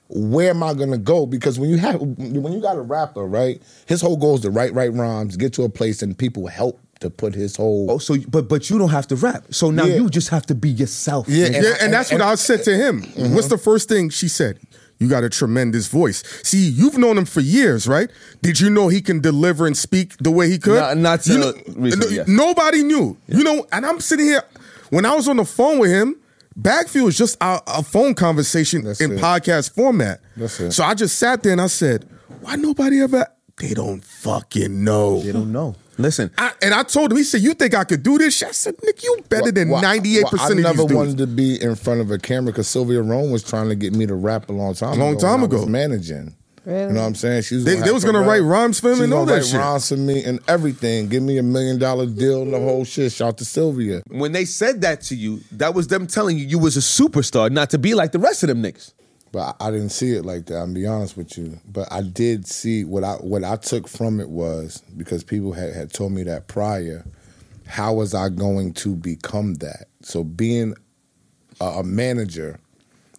[SPEAKER 2] where am I gonna go? Because when you have when you got a rapper, right? His whole goal is to write write rhymes, get to a place, and people help to put his whole.
[SPEAKER 6] Oh, so but but you don't have to rap. So now
[SPEAKER 2] Yeah.
[SPEAKER 6] you just have to be yourself.
[SPEAKER 2] Yeah,
[SPEAKER 6] nigga.
[SPEAKER 2] and Mm-hmm.
[SPEAKER 3] yeah,
[SPEAKER 2] I-
[SPEAKER 3] and that's what I said to him. What's the first thing she said? You got a tremendous voice. See, you've known him for years, right? Did you know he can deliver and speak the way he could?
[SPEAKER 6] Not- not till
[SPEAKER 3] you know,
[SPEAKER 6] recently,
[SPEAKER 3] no-
[SPEAKER 6] yeah.
[SPEAKER 3] Nobody knew. You know, and I'm sitting here when I was on the phone with him. Backfield is just a, a phone conversation
[SPEAKER 2] That's
[SPEAKER 3] in
[SPEAKER 2] it.
[SPEAKER 3] podcast format.
[SPEAKER 2] That's it.
[SPEAKER 3] So I just sat there and I said, "Why nobody ever? They don't fucking know."
[SPEAKER 6] They don't know. Listen,
[SPEAKER 3] I, and I told him, he said, "You think I could do this?" shit?" I said, "Nick, you better than
[SPEAKER 2] Well, well,
[SPEAKER 3] ninety eight percent
[SPEAKER 2] I
[SPEAKER 3] of these
[SPEAKER 2] never
[SPEAKER 3] dudes."
[SPEAKER 2] wanted to be in front of a camera because Sylvia Rome was trying to get me to rap a long time.
[SPEAKER 3] A long
[SPEAKER 2] ago
[SPEAKER 3] time
[SPEAKER 2] when I was
[SPEAKER 3] ago.
[SPEAKER 2] managing. You
[SPEAKER 4] Really?
[SPEAKER 2] know what I'm saying? She was
[SPEAKER 3] They-
[SPEAKER 2] gonna
[SPEAKER 3] they
[SPEAKER 2] have
[SPEAKER 3] was gonna write rhymes for him
[SPEAKER 2] She
[SPEAKER 3] and
[SPEAKER 2] was
[SPEAKER 3] all
[SPEAKER 2] gonna
[SPEAKER 3] that
[SPEAKER 2] write
[SPEAKER 3] shit.
[SPEAKER 2] Rhymes for me and everything. Give me a million dollar deal and the whole shit. Shout to Sylvia.
[SPEAKER 6] when they said that to you, that was them telling you you was a superstar, not to be like the rest of them niggas.
[SPEAKER 2] But I I didn't see it like that. I'm be honest with you. But I did see what I what I took from it was because people had had told me that prior. How was I going to become that? So being a, a manager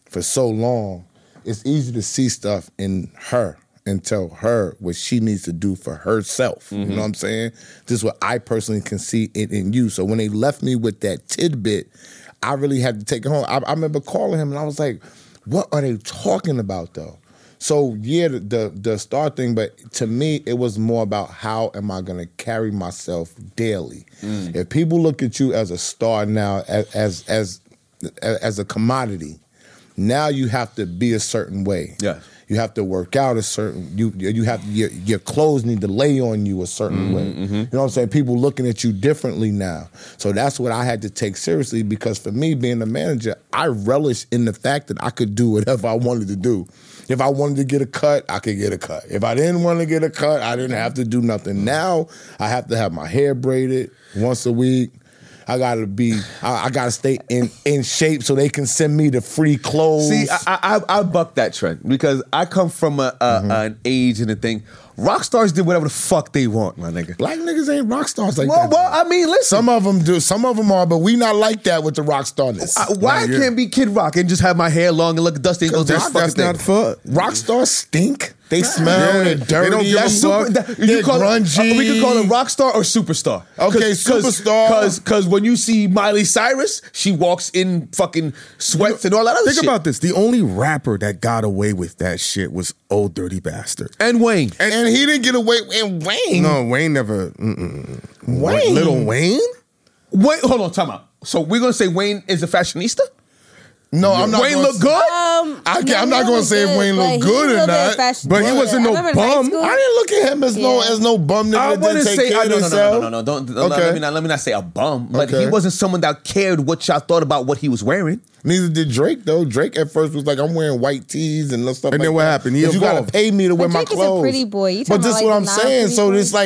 [SPEAKER 2] for so long, it's easy to see stuff in her and tell her what she needs to do for herself. You know what I'm saying? This is what I personally can see it in you. So when they left me with that tidbit, I really had to take it home. I, I remember calling him and I was like, what are they talking about though? So yeah, the, the the star thing, but to me, it was more about how am I going to carry myself daily. If people look at you as a star now, as as as, as a commodity, now you have to be a certain way.
[SPEAKER 6] Yes.
[SPEAKER 2] You have to work out a certain you you have your, your clothes need to lay on you a certain
[SPEAKER 6] Mm-hmm,
[SPEAKER 2] way. You know what I'm saying? People looking at you differently now. So that's what I had to take seriously because for me being a manager, I relish in the fact that I could do whatever I wanted to do. If I wanted to get a cut, I could get a cut. If I didn't want to get a cut, I didn't have to do
[SPEAKER 6] Mm-hmm.
[SPEAKER 2] nothing. Now I have to have my hair braided once a week. I gotta be. I, I gotta stay in in shape so they can send me the free clothes.
[SPEAKER 6] See, I, I I buck that trend because I come from a, a
[SPEAKER 2] Mm-hmm.
[SPEAKER 6] an age and a thing. Rock stars did whatever the fuck they want, my nigga.
[SPEAKER 2] black niggas ain't rock stars like
[SPEAKER 6] Well,
[SPEAKER 2] that.
[SPEAKER 6] well, I mean, listen.
[SPEAKER 2] some of them do. Some of them are, but we not like that with the rock starness.
[SPEAKER 6] I- Uh, why I can't be Kid Rock and just have my hair long and look dusty and go
[SPEAKER 3] Because
[SPEAKER 6] do this
[SPEAKER 3] rock-
[SPEAKER 6] fucking
[SPEAKER 3] that's
[SPEAKER 6] thing?
[SPEAKER 3] not for
[SPEAKER 2] rock stars stink. They smell.
[SPEAKER 3] Yeah.
[SPEAKER 2] They're dirty.
[SPEAKER 3] They don't give a
[SPEAKER 2] That's
[SPEAKER 3] fuck.
[SPEAKER 2] super- that-
[SPEAKER 6] you
[SPEAKER 2] they're
[SPEAKER 6] call
[SPEAKER 2] grungy.
[SPEAKER 6] It, uh, we could call it rock star or superstar.
[SPEAKER 2] Okay, superstar.
[SPEAKER 6] Because because when you see Miley Cyrus, she walks in fucking sweats and all that other
[SPEAKER 3] Think
[SPEAKER 6] shit.
[SPEAKER 3] about this. The only rapper that got away with that shit was Old Dirty Bastard.
[SPEAKER 6] and Wayne.
[SPEAKER 2] And, and he didn't get away. And Wayne,
[SPEAKER 3] No, Wayne never. Mm-mm.
[SPEAKER 2] Wayne,
[SPEAKER 3] Little Wayne?
[SPEAKER 6] Wait, hold on, time out. So we're gonna say Wayne is a fashionista.
[SPEAKER 2] No, I'm not.
[SPEAKER 6] Wayne
[SPEAKER 2] gonna
[SPEAKER 6] look
[SPEAKER 2] say-
[SPEAKER 6] good.
[SPEAKER 4] Um,
[SPEAKER 2] I can't-
[SPEAKER 4] no,
[SPEAKER 2] I'm
[SPEAKER 4] he
[SPEAKER 2] not gonna
[SPEAKER 4] was
[SPEAKER 2] say if Wayne
[SPEAKER 4] but
[SPEAKER 2] look
[SPEAKER 4] he
[SPEAKER 2] good or
[SPEAKER 4] looked
[SPEAKER 2] not,
[SPEAKER 4] fashion-
[SPEAKER 2] but he
[SPEAKER 4] Yeah.
[SPEAKER 2] wasn't
[SPEAKER 4] I
[SPEAKER 2] no
[SPEAKER 4] remember in high
[SPEAKER 2] bum.
[SPEAKER 4] school-
[SPEAKER 2] I didn't look at him as no
[SPEAKER 4] Yeah.
[SPEAKER 2] as no bum nigga.
[SPEAKER 6] I
[SPEAKER 2] that didn't
[SPEAKER 6] wouldn't
[SPEAKER 2] take
[SPEAKER 6] say
[SPEAKER 2] care
[SPEAKER 6] I,
[SPEAKER 2] of
[SPEAKER 6] no, no, no, no,
[SPEAKER 2] himself.
[SPEAKER 6] no, no, don't no, no,
[SPEAKER 2] Okay.
[SPEAKER 6] let me not let me not say a bum, but
[SPEAKER 2] Okay.
[SPEAKER 6] he wasn't someone that cared what y'all thought about what he was wearing.
[SPEAKER 2] Neither did Drake though. Drake at first was like, "I'm wearing white tees and stuff."
[SPEAKER 3] And
[SPEAKER 2] like
[SPEAKER 3] then what
[SPEAKER 2] that.
[SPEAKER 3] happened? He
[SPEAKER 2] But you gotta
[SPEAKER 3] evolved.
[SPEAKER 2] pay me to wear my
[SPEAKER 4] Drake is a
[SPEAKER 2] clothes.
[SPEAKER 4] pretty boy. You
[SPEAKER 2] but
[SPEAKER 4] talking
[SPEAKER 2] this
[SPEAKER 4] about,
[SPEAKER 2] what
[SPEAKER 4] like,
[SPEAKER 2] I'm
[SPEAKER 4] the
[SPEAKER 2] saying. So
[SPEAKER 4] non-pretty
[SPEAKER 2] it's
[SPEAKER 4] boy?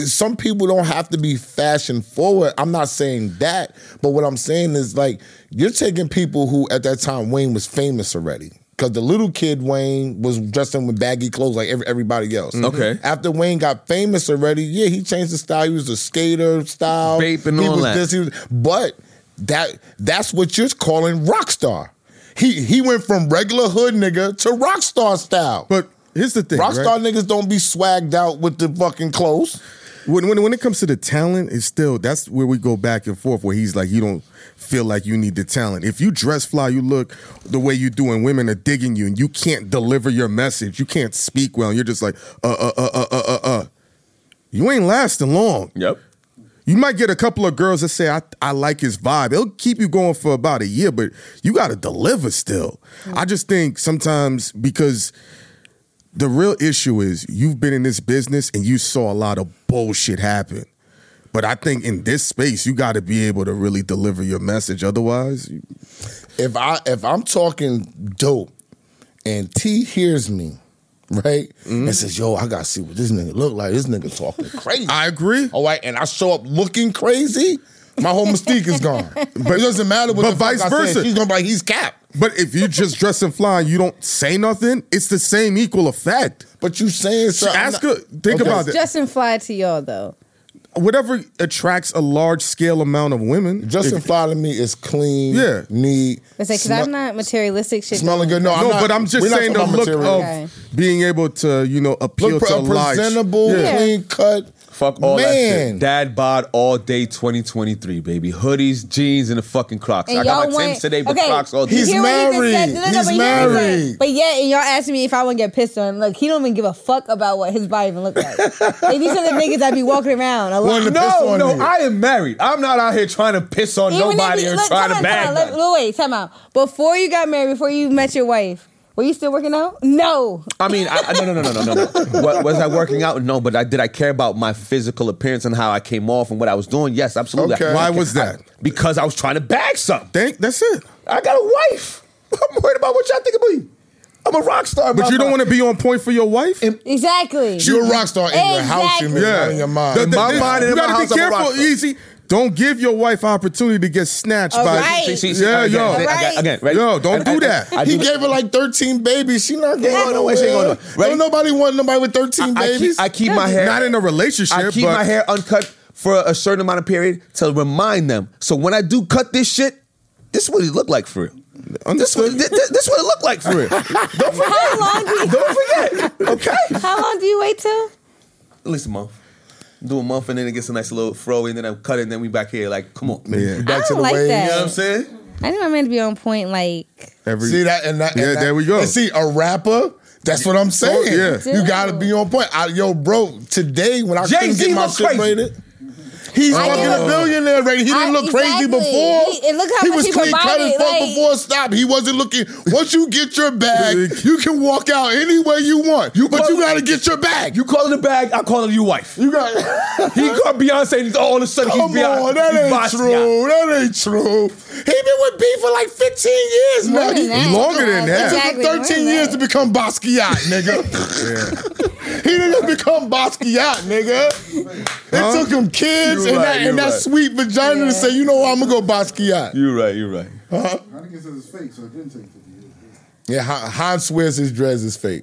[SPEAKER 2] like some people don't have to be fashion forward. I'm not saying that, but what I'm saying is like you're taking people who at that time Wayne was famous already. Cause the little kid Wayne was dressed in with baggy clothes like every, everybody else.
[SPEAKER 6] Okay.
[SPEAKER 2] After Wayne got famous already, yeah, he changed the style. He was a skater style.
[SPEAKER 6] Vape and
[SPEAKER 2] he
[SPEAKER 6] all
[SPEAKER 2] was
[SPEAKER 6] that.
[SPEAKER 2] This, he was, but that that's what you're calling rock star. He he went from regular hood nigga to rock star style.
[SPEAKER 3] But here's the thing. right?
[SPEAKER 2] Rockstar niggas don't be swagged out with the fucking clothes.
[SPEAKER 3] when, when when it comes to the talent, it's still that's where we go back and forth. Where he's like, you don't feel like you need the talent. If you dress fly, you look the way you do, and women are digging you, and you can't deliver your message, you can't speak well, and you're just like, uh uh uh uh uh uh. uh. You ain't lasting long.
[SPEAKER 6] Yep.
[SPEAKER 3] You might get a couple of girls that say, I, I like his vibe. It'll keep you going for about a year, but you got to deliver still. I just think sometimes because the real issue is you've been in this business and you saw a lot of bullshit happen. But I think in this space, you got to be able to really deliver your message. Otherwise, you-
[SPEAKER 2] if I if I'm talking dope and T hears me, right,
[SPEAKER 3] Mm-hmm.
[SPEAKER 2] and says, "Yo, I gotta see what this nigga look like. This nigga talking crazy."
[SPEAKER 3] I agree.
[SPEAKER 2] All right, and I show up looking crazy. My whole mystique is gone. But it doesn't matter what
[SPEAKER 3] but
[SPEAKER 2] the fuck
[SPEAKER 3] vice
[SPEAKER 2] I said.
[SPEAKER 3] versa.
[SPEAKER 2] She's gonna be like, "He's capped."
[SPEAKER 3] But if you just dress and fly and you don't say nothing, it's the same equal effect.
[SPEAKER 2] But you saying something?
[SPEAKER 3] Ask her, think
[SPEAKER 2] Okay.
[SPEAKER 3] about it.
[SPEAKER 4] Justin fly to y'all though.
[SPEAKER 3] Whatever attracts a large scale amount of women.
[SPEAKER 2] Justin
[SPEAKER 3] if-
[SPEAKER 2] Fly to me is clean,
[SPEAKER 3] Yeah.
[SPEAKER 2] neat,
[SPEAKER 4] Let's say because
[SPEAKER 2] smell-
[SPEAKER 4] I'm not materialistic. Shit.
[SPEAKER 2] smelling good. No, I'm
[SPEAKER 3] no,
[SPEAKER 2] not,
[SPEAKER 3] but I'm just
[SPEAKER 2] we're not
[SPEAKER 3] saying the
[SPEAKER 2] talking about
[SPEAKER 3] look
[SPEAKER 2] material.
[SPEAKER 3] of
[SPEAKER 4] Okay.
[SPEAKER 3] being able to, you know, appeal
[SPEAKER 2] look
[SPEAKER 3] to
[SPEAKER 2] pre-
[SPEAKER 3] a large.
[SPEAKER 2] presentable,
[SPEAKER 4] Yeah.
[SPEAKER 2] clean cut.
[SPEAKER 6] Fuck all that
[SPEAKER 2] Man.
[SPEAKER 6] shit. Dad bod all day 2023, baby. Hoodies, jeans, and the fucking Crocs.
[SPEAKER 4] And
[SPEAKER 6] I got
[SPEAKER 4] y'all
[SPEAKER 6] my Tim's
[SPEAKER 4] want-
[SPEAKER 6] today, but
[SPEAKER 4] okay,
[SPEAKER 6] Crocs all day.
[SPEAKER 2] He's
[SPEAKER 4] hear what he just
[SPEAKER 2] married.
[SPEAKER 4] said? No, no, no,
[SPEAKER 2] He's
[SPEAKER 4] but hear what he said.
[SPEAKER 2] married.
[SPEAKER 4] But yeah, and y'all asked me if I want to get pissed on. Look, he don't even give a fuck about what his body even look like. like these are the niggas that be walking around. A lot.
[SPEAKER 2] Wanted to piss
[SPEAKER 6] No,
[SPEAKER 2] on
[SPEAKER 6] no,
[SPEAKER 2] you.
[SPEAKER 6] I am married. I'm not out here trying to piss on
[SPEAKER 4] Even if
[SPEAKER 6] nobody
[SPEAKER 4] you-
[SPEAKER 6] and
[SPEAKER 4] look,
[SPEAKER 6] trying
[SPEAKER 4] time
[SPEAKER 6] to
[SPEAKER 4] out,
[SPEAKER 6] bag.
[SPEAKER 4] time out. Let-
[SPEAKER 6] none.
[SPEAKER 4] look, wait, time out. Before you got married, before you met your wife, were you still working out? No.
[SPEAKER 6] I mean, I, I- no, no, no, no, no, no. What, was I working out? No, but I, did I care about my physical appearance and how I came off and what I was doing? Yes, absolutely.
[SPEAKER 2] Okay.
[SPEAKER 6] I-
[SPEAKER 3] Why
[SPEAKER 6] I-
[SPEAKER 3] was that?
[SPEAKER 6] because I was trying to bag something.
[SPEAKER 3] Think that's it.
[SPEAKER 6] I got a wife. I'm worried about what y'all think about me. I'm a rock star.
[SPEAKER 3] But you don't want
[SPEAKER 6] to.
[SPEAKER 3] to be on point for your wife.
[SPEAKER 4] Exactly.
[SPEAKER 2] You're a rock star in your house, you
[SPEAKER 4] Exactly.
[SPEAKER 2] mean, not in your mind.
[SPEAKER 3] The- the-
[SPEAKER 6] my
[SPEAKER 3] the-
[SPEAKER 6] mind and
[SPEAKER 3] you
[SPEAKER 6] in my
[SPEAKER 3] gotta
[SPEAKER 6] house,
[SPEAKER 3] be
[SPEAKER 6] I'm a rock
[SPEAKER 3] careful,
[SPEAKER 6] star.
[SPEAKER 3] easy. Don't give your wife opportunity to get snatched
[SPEAKER 4] All
[SPEAKER 3] by.
[SPEAKER 4] Oh, right.
[SPEAKER 6] See, see, see,
[SPEAKER 3] Yeah,
[SPEAKER 6] again,
[SPEAKER 3] yo.
[SPEAKER 6] again,
[SPEAKER 4] Right.
[SPEAKER 6] again, right?
[SPEAKER 3] Yo, don't do that.
[SPEAKER 6] I,
[SPEAKER 2] he
[SPEAKER 6] do-
[SPEAKER 2] gave her like 13 babies. She not going
[SPEAKER 6] ain't going nowhere. She ain't going nowhere. Ready?
[SPEAKER 2] Don't nobody want nobody with 13
[SPEAKER 6] I
[SPEAKER 2] babies.
[SPEAKER 6] keep, I keep my hair.
[SPEAKER 3] Not in a relationship.
[SPEAKER 6] I keep
[SPEAKER 3] but
[SPEAKER 6] my hair uncut for a certain amount of period to remind them. So when I do cut this shit, this is what it look like for real. This what,
[SPEAKER 3] Understood.
[SPEAKER 6] this, this what it look like for real. Don't
[SPEAKER 4] How long do you,
[SPEAKER 6] forget. Okay.
[SPEAKER 4] how long do you wait till?
[SPEAKER 6] At least a month. Do a month and then it gets a nice little fro and then I'm cutting. Then we back here like, come on. You know
[SPEAKER 2] You
[SPEAKER 3] Yeah.
[SPEAKER 2] back
[SPEAKER 4] I
[SPEAKER 2] to
[SPEAKER 4] don't
[SPEAKER 2] the
[SPEAKER 4] like
[SPEAKER 2] waves.
[SPEAKER 4] that.
[SPEAKER 6] what I'm saying?
[SPEAKER 4] I need my man to be on point. Like
[SPEAKER 3] Every,
[SPEAKER 2] See that and that.
[SPEAKER 3] Yeah,
[SPEAKER 2] and that-
[SPEAKER 3] there we go.
[SPEAKER 2] And see a rapper. That's what I'm saying.
[SPEAKER 3] Oh,
[SPEAKER 4] yeah.
[SPEAKER 2] You gotta be on point. I, yo, bro, today when I couldn't
[SPEAKER 6] Jay-Z
[SPEAKER 2] get my
[SPEAKER 6] look
[SPEAKER 2] shit
[SPEAKER 6] crazy.
[SPEAKER 2] rated,
[SPEAKER 3] Oh.
[SPEAKER 2] he's
[SPEAKER 4] I
[SPEAKER 2] fucking
[SPEAKER 4] didn't-
[SPEAKER 2] a billionaire rated. He
[SPEAKER 4] I-
[SPEAKER 2] didn't look crazy
[SPEAKER 4] exactly.
[SPEAKER 2] before.
[SPEAKER 4] He- and look how
[SPEAKER 2] he
[SPEAKER 4] much
[SPEAKER 2] was
[SPEAKER 4] he
[SPEAKER 2] clean cut as
[SPEAKER 4] provided,
[SPEAKER 2] fuck
[SPEAKER 4] like-
[SPEAKER 2] before stop. He wasn't looking. Once you get your bag, you can walk out any way you want. You, but
[SPEAKER 6] call-
[SPEAKER 2] you gotta get your bag.
[SPEAKER 6] You
[SPEAKER 2] You,
[SPEAKER 6] call it a bag, I call it your wife.
[SPEAKER 2] you got.
[SPEAKER 6] He called Beyonce and all of a sudden
[SPEAKER 2] Come
[SPEAKER 6] he's Beyonce.
[SPEAKER 2] on, that
[SPEAKER 6] he's
[SPEAKER 2] ain't
[SPEAKER 6] Basquiat.
[SPEAKER 2] true. That ain't true. He been with B for like 15 years
[SPEAKER 4] More
[SPEAKER 2] now.
[SPEAKER 4] than
[SPEAKER 2] He-
[SPEAKER 4] that.
[SPEAKER 3] longer than that.
[SPEAKER 2] It took
[SPEAKER 4] Exactly,
[SPEAKER 2] him
[SPEAKER 4] more
[SPEAKER 2] 13
[SPEAKER 4] than
[SPEAKER 2] years
[SPEAKER 4] that.
[SPEAKER 2] to become Basquiat, nigga. he didn't become Basquiat, nigga. It took him kids
[SPEAKER 6] You're
[SPEAKER 2] and,
[SPEAKER 6] right,
[SPEAKER 2] that, and
[SPEAKER 6] you're
[SPEAKER 2] that
[SPEAKER 6] right.
[SPEAKER 2] sweet vagina to say, you know what, I'm gonna go Basquiat.
[SPEAKER 6] You're right, you're right.
[SPEAKER 1] I think it says it's fake, so it didn't take 50 years.
[SPEAKER 2] Yeah, Han Han swears his dreads is fake.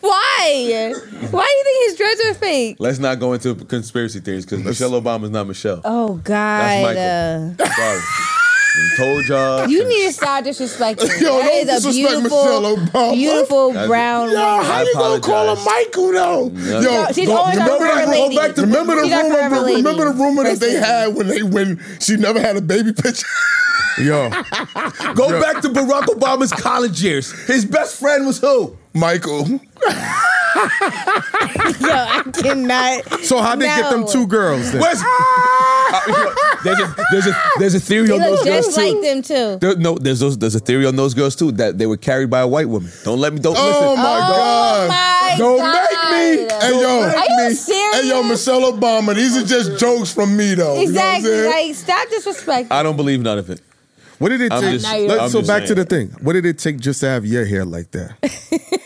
[SPEAKER 4] why? Why do you think his dreads are fake?
[SPEAKER 6] Let's not go into conspiracy theories because Michelle Obama's not Michelle.
[SPEAKER 4] Oh God.
[SPEAKER 6] Michael.
[SPEAKER 4] uh,
[SPEAKER 6] Sorry. told y'all.
[SPEAKER 4] You need to stop disrespecting.
[SPEAKER 2] Yo,
[SPEAKER 4] that
[SPEAKER 2] don't
[SPEAKER 4] is a
[SPEAKER 2] disrespect Michelle
[SPEAKER 4] beautiful,
[SPEAKER 2] Obama.
[SPEAKER 4] beautiful
[SPEAKER 6] That's-
[SPEAKER 4] brown
[SPEAKER 2] Yo,
[SPEAKER 4] woman.
[SPEAKER 2] how
[SPEAKER 6] I
[SPEAKER 2] you gonna call him
[SPEAKER 6] apologize.
[SPEAKER 2] Michael though?
[SPEAKER 6] No.
[SPEAKER 4] No, she's always our
[SPEAKER 2] remember,
[SPEAKER 4] forever
[SPEAKER 2] the rumor,
[SPEAKER 4] lady.
[SPEAKER 2] back to, remember the
[SPEAKER 4] She's our
[SPEAKER 2] rumor,
[SPEAKER 4] forever lady.
[SPEAKER 2] remember the rumor that they
[SPEAKER 4] Listen.
[SPEAKER 2] had when they when she never had a baby picture.
[SPEAKER 3] yo,
[SPEAKER 6] Go back to Barack Obama's college years. His best friend was who?
[SPEAKER 2] Michael,
[SPEAKER 4] Yo, I cannot.
[SPEAKER 3] so how they get them
[SPEAKER 4] No.
[SPEAKER 3] two girls? Then?
[SPEAKER 6] Where's- Uh, there's, a, there's, a, there's a theory
[SPEAKER 4] They
[SPEAKER 6] on those
[SPEAKER 4] look
[SPEAKER 6] girls
[SPEAKER 4] just
[SPEAKER 6] too.
[SPEAKER 4] like them too.
[SPEAKER 6] There- no, there's those, there's a theory on those girls too that they were carried by a white woman. Don't let me. Don't
[SPEAKER 2] Oh
[SPEAKER 6] listen.
[SPEAKER 2] my
[SPEAKER 4] Oh
[SPEAKER 2] God.
[SPEAKER 4] my
[SPEAKER 2] Don't
[SPEAKER 4] God.
[SPEAKER 2] make me. Hey,
[SPEAKER 4] Don't
[SPEAKER 2] yo.
[SPEAKER 4] make Are you me. serious?
[SPEAKER 2] Hey, yo, Michelle Obama. These are just jokes from me, though.
[SPEAKER 4] Exactly.
[SPEAKER 2] You know what I'm saying?
[SPEAKER 4] Like, stop disrespecting.
[SPEAKER 6] I don't believe none of it.
[SPEAKER 3] What did it
[SPEAKER 6] I'm
[SPEAKER 3] take?
[SPEAKER 6] just-
[SPEAKER 3] Let's
[SPEAKER 6] I'm
[SPEAKER 3] so
[SPEAKER 6] just
[SPEAKER 3] back to
[SPEAKER 6] saying.
[SPEAKER 3] the thing. What did it take just to have your hair like that?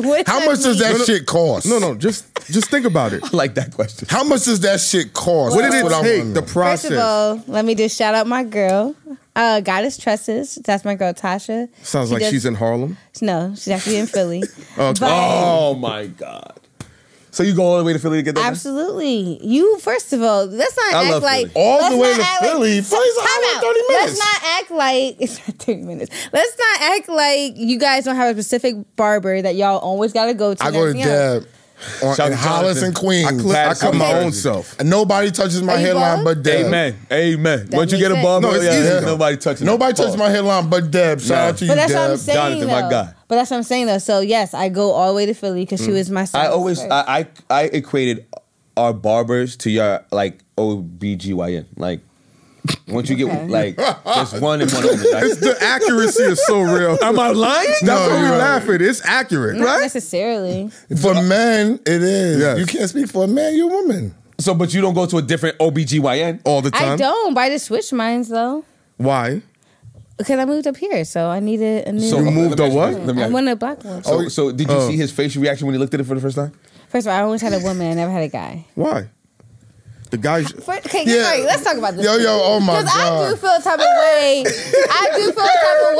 [SPEAKER 4] What
[SPEAKER 2] How much does that
[SPEAKER 4] mean?
[SPEAKER 2] shit cost?
[SPEAKER 3] No, no, just just think about it.
[SPEAKER 6] I like that question.
[SPEAKER 2] How much does that shit cost?
[SPEAKER 3] What did
[SPEAKER 2] That's
[SPEAKER 3] it
[SPEAKER 2] I wanna
[SPEAKER 3] take? The
[SPEAKER 2] know.
[SPEAKER 4] First
[SPEAKER 3] process
[SPEAKER 4] of all, let me just shout out my girl, uh, Goddess Tresses. That's my girl Tasha.
[SPEAKER 3] sounds
[SPEAKER 4] She
[SPEAKER 3] like
[SPEAKER 4] does-
[SPEAKER 3] she's in Harlem.
[SPEAKER 2] Oh,
[SPEAKER 4] No, she's actually in Philly.
[SPEAKER 3] Oh,
[SPEAKER 4] But-
[SPEAKER 6] Oh my god. So you go all the way to Philly to get that? done?
[SPEAKER 4] Absolutely. You first of all, let's not
[SPEAKER 6] I love
[SPEAKER 4] act like
[SPEAKER 6] Philly.
[SPEAKER 2] All
[SPEAKER 4] let's
[SPEAKER 2] the way
[SPEAKER 4] not
[SPEAKER 2] to
[SPEAKER 4] act
[SPEAKER 2] Philly?
[SPEAKER 4] Like,
[SPEAKER 2] Philly's an
[SPEAKER 4] Time
[SPEAKER 2] hour and
[SPEAKER 4] out.
[SPEAKER 2] 30
[SPEAKER 4] Let's
[SPEAKER 2] minutes.
[SPEAKER 4] not act like it's not thirty minutes. Let's not act like you guys don't have a specific barber that y'all always got to go to.
[SPEAKER 2] I
[SPEAKER 4] and
[SPEAKER 2] go to
[SPEAKER 4] everything else.
[SPEAKER 2] Dab on,
[SPEAKER 6] Shout
[SPEAKER 2] in
[SPEAKER 6] to
[SPEAKER 2] Hollis
[SPEAKER 6] Jonathan.
[SPEAKER 2] and Queens.
[SPEAKER 3] I, clip, I
[SPEAKER 6] Pat's
[SPEAKER 3] cut my
[SPEAKER 6] okay.
[SPEAKER 3] own self.
[SPEAKER 2] And nobody touches my
[SPEAKER 4] Are you
[SPEAKER 2] headline
[SPEAKER 4] bald?
[SPEAKER 2] but Deb.
[SPEAKER 6] Amen. Amen.
[SPEAKER 4] That
[SPEAKER 6] Once you
[SPEAKER 4] makes
[SPEAKER 6] get a
[SPEAKER 4] sense.
[SPEAKER 6] barber,
[SPEAKER 2] No, it's
[SPEAKER 6] yeah,
[SPEAKER 2] easy,
[SPEAKER 6] yeah,
[SPEAKER 2] though.
[SPEAKER 6] nobody touches
[SPEAKER 2] Nobody
[SPEAKER 6] that.
[SPEAKER 2] touched my headline but Deb. Shout
[SPEAKER 6] No.
[SPEAKER 2] out to you,
[SPEAKER 4] But that's what I'm
[SPEAKER 2] Deb.
[SPEAKER 4] saying.
[SPEAKER 6] Jonathan, my
[SPEAKER 4] though.
[SPEAKER 6] guy.
[SPEAKER 4] But that's what I'm saying though. So yes, I go all the way to Philly because
[SPEAKER 2] Mm.
[SPEAKER 4] she was my.
[SPEAKER 6] I
[SPEAKER 4] stylist
[SPEAKER 6] always
[SPEAKER 4] first.
[SPEAKER 6] I, I I equated our barbers to your like OBGYN. Like once you
[SPEAKER 4] Okay.
[SPEAKER 6] get like just one and one only. Like,
[SPEAKER 3] The accuracy is so real.
[SPEAKER 6] Am I lying?
[SPEAKER 3] That's
[SPEAKER 2] No,
[SPEAKER 3] what we
[SPEAKER 2] you're right.
[SPEAKER 3] laugh at. It's accurate,
[SPEAKER 4] not
[SPEAKER 3] right?
[SPEAKER 4] necessarily.
[SPEAKER 2] For men, it is.
[SPEAKER 3] Yes.
[SPEAKER 2] You can't speak for a man, you're a woman.
[SPEAKER 6] So but you don't go to a different OBGYN?
[SPEAKER 2] Oh,
[SPEAKER 3] All the time.
[SPEAKER 4] I don't. But I just switch mines though
[SPEAKER 3] Why?
[SPEAKER 4] because I moved up here, so I needed a new.
[SPEAKER 6] So uh,
[SPEAKER 3] You moved
[SPEAKER 6] let me
[SPEAKER 3] a
[SPEAKER 6] ask you
[SPEAKER 3] what?
[SPEAKER 6] this. Let me
[SPEAKER 4] I
[SPEAKER 6] ask you-
[SPEAKER 4] want a black one.
[SPEAKER 6] so, so did you
[SPEAKER 3] Oh.
[SPEAKER 6] see his facial reaction when he looked at it for the first time?
[SPEAKER 4] First of all, I always had a woman. I never had a guy.
[SPEAKER 3] Why? The guys.
[SPEAKER 4] For, okay,
[SPEAKER 2] Yeah.
[SPEAKER 4] sorry, let's talk about this.
[SPEAKER 2] Yo, yo, oh my
[SPEAKER 4] Because I
[SPEAKER 2] God.
[SPEAKER 4] do feel a type of way. I do feel a type of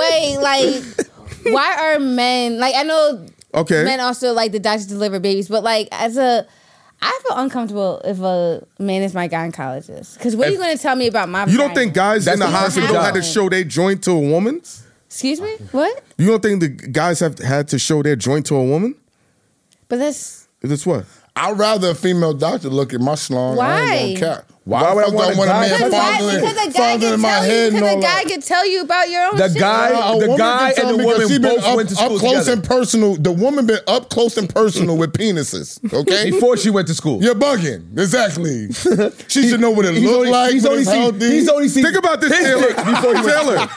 [SPEAKER 4] way. Like, why are men like? I know
[SPEAKER 3] Okay.
[SPEAKER 4] men also like the doctors deliver babies, but like as a, I feel uncomfortable if a man is my gynecologist. Because what are you
[SPEAKER 6] If-
[SPEAKER 4] going to tell me about my?
[SPEAKER 3] You don't
[SPEAKER 4] vagina?
[SPEAKER 3] think guys
[SPEAKER 6] That's
[SPEAKER 3] in the,
[SPEAKER 6] the
[SPEAKER 3] hospital
[SPEAKER 4] job.
[SPEAKER 3] had to show their joint to a woman?
[SPEAKER 4] Excuse me. What?
[SPEAKER 3] You don't think the guys have had to show their joint to a woman?
[SPEAKER 4] But that's
[SPEAKER 3] That's what?
[SPEAKER 2] I'd rather a female doctor look at my schlong. I ain't
[SPEAKER 4] Why?
[SPEAKER 2] gonna care.
[SPEAKER 6] Why would I
[SPEAKER 2] fuck
[SPEAKER 6] want a
[SPEAKER 2] want
[SPEAKER 6] guy-
[SPEAKER 2] man
[SPEAKER 4] because, why,
[SPEAKER 2] fondling-
[SPEAKER 4] because a guy
[SPEAKER 2] fondling
[SPEAKER 4] can
[SPEAKER 2] my
[SPEAKER 4] tell you
[SPEAKER 2] head and
[SPEAKER 4] because a
[SPEAKER 2] all
[SPEAKER 4] guy
[SPEAKER 2] that?
[SPEAKER 4] can tell you about your own.
[SPEAKER 6] The
[SPEAKER 4] shit.
[SPEAKER 2] Uh,
[SPEAKER 6] guy-
[SPEAKER 2] a
[SPEAKER 6] the
[SPEAKER 2] woman
[SPEAKER 6] guy
[SPEAKER 2] can tell
[SPEAKER 6] and the
[SPEAKER 2] me 'cause
[SPEAKER 6] woman
[SPEAKER 2] she been
[SPEAKER 6] both
[SPEAKER 2] up,
[SPEAKER 6] went to school
[SPEAKER 2] up close
[SPEAKER 6] together.
[SPEAKER 2] and personal. The woman been up close and personal with penises. Okay,
[SPEAKER 6] Before she went to school.
[SPEAKER 2] you're bugging. Exactly. She should know what it
[SPEAKER 6] He's
[SPEAKER 2] look
[SPEAKER 6] only,
[SPEAKER 2] like.
[SPEAKER 6] he's,
[SPEAKER 2] what
[SPEAKER 6] only
[SPEAKER 2] it's
[SPEAKER 6] seen,
[SPEAKER 2] healthy.
[SPEAKER 6] he's only seen
[SPEAKER 3] Think about this, Taylor. Before you Taylor,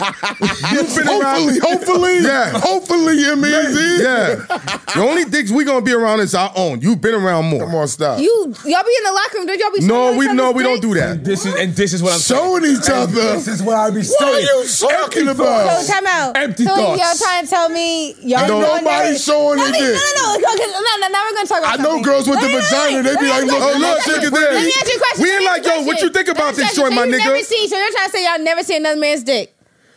[SPEAKER 3] you've been around.
[SPEAKER 2] hopefully, hopefully,
[SPEAKER 3] Yeah.
[SPEAKER 2] hopefully, E MEZ.
[SPEAKER 3] Yeah. The only dicks we gonna be around is our own. You've been around more.
[SPEAKER 2] Come on, stop.
[SPEAKER 4] You y'all be in the locker room. Don't y'all be?
[SPEAKER 3] No,
[SPEAKER 4] sucking
[SPEAKER 3] we
[SPEAKER 4] each
[SPEAKER 3] no,
[SPEAKER 4] other's
[SPEAKER 3] we don't
[SPEAKER 4] dicks?
[SPEAKER 3] do that.
[SPEAKER 6] this is and this is what I'm
[SPEAKER 2] showing each other.
[SPEAKER 6] This is what I be
[SPEAKER 2] What are
[SPEAKER 6] saying.
[SPEAKER 2] you talking about?
[SPEAKER 4] So time out.
[SPEAKER 6] Empty
[SPEAKER 4] so
[SPEAKER 6] thoughts.
[SPEAKER 4] Y'all trying to tell me y'all
[SPEAKER 2] Ain't nobody
[SPEAKER 4] going there-
[SPEAKER 2] showing
[SPEAKER 4] no,
[SPEAKER 2] it
[SPEAKER 4] no,
[SPEAKER 2] yet.
[SPEAKER 4] No, no, no, okay, no, no. Now we're gonna talk about.
[SPEAKER 2] I know
[SPEAKER 4] something.
[SPEAKER 2] girls with
[SPEAKER 4] Let
[SPEAKER 2] the
[SPEAKER 4] me- let me-
[SPEAKER 2] vagina, they
[SPEAKER 4] let
[SPEAKER 2] be
[SPEAKER 4] me
[SPEAKER 2] like,
[SPEAKER 4] ask you
[SPEAKER 2] look,
[SPEAKER 4] a
[SPEAKER 2] look, look at
[SPEAKER 4] question. Let me ask you-
[SPEAKER 2] this.
[SPEAKER 4] Let me ask you a
[SPEAKER 3] We
[SPEAKER 4] question. Let
[SPEAKER 3] ain't
[SPEAKER 4] me
[SPEAKER 3] like,
[SPEAKER 4] ask you a
[SPEAKER 3] yo, what
[SPEAKER 4] question.
[SPEAKER 3] you think
[SPEAKER 4] Let me
[SPEAKER 3] about
[SPEAKER 4] ask
[SPEAKER 3] this
[SPEAKER 4] you a
[SPEAKER 3] joint, my
[SPEAKER 4] question. You
[SPEAKER 3] nigga?
[SPEAKER 4] never seen, so you're trying to say y'all never seen another man's dick.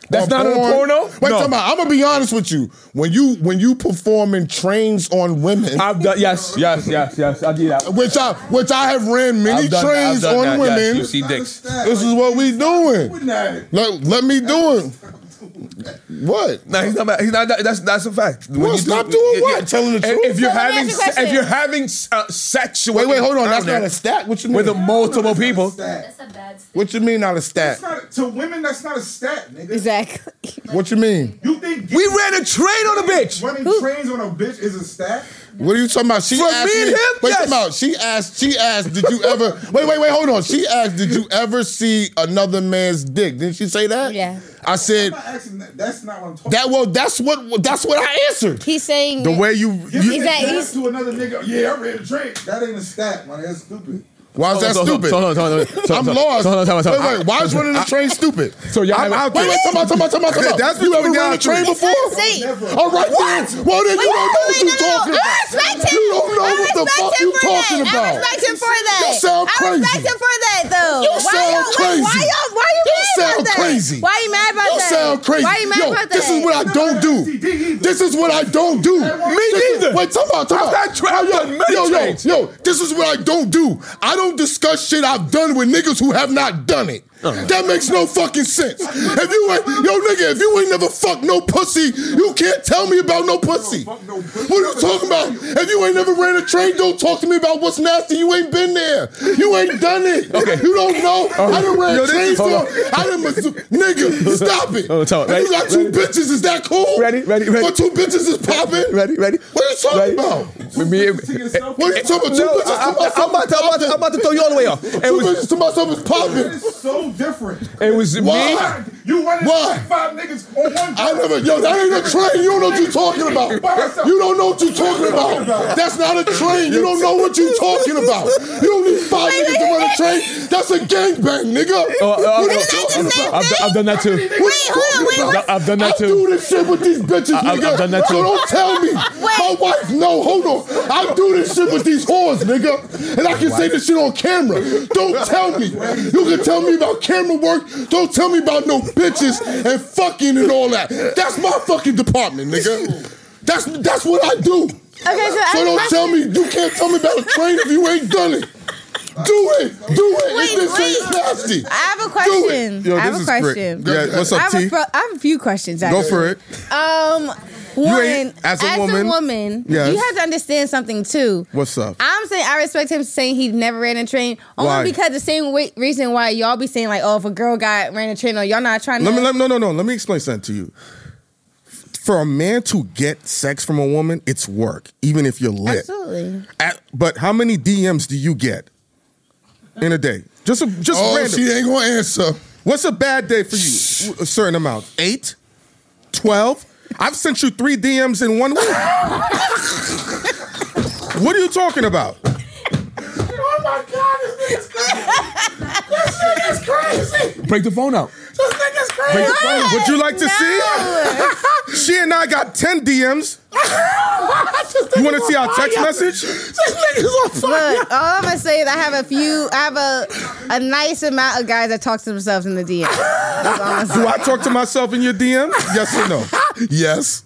[SPEAKER 6] That's not in a porno?
[SPEAKER 2] Wait, time out. I'm gonna be honest with you. When you when you perform in trains on women,
[SPEAKER 6] I've done yes, yes, yes, yes. I did that.
[SPEAKER 2] which I which I have ran many
[SPEAKER 6] I've done- I've
[SPEAKER 2] trains
[SPEAKER 6] done
[SPEAKER 2] on
[SPEAKER 6] that, yes.
[SPEAKER 2] women.
[SPEAKER 6] You see dicks.
[SPEAKER 2] This is what we doing. Let, let me do it. What?
[SPEAKER 6] No, he's not. Mad. He's not. That's that's a fact. When
[SPEAKER 2] Well,
[SPEAKER 6] you
[SPEAKER 2] stop
[SPEAKER 6] do-
[SPEAKER 2] doing
[SPEAKER 6] yeah,
[SPEAKER 2] what?
[SPEAKER 6] yeah.
[SPEAKER 2] Telling the
[SPEAKER 6] If-
[SPEAKER 2] truth?
[SPEAKER 6] If you're
[SPEAKER 4] So let me
[SPEAKER 6] having,
[SPEAKER 4] ask you a
[SPEAKER 6] se- if
[SPEAKER 4] question.
[SPEAKER 6] you're having uh, sexual,
[SPEAKER 2] Wait, wait, hold on. That's not a
[SPEAKER 6] encounter
[SPEAKER 2] stat. What you mean?
[SPEAKER 6] with a multiple people.
[SPEAKER 5] That's a bad stat.
[SPEAKER 2] what you mean not a stat?
[SPEAKER 1] That's not, to women, that's not a stat, nigga.
[SPEAKER 4] Exactly.
[SPEAKER 2] What you mean?
[SPEAKER 1] You think
[SPEAKER 6] We ran a train on a bitch.
[SPEAKER 1] running
[SPEAKER 4] Who-
[SPEAKER 1] trains on a bitch is a stat?
[SPEAKER 2] What are you talking about? She
[SPEAKER 6] For
[SPEAKER 2] asked
[SPEAKER 6] me and him?
[SPEAKER 2] Wait,
[SPEAKER 6] Yes.
[SPEAKER 2] time out. She asked. She asked. Did you ever? wait, wait, wait. Hold on. She asked. Did you ever see another man's dick? Didn't she say that?
[SPEAKER 4] Yeah.
[SPEAKER 2] I said
[SPEAKER 1] I'm not asking that. That's not what I'm talking.
[SPEAKER 2] that. Well, that's what. That's what I answered.
[SPEAKER 4] He's saying
[SPEAKER 3] The way you,
[SPEAKER 1] You
[SPEAKER 3] you
[SPEAKER 1] think
[SPEAKER 4] that-
[SPEAKER 1] that
[SPEAKER 4] he's-
[SPEAKER 1] to another nigga. Yeah, I ran a train. That ain't a stat, man. That's stupid.
[SPEAKER 2] Why is that
[SPEAKER 6] Hold on,
[SPEAKER 2] stupid?
[SPEAKER 6] hold on, hold on, hold on, hold on,
[SPEAKER 2] I'm
[SPEAKER 6] hold on,
[SPEAKER 2] lost.
[SPEAKER 6] hold on, hold on, hold on.
[SPEAKER 2] Wait, wait. Why is running the train stupid?
[SPEAKER 6] So y'all
[SPEAKER 3] I'm out
[SPEAKER 6] have-
[SPEAKER 2] Wait,
[SPEAKER 3] there.
[SPEAKER 2] wait, time out, time out, time out, time out.
[SPEAKER 3] That's
[SPEAKER 2] you
[SPEAKER 3] between
[SPEAKER 2] ever
[SPEAKER 3] y'all
[SPEAKER 2] ran a train
[SPEAKER 3] three.
[SPEAKER 2] before?
[SPEAKER 4] See,
[SPEAKER 2] All right, then. Well, then you don't know what you're
[SPEAKER 4] Wait, no, no,
[SPEAKER 2] talking
[SPEAKER 4] no. I
[SPEAKER 2] about.
[SPEAKER 4] respect
[SPEAKER 2] You
[SPEAKER 4] him.
[SPEAKER 2] don't know
[SPEAKER 4] I
[SPEAKER 2] what the
[SPEAKER 4] respect
[SPEAKER 2] fuck
[SPEAKER 4] him
[SPEAKER 2] you
[SPEAKER 4] for
[SPEAKER 2] talking
[SPEAKER 4] that.
[SPEAKER 2] about.
[SPEAKER 4] I respect him for that.
[SPEAKER 2] You sound
[SPEAKER 4] I respect
[SPEAKER 2] crazy.
[SPEAKER 4] him for that, though.
[SPEAKER 2] You
[SPEAKER 4] why
[SPEAKER 2] sound
[SPEAKER 4] y'all, Why, why
[SPEAKER 2] crazy.
[SPEAKER 4] y'all? Why you
[SPEAKER 2] You
[SPEAKER 4] mad
[SPEAKER 2] sound
[SPEAKER 4] about that?
[SPEAKER 2] crazy.
[SPEAKER 4] Why you mad about
[SPEAKER 2] You
[SPEAKER 4] that?
[SPEAKER 2] sound crazy.
[SPEAKER 4] Why you mad
[SPEAKER 2] Yo,
[SPEAKER 4] about that?
[SPEAKER 2] this is what I don't
[SPEAKER 1] STD
[SPEAKER 2] do.
[SPEAKER 1] either.
[SPEAKER 2] This is what I don't do. Me
[SPEAKER 6] neither.
[SPEAKER 2] Wait, talk about, talk
[SPEAKER 6] I've
[SPEAKER 2] about.
[SPEAKER 6] not tried- I've done many
[SPEAKER 2] yo, yo,
[SPEAKER 6] trades.
[SPEAKER 2] yo, this is what I don't do. I don't discuss shit I've done with niggas who have not done it. That makes no fucking sense. If you ain't, yo, nigga, if you ain't never fucked no pussy, you can't tell me about no pussy.
[SPEAKER 1] fuck no
[SPEAKER 2] What
[SPEAKER 1] pussy.
[SPEAKER 2] are you talking about? If you ain't never ran a train, don't talk to me about what's nasty. You ain't been there. You ain't done it.
[SPEAKER 6] Okay. Uh,
[SPEAKER 2] You don't know. I done ran
[SPEAKER 6] Yo, this
[SPEAKER 2] trains
[SPEAKER 6] is- hold
[SPEAKER 2] on.
[SPEAKER 6] on.
[SPEAKER 2] I done Mizzou- nigga, stop it.
[SPEAKER 6] Hold on, tell it.
[SPEAKER 2] If you got
[SPEAKER 6] Ready?
[SPEAKER 2] two bitches, is that cool?
[SPEAKER 6] Ready, ready, ready.
[SPEAKER 2] What two bitches is popping?
[SPEAKER 6] Ready, ready.
[SPEAKER 2] What are you talking
[SPEAKER 6] Ready.
[SPEAKER 2] about?
[SPEAKER 6] Me and-
[SPEAKER 1] To yourself,
[SPEAKER 2] What are you talking about? Two
[SPEAKER 6] No,
[SPEAKER 2] bitches
[SPEAKER 6] I-
[SPEAKER 2] to
[SPEAKER 6] I-
[SPEAKER 2] myself
[SPEAKER 6] I'm about to- I'm about to- I'm about to throw you all the way off. It
[SPEAKER 2] two
[SPEAKER 6] was,
[SPEAKER 2] bitches to myself is
[SPEAKER 1] that
[SPEAKER 2] popping.
[SPEAKER 1] is so different.
[SPEAKER 6] it was me.
[SPEAKER 2] Why?
[SPEAKER 1] You running
[SPEAKER 2] Why?
[SPEAKER 1] five niggas on one.
[SPEAKER 2] I never, yo, that ain't a train. You don't know what you're talking about. You don't know what you're talking about. That's not a train. You don't know what you're talking about. You don't need five niggas to run a train. That's a gangbang, nigga.
[SPEAKER 6] Oh, oh, oh,
[SPEAKER 2] What are you
[SPEAKER 6] oh,
[SPEAKER 2] talking
[SPEAKER 6] I've,
[SPEAKER 2] about?
[SPEAKER 6] done- I've done that too.
[SPEAKER 4] Wait, hold on. Wait, what?
[SPEAKER 6] I've done
[SPEAKER 2] I
[SPEAKER 6] that too.
[SPEAKER 2] do this shit with these bitches,
[SPEAKER 6] I- I've-
[SPEAKER 2] nigga.
[SPEAKER 6] I've done that
[SPEAKER 2] So
[SPEAKER 6] too.
[SPEAKER 2] don't tell me. My wife, no, hold on. I do this shit with these whores, nigga. And I can say this shit on camera. Don't tell me. You can tell me about camera work. Don't tell me about no bitches and fucking and all that. That's my fucking department, nigga. That's that's what I do.
[SPEAKER 4] Okay, so,
[SPEAKER 2] So
[SPEAKER 4] I,
[SPEAKER 2] don't tell me you can't tell me about a train if you ain't done it. Do it, do it.
[SPEAKER 4] Wait,
[SPEAKER 2] Wait, this
[SPEAKER 4] wait.
[SPEAKER 2] ain't nasty.
[SPEAKER 4] I have a question.
[SPEAKER 3] Yo,
[SPEAKER 4] I have
[SPEAKER 3] this
[SPEAKER 4] a
[SPEAKER 3] is great.
[SPEAKER 4] question.
[SPEAKER 3] Yeah, what's up,
[SPEAKER 4] I have, a
[SPEAKER 3] T?
[SPEAKER 4] pro- I have a few questions.
[SPEAKER 3] Go
[SPEAKER 4] Actually.
[SPEAKER 3] for it.
[SPEAKER 4] Um,
[SPEAKER 3] ain't-
[SPEAKER 4] one,
[SPEAKER 3] as a woman- Yes.
[SPEAKER 4] you have to understand something too.
[SPEAKER 3] What's up?
[SPEAKER 4] I'm saying I respect him saying he never ran a train only
[SPEAKER 3] Why?
[SPEAKER 4] because the same way, reason why y'all be saying like, oh, if a girl got ran a train, or y'all not trying to.
[SPEAKER 3] Let me, let me, no, no, no. Let me explain something to you. For a man to get sex from a woman, it's work, even if you're lit.
[SPEAKER 4] Absolutely.
[SPEAKER 3] At- but how many DMs do you get in a day? Just a, just
[SPEAKER 2] Oh,
[SPEAKER 3] random.
[SPEAKER 2] she ain't gonna answer.
[SPEAKER 3] What's a bad day for you? A certain amount. Eight? Twelve? I've sent you three DMs in one week. what are you talking about?
[SPEAKER 2] Oh my god, this nigga's crazy. this nigga's crazy.
[SPEAKER 7] Break the phone out.
[SPEAKER 2] This nigga's crazy.
[SPEAKER 3] Would you like to see? she and I got 10 DMs. You want to see our text message?
[SPEAKER 4] Look, all I'm gonna say is I have a few. I have a a nice amount of guys that talk to themselves in the DM. That's all I'm saying.
[SPEAKER 3] Do I talk to myself in your DM? Yes or no?
[SPEAKER 2] Yes.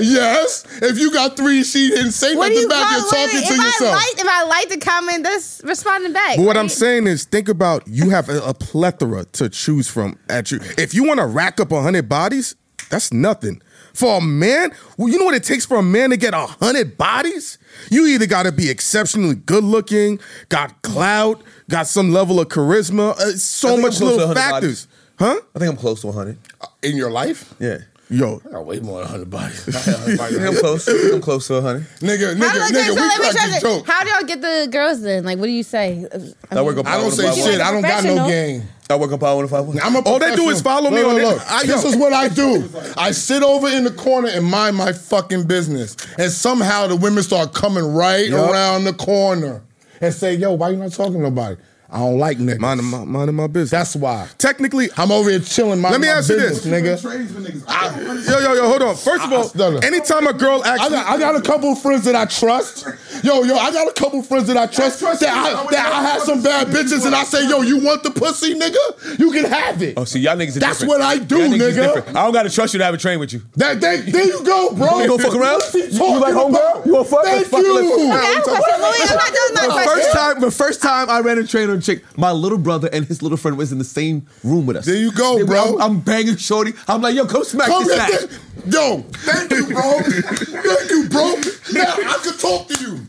[SPEAKER 2] Yes. If you got three, she didn't say
[SPEAKER 4] What do
[SPEAKER 2] nothing
[SPEAKER 4] you
[SPEAKER 2] back.
[SPEAKER 4] call
[SPEAKER 2] You're
[SPEAKER 4] wait,
[SPEAKER 2] talking
[SPEAKER 4] wait,
[SPEAKER 2] to
[SPEAKER 4] if
[SPEAKER 2] yourself.
[SPEAKER 4] I like, if I like the comment, that's responding back.
[SPEAKER 3] But what I'm
[SPEAKER 4] right?
[SPEAKER 3] saying is, think about you have a, a plethora to choose from at you. If you want to rack up hundred bodies, that's nothing. For a man, well, you know what it takes for a man to get hundred bodies? You either got to be exceptionally good looking, got clout, got some level of charisma, uh,
[SPEAKER 6] I
[SPEAKER 3] so
[SPEAKER 6] think I'm
[SPEAKER 3] much
[SPEAKER 6] close to
[SPEAKER 3] little
[SPEAKER 6] 100
[SPEAKER 3] factors, huh?
[SPEAKER 6] I think I'm close to 100.
[SPEAKER 2] in your life?
[SPEAKER 6] Yeah.
[SPEAKER 3] Yo,
[SPEAKER 2] I got way more than 100 bodies.
[SPEAKER 6] I think I'm close. I think I'm close to 100.
[SPEAKER 2] nigga, nigga,
[SPEAKER 4] How do, okay,
[SPEAKER 2] nigga,
[SPEAKER 4] so
[SPEAKER 2] we
[SPEAKER 4] let me
[SPEAKER 2] cracked
[SPEAKER 4] try
[SPEAKER 2] the
[SPEAKER 4] to-
[SPEAKER 2] joke.
[SPEAKER 4] how do y'all get the girls then? Like, what do you say?
[SPEAKER 6] I work up.
[SPEAKER 2] I don't say
[SPEAKER 6] Power
[SPEAKER 2] shit. I don't got no
[SPEAKER 4] Professional.
[SPEAKER 2] game.
[SPEAKER 6] I work on Power 105.
[SPEAKER 2] I'm a
[SPEAKER 3] All they do is
[SPEAKER 2] professional.
[SPEAKER 3] follow me
[SPEAKER 2] Look,
[SPEAKER 3] on
[SPEAKER 2] look,
[SPEAKER 3] it.
[SPEAKER 2] look.
[SPEAKER 3] I-
[SPEAKER 2] This
[SPEAKER 3] yo.
[SPEAKER 2] is what I do. I sit over in the corner and mind my fucking business. And somehow the women start coming right
[SPEAKER 3] Yup.
[SPEAKER 2] around the corner and say, yo, why you not talking to nobody? I don't like niggas.
[SPEAKER 3] mind my mind my business.
[SPEAKER 2] That's why.
[SPEAKER 3] technically.
[SPEAKER 2] I'm over here chilling my,
[SPEAKER 3] Let me
[SPEAKER 2] my
[SPEAKER 3] ask you
[SPEAKER 2] business,
[SPEAKER 3] this.
[SPEAKER 2] nigga.
[SPEAKER 3] Yo, yo, yo, hold on. First of
[SPEAKER 2] I- I-
[SPEAKER 3] all,
[SPEAKER 2] no, no.
[SPEAKER 3] anytime a girl asks,
[SPEAKER 2] I got, I got a couple of friends that I trust. Yo, yo, I got a couple of friends that I trust, that I that I had some bad bitches and I say, yo, you want the pussy, nigga? You can have it.
[SPEAKER 6] Oh, see, y'all niggas are
[SPEAKER 2] That's
[SPEAKER 6] different.
[SPEAKER 2] what I do,
[SPEAKER 6] Y'all niggas is
[SPEAKER 2] nigga.
[SPEAKER 6] different. I don't got to trust you to have a train with you.
[SPEAKER 2] That, that, there you go, bro.
[SPEAKER 6] You gonna fuck around?
[SPEAKER 2] What's he
[SPEAKER 6] You
[SPEAKER 2] talking
[SPEAKER 6] like homegirl?
[SPEAKER 2] about?
[SPEAKER 6] You wanna fuck?
[SPEAKER 2] Thank
[SPEAKER 6] Fuck, let's-
[SPEAKER 2] you.
[SPEAKER 4] I have a question. Wait, wait, I'm not done with my
[SPEAKER 6] The
[SPEAKER 4] question.
[SPEAKER 6] first time, the first time I ran a train on a chick, my little brother and his little friend was in the same room with us.
[SPEAKER 2] There you go,
[SPEAKER 6] They-
[SPEAKER 2] bro.
[SPEAKER 6] I'm, I'm banging shorty. I'm like, yo, come smack
[SPEAKER 2] Come
[SPEAKER 6] this
[SPEAKER 2] get
[SPEAKER 6] back.
[SPEAKER 2] this. Yo, thank you, bro. thank you, bro. Now I can talk to you.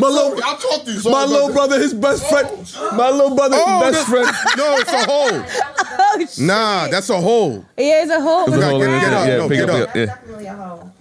[SPEAKER 6] My
[SPEAKER 2] Sorry,
[SPEAKER 6] little,
[SPEAKER 2] I'll talk to you. Sorry
[SPEAKER 6] my
[SPEAKER 2] about
[SPEAKER 6] little
[SPEAKER 2] that.
[SPEAKER 6] brother, his best friend. My little brother,
[SPEAKER 3] Oh,
[SPEAKER 6] his best
[SPEAKER 3] no.
[SPEAKER 6] friend.
[SPEAKER 3] no, it's a hole.
[SPEAKER 4] Oh, shit.
[SPEAKER 3] Nah, that's a hole.
[SPEAKER 4] Yeah, it's a whole.
[SPEAKER 6] There's a
[SPEAKER 4] bunch
[SPEAKER 6] hole in
[SPEAKER 4] of
[SPEAKER 6] it.
[SPEAKER 3] Get
[SPEAKER 4] guys.
[SPEAKER 3] up,
[SPEAKER 6] Yeah,
[SPEAKER 3] no,
[SPEAKER 6] pick
[SPEAKER 3] get
[SPEAKER 6] up,
[SPEAKER 3] up.
[SPEAKER 6] yeah, yeah.
[SPEAKER 5] Definitely a hole.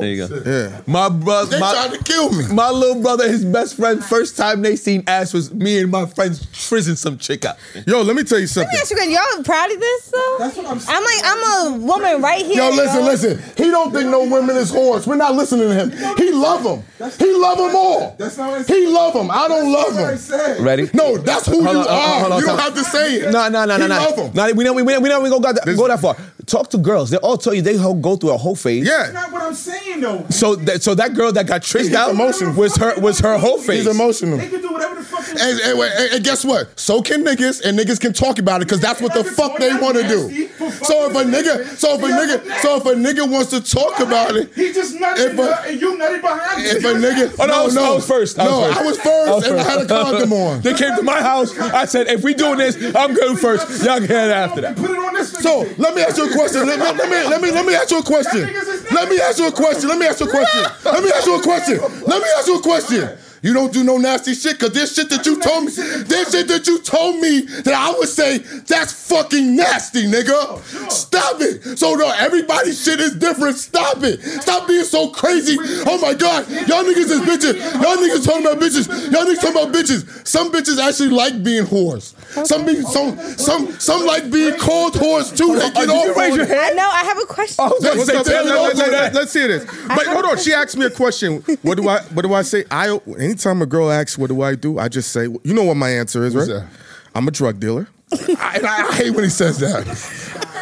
[SPEAKER 6] There you go.
[SPEAKER 3] Yeah.
[SPEAKER 6] My brother,
[SPEAKER 2] They
[SPEAKER 6] my,
[SPEAKER 2] tried to kill me.
[SPEAKER 6] my little brother, his best friend. First time they seen ass was me and my friends frizzing some chick out.
[SPEAKER 3] Yo, let me tell you
[SPEAKER 4] Let me
[SPEAKER 3] something.
[SPEAKER 4] ask you again. Y'all proud of this though? That's what I'm saying. I'm like, I'm a woman right here.
[SPEAKER 2] Yo, listen,
[SPEAKER 4] y'all.
[SPEAKER 2] listen. He don't think no women is whores. We're not listening to him. He love them. He love them all.
[SPEAKER 1] That's not what I said.
[SPEAKER 2] He love them. I don't love
[SPEAKER 1] what I
[SPEAKER 2] them.
[SPEAKER 1] said.
[SPEAKER 6] Ready?
[SPEAKER 2] No, that's who
[SPEAKER 6] Hold
[SPEAKER 2] you
[SPEAKER 6] on, hold on,
[SPEAKER 2] are.
[SPEAKER 6] hold on,
[SPEAKER 2] you don't
[SPEAKER 6] time.
[SPEAKER 2] have to say it.
[SPEAKER 6] No, no, no, no,
[SPEAKER 2] He love
[SPEAKER 6] no.
[SPEAKER 2] 'em.
[SPEAKER 6] No, we don't, we don't, we don't even go that, go that far. Talk to girls. They all tell you they whole go through a whole phase.
[SPEAKER 1] That's
[SPEAKER 3] Yeah.
[SPEAKER 1] not what I'm saying, though.
[SPEAKER 6] So that so that girl that got tricked out
[SPEAKER 1] emotional.
[SPEAKER 6] was her was her whole
[SPEAKER 2] He's
[SPEAKER 6] face.
[SPEAKER 2] emotional.
[SPEAKER 1] They can do whatever the fuck they
[SPEAKER 2] And, and, and- and guess what? So can niggas, and niggas can talk about it because that's what the fuck they want to do. So if a nigga, so if a nigga, so if a nigga wants to talk about it,
[SPEAKER 1] He just nutted
[SPEAKER 2] If
[SPEAKER 1] in
[SPEAKER 2] a-
[SPEAKER 1] her and you nutted behind him.
[SPEAKER 2] if a nigga,
[SPEAKER 6] Oh, no, I
[SPEAKER 2] no,
[SPEAKER 6] was-
[SPEAKER 2] no,
[SPEAKER 6] I was first. I was
[SPEAKER 2] No,
[SPEAKER 6] first.
[SPEAKER 2] I was first, and I had a condom on.
[SPEAKER 6] They came to my house. I said, if we doing this, I'm going first. Y'all can have it after that.
[SPEAKER 1] Put it on this nigga.
[SPEAKER 2] So let me ask you a question. Let, let- let me let me let me ask you a question. Let me ask you a question. Let me ask you a question. Let me ask you a question. Let me ask you a question. You don't do no nasty shit, cause this shit that you told me, this shit that you told me that I would say, that's fucking nasty, nigga. Stop it. So no, everybody's shit is different. Stop it. Stop being so crazy. Oh my god, y'all niggas is bitches. Y'all niggas talking about bitches. Y'all niggas talking about bitches. Some bitches actually like being whores. Some be some some some like being called whores too. They get
[SPEAKER 6] Did
[SPEAKER 2] off
[SPEAKER 6] you
[SPEAKER 2] on
[SPEAKER 6] raise
[SPEAKER 2] it.
[SPEAKER 6] your
[SPEAKER 4] I
[SPEAKER 6] hand?
[SPEAKER 4] know. I have a question.
[SPEAKER 2] Oh.
[SPEAKER 6] I was about to
[SPEAKER 3] What's
[SPEAKER 6] say,
[SPEAKER 3] up? Let,
[SPEAKER 6] tell
[SPEAKER 2] Taylor,
[SPEAKER 3] let,
[SPEAKER 6] them
[SPEAKER 2] don't
[SPEAKER 3] let,
[SPEAKER 2] do
[SPEAKER 3] let,
[SPEAKER 6] that.
[SPEAKER 3] let's hear this. But hold on, she asked me a question. What do I what do I say? I anytime a girl asks, what do I do? I just say, you know what my answer is,
[SPEAKER 2] What's
[SPEAKER 3] right?
[SPEAKER 2] that?
[SPEAKER 3] I'm a drug dealer.
[SPEAKER 2] I, and I hate when he says that.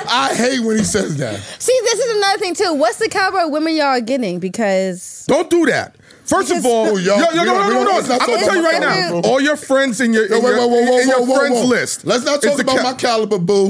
[SPEAKER 2] I hate when he says that.
[SPEAKER 4] See, this is another thing too. What's the caliber of women y'all are getting? Because
[SPEAKER 3] Don't do that. First of
[SPEAKER 4] Because-
[SPEAKER 3] all,
[SPEAKER 2] Oh,
[SPEAKER 3] yo,
[SPEAKER 2] yo,
[SPEAKER 3] yo,
[SPEAKER 2] we
[SPEAKER 3] no,
[SPEAKER 2] don't-
[SPEAKER 3] no,
[SPEAKER 2] we don't-
[SPEAKER 3] no, no. I'm
[SPEAKER 2] let's not
[SPEAKER 3] gonna
[SPEAKER 2] talk
[SPEAKER 3] tell you
[SPEAKER 2] about
[SPEAKER 3] right
[SPEAKER 4] that,
[SPEAKER 3] now,
[SPEAKER 2] bro.
[SPEAKER 3] all your friends in your in
[SPEAKER 2] Yo, wait,
[SPEAKER 3] your-
[SPEAKER 2] whoa, whoa,
[SPEAKER 3] in
[SPEAKER 2] whoa,
[SPEAKER 3] your
[SPEAKER 2] whoa,
[SPEAKER 3] friends
[SPEAKER 2] whoa.
[SPEAKER 3] list.
[SPEAKER 2] Let's not
[SPEAKER 3] is
[SPEAKER 2] talk
[SPEAKER 3] the
[SPEAKER 2] about
[SPEAKER 3] cap.
[SPEAKER 2] my caliber, boo.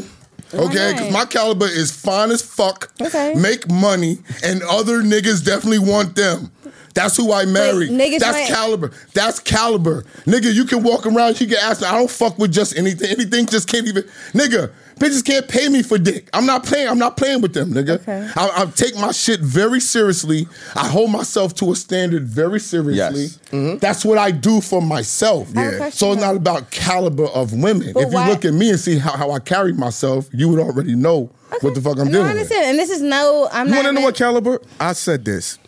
[SPEAKER 2] Okay, because
[SPEAKER 4] not?
[SPEAKER 2] my caliber is fine as fuck.
[SPEAKER 4] Okay.
[SPEAKER 2] Make money, and other niggas definitely want them. That's who I married.
[SPEAKER 4] niggas
[SPEAKER 2] That's
[SPEAKER 4] want-
[SPEAKER 2] caliber. That's caliber. Nigga, you can walk around, you can ask me. I don't fuck with just anything. Anything just can't even. Nigga, bitches can't pay me for dick. I'm not playing. I'm not playing with them, nigga.
[SPEAKER 4] Okay.
[SPEAKER 2] I, I take my shit very seriously. I hold myself to a standard very seriously.
[SPEAKER 6] Yes.
[SPEAKER 2] That's what I do for myself.
[SPEAKER 4] I have a question,
[SPEAKER 2] So it's
[SPEAKER 4] though.
[SPEAKER 2] not about caliber of women.
[SPEAKER 4] But
[SPEAKER 2] if you
[SPEAKER 4] why-
[SPEAKER 2] look at me and see how, how I carry myself, you would already know what the fuck I'm
[SPEAKER 4] no,
[SPEAKER 2] doing.
[SPEAKER 4] I understand. And this is no, I'm
[SPEAKER 3] You
[SPEAKER 4] not.
[SPEAKER 3] want to know
[SPEAKER 4] even-
[SPEAKER 3] what caliber? I said this.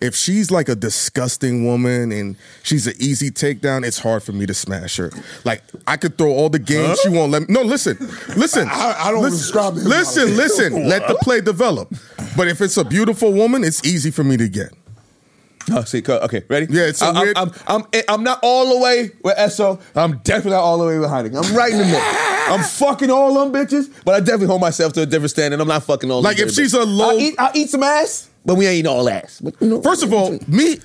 [SPEAKER 3] If she's like a disgusting woman and she's an easy takedown, it's hard for me to smash her. Like I could throw all the games, she won't let me. No, listen, listen.
[SPEAKER 2] I- I don't
[SPEAKER 3] listen,
[SPEAKER 2] subscribe to his
[SPEAKER 3] Listen,
[SPEAKER 2] model.
[SPEAKER 3] listen. let the play develop. But if it's a beautiful woman, it's easy for me to get.
[SPEAKER 6] Oh, see, co- okay, ready?
[SPEAKER 3] Yeah, it's a
[SPEAKER 6] I'm,
[SPEAKER 3] weird-
[SPEAKER 6] I'm, I'm, I'm, I'm not all the way with SO. I'm definitely not all the way with Hiding. I'm right in the middle. I'm fucking all them bitches, but I definitely hold myself to a different standard. I'm not fucking all.
[SPEAKER 3] Like,
[SPEAKER 6] them
[SPEAKER 3] if
[SPEAKER 6] dirty
[SPEAKER 3] she's
[SPEAKER 6] bitches.
[SPEAKER 3] a low-
[SPEAKER 6] I'll eat, I'll eat some ass, but we ain't all ass. But, you know,
[SPEAKER 3] First of all, me,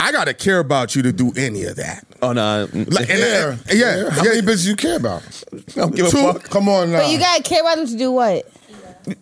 [SPEAKER 3] I gotta care about you to do any of that.
[SPEAKER 6] oh no,
[SPEAKER 3] Like, and-
[SPEAKER 2] Yeah,
[SPEAKER 3] and- yeah,
[SPEAKER 2] yeah. How
[SPEAKER 3] yeah.
[SPEAKER 2] many bitches you care about?
[SPEAKER 6] don't give a
[SPEAKER 2] Two?
[SPEAKER 6] fuck.
[SPEAKER 2] Come on now.
[SPEAKER 4] But you gotta care about them to do what?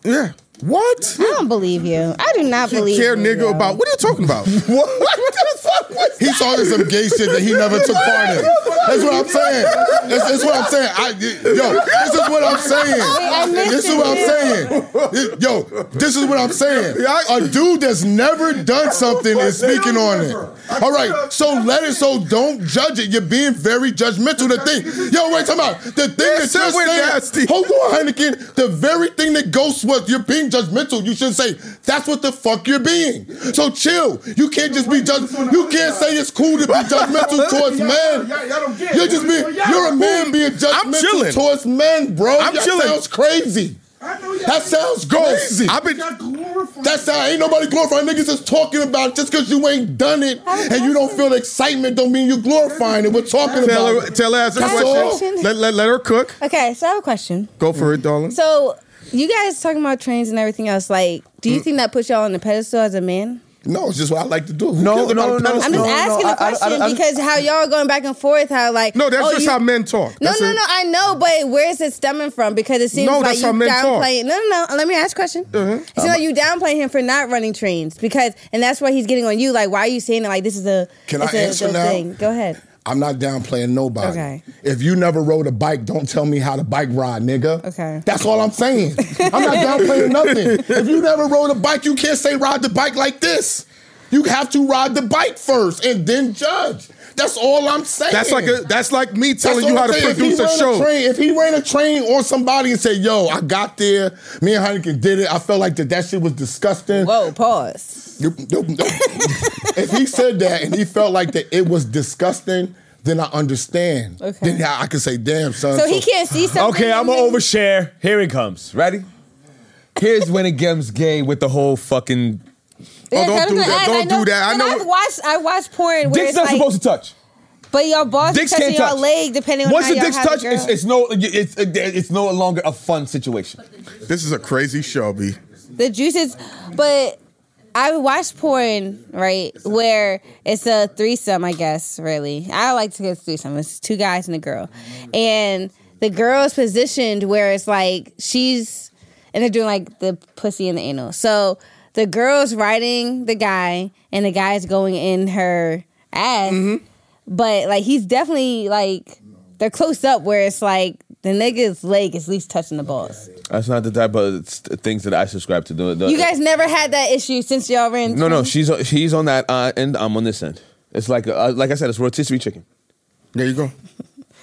[SPEAKER 3] yeah.
[SPEAKER 2] what?
[SPEAKER 4] I don't believe you. I do not believe
[SPEAKER 3] Care,
[SPEAKER 4] you,
[SPEAKER 3] nigga,
[SPEAKER 4] yo.
[SPEAKER 3] about what are you talking about?
[SPEAKER 2] What? the fuck was He talking some gay shit that he never took part in. That's what I'm saying. That's, that's what I'm saying. I, yo, this is what I'm
[SPEAKER 4] I
[SPEAKER 2] saying.
[SPEAKER 4] missed
[SPEAKER 2] This is
[SPEAKER 4] it,
[SPEAKER 2] what I'm
[SPEAKER 4] yeah.
[SPEAKER 2] saying. Yo, this is what I'm saying. A dude that's never done something is speaking on it. All right, so let it. So don't judge it. You're being very judgmental. The thing, yo, wait, time out. The thing that
[SPEAKER 3] said
[SPEAKER 2] you're
[SPEAKER 3] we're
[SPEAKER 2] saying,
[SPEAKER 3] nasty.
[SPEAKER 2] hold on, Heineken. The very thing that Ghost was, you're being judgmental. You should say that's what the fuck you're being. So chill. You can't just be judge. You can't say it's cool to be judgmental towards men.
[SPEAKER 1] Y'all- y'all don't get it.
[SPEAKER 2] You're just being. You're a man being
[SPEAKER 3] chilling.
[SPEAKER 2] judgmental towards men, bro.
[SPEAKER 3] I'm
[SPEAKER 2] That
[SPEAKER 3] chilling.
[SPEAKER 2] sounds crazy.
[SPEAKER 1] I know y'all-
[SPEAKER 2] That sounds crazy.
[SPEAKER 3] I've been
[SPEAKER 1] y'all glorifying-
[SPEAKER 2] That's how ain't nobody glorifying niggas is talking about it just because you ain't done it and you don't feel excitement don't mean you glorifying it. We're talking
[SPEAKER 3] tell her,
[SPEAKER 2] about it.
[SPEAKER 3] tell her ask her
[SPEAKER 2] That's
[SPEAKER 3] questions.
[SPEAKER 4] all.
[SPEAKER 3] Let, let, let her cook.
[SPEAKER 4] Okay, so I have a question.
[SPEAKER 3] Go for it, darling.
[SPEAKER 4] So you guys talking about trains and everything else? Like, do you think that puts y'all on the pedestal as a man?
[SPEAKER 2] No, it's just what I like to do. Who
[SPEAKER 6] No,
[SPEAKER 2] cares about
[SPEAKER 6] no,
[SPEAKER 2] a
[SPEAKER 6] no,
[SPEAKER 2] pedestal?
[SPEAKER 4] I'm just
[SPEAKER 6] No, no,
[SPEAKER 4] asking
[SPEAKER 6] I-
[SPEAKER 4] a
[SPEAKER 6] I- I-
[SPEAKER 4] question
[SPEAKER 6] I-
[SPEAKER 4] because how y'all going back and forth? How like
[SPEAKER 3] no, that's
[SPEAKER 4] oh,
[SPEAKER 3] just
[SPEAKER 4] you-
[SPEAKER 3] how men talk.
[SPEAKER 4] No,
[SPEAKER 3] That's
[SPEAKER 4] no,
[SPEAKER 3] it.
[SPEAKER 4] no. I know, but where is it stemming from? Because it seems
[SPEAKER 3] No,
[SPEAKER 4] like
[SPEAKER 3] that's
[SPEAKER 4] you
[SPEAKER 3] how men talk.
[SPEAKER 4] downplaying. No, no, no. Let me ask a question. It seems like you downplaying him for not running trains because, and that's why he's getting on you. Like, why are you saying that? Like, this is a
[SPEAKER 2] Can
[SPEAKER 4] it's
[SPEAKER 2] I
[SPEAKER 4] a-
[SPEAKER 2] answer
[SPEAKER 4] a
[SPEAKER 2] now?
[SPEAKER 4] Thing. Go ahead.
[SPEAKER 2] I'm not downplaying nobody.
[SPEAKER 4] Okay.
[SPEAKER 2] If you never rode a bike, don't tell me how to bike ride, nigga.
[SPEAKER 4] Okay.
[SPEAKER 2] That's all I'm saying. I'm not downplaying nothing. If you never rode a bike, you can't say ride the bike like this. You have to ride the bike first and then judge. That's all I'm saying.
[SPEAKER 3] That's like a, that's like me
[SPEAKER 2] That's
[SPEAKER 3] telling
[SPEAKER 2] all
[SPEAKER 3] you how
[SPEAKER 2] I'm
[SPEAKER 3] to
[SPEAKER 2] saying. If he
[SPEAKER 3] produce a
[SPEAKER 2] ran
[SPEAKER 3] show.
[SPEAKER 2] train- if he ran a train on somebody and said, "Yo, I got there, me and Heineken did it," I felt like that that shit was disgusting.
[SPEAKER 4] Whoa, pause.
[SPEAKER 2] Nope, nope, nope. if he said that and he felt like that it was disgusting, then I understand.
[SPEAKER 4] Okay.
[SPEAKER 2] Then I, I could say, damn, son.
[SPEAKER 4] So he can't see something.
[SPEAKER 6] Okay, I'm
[SPEAKER 4] in
[SPEAKER 6] gonna
[SPEAKER 4] you?
[SPEAKER 6] overshare. Here it comes. Ready? Here's when it gets gay with the whole fucking
[SPEAKER 4] Yeah,
[SPEAKER 3] Oh, don't
[SPEAKER 4] so I'm
[SPEAKER 3] do
[SPEAKER 4] gonna
[SPEAKER 3] that.
[SPEAKER 4] ask.
[SPEAKER 3] Don't
[SPEAKER 4] I know,
[SPEAKER 3] do that. I
[SPEAKER 4] and
[SPEAKER 3] know
[SPEAKER 4] I've
[SPEAKER 3] what-
[SPEAKER 4] watched. I watched porn where
[SPEAKER 6] dick's
[SPEAKER 4] it's
[SPEAKER 6] not
[SPEAKER 4] like,
[SPEAKER 6] supposed to touch.
[SPEAKER 4] but your balls
[SPEAKER 6] Dicks
[SPEAKER 4] is touching
[SPEAKER 6] can't
[SPEAKER 4] your
[SPEAKER 6] touch.
[SPEAKER 4] leg depending on
[SPEAKER 6] Once
[SPEAKER 4] how
[SPEAKER 6] the
[SPEAKER 4] y'all
[SPEAKER 6] dicks
[SPEAKER 4] have the
[SPEAKER 6] touch, it's,
[SPEAKER 4] girl.
[SPEAKER 6] it's no, it's it's no longer a fun situation.
[SPEAKER 3] This is a crazy show, B.
[SPEAKER 4] the juices but I watched porn, right, where it's a threesome, I guess, really. I like to get threesome. It's two guys and a girl. And the girl is positioned where it's like she's and they're doing like the pussy and the anal. So the girl's riding the guy and the guy's going in her ass. But like he's definitely like they're close up where it's like the nigga's leg is at least touching the balls.
[SPEAKER 6] That's not the type of st- things that I subscribe to.
[SPEAKER 3] Uh,
[SPEAKER 6] The- the-
[SPEAKER 4] You guys never had that issue since y'all ran.
[SPEAKER 6] no, no, she's she's on that uh, end. I'm on this end. It's like uh, like I said, it's rotisserie chicken.
[SPEAKER 3] There you go.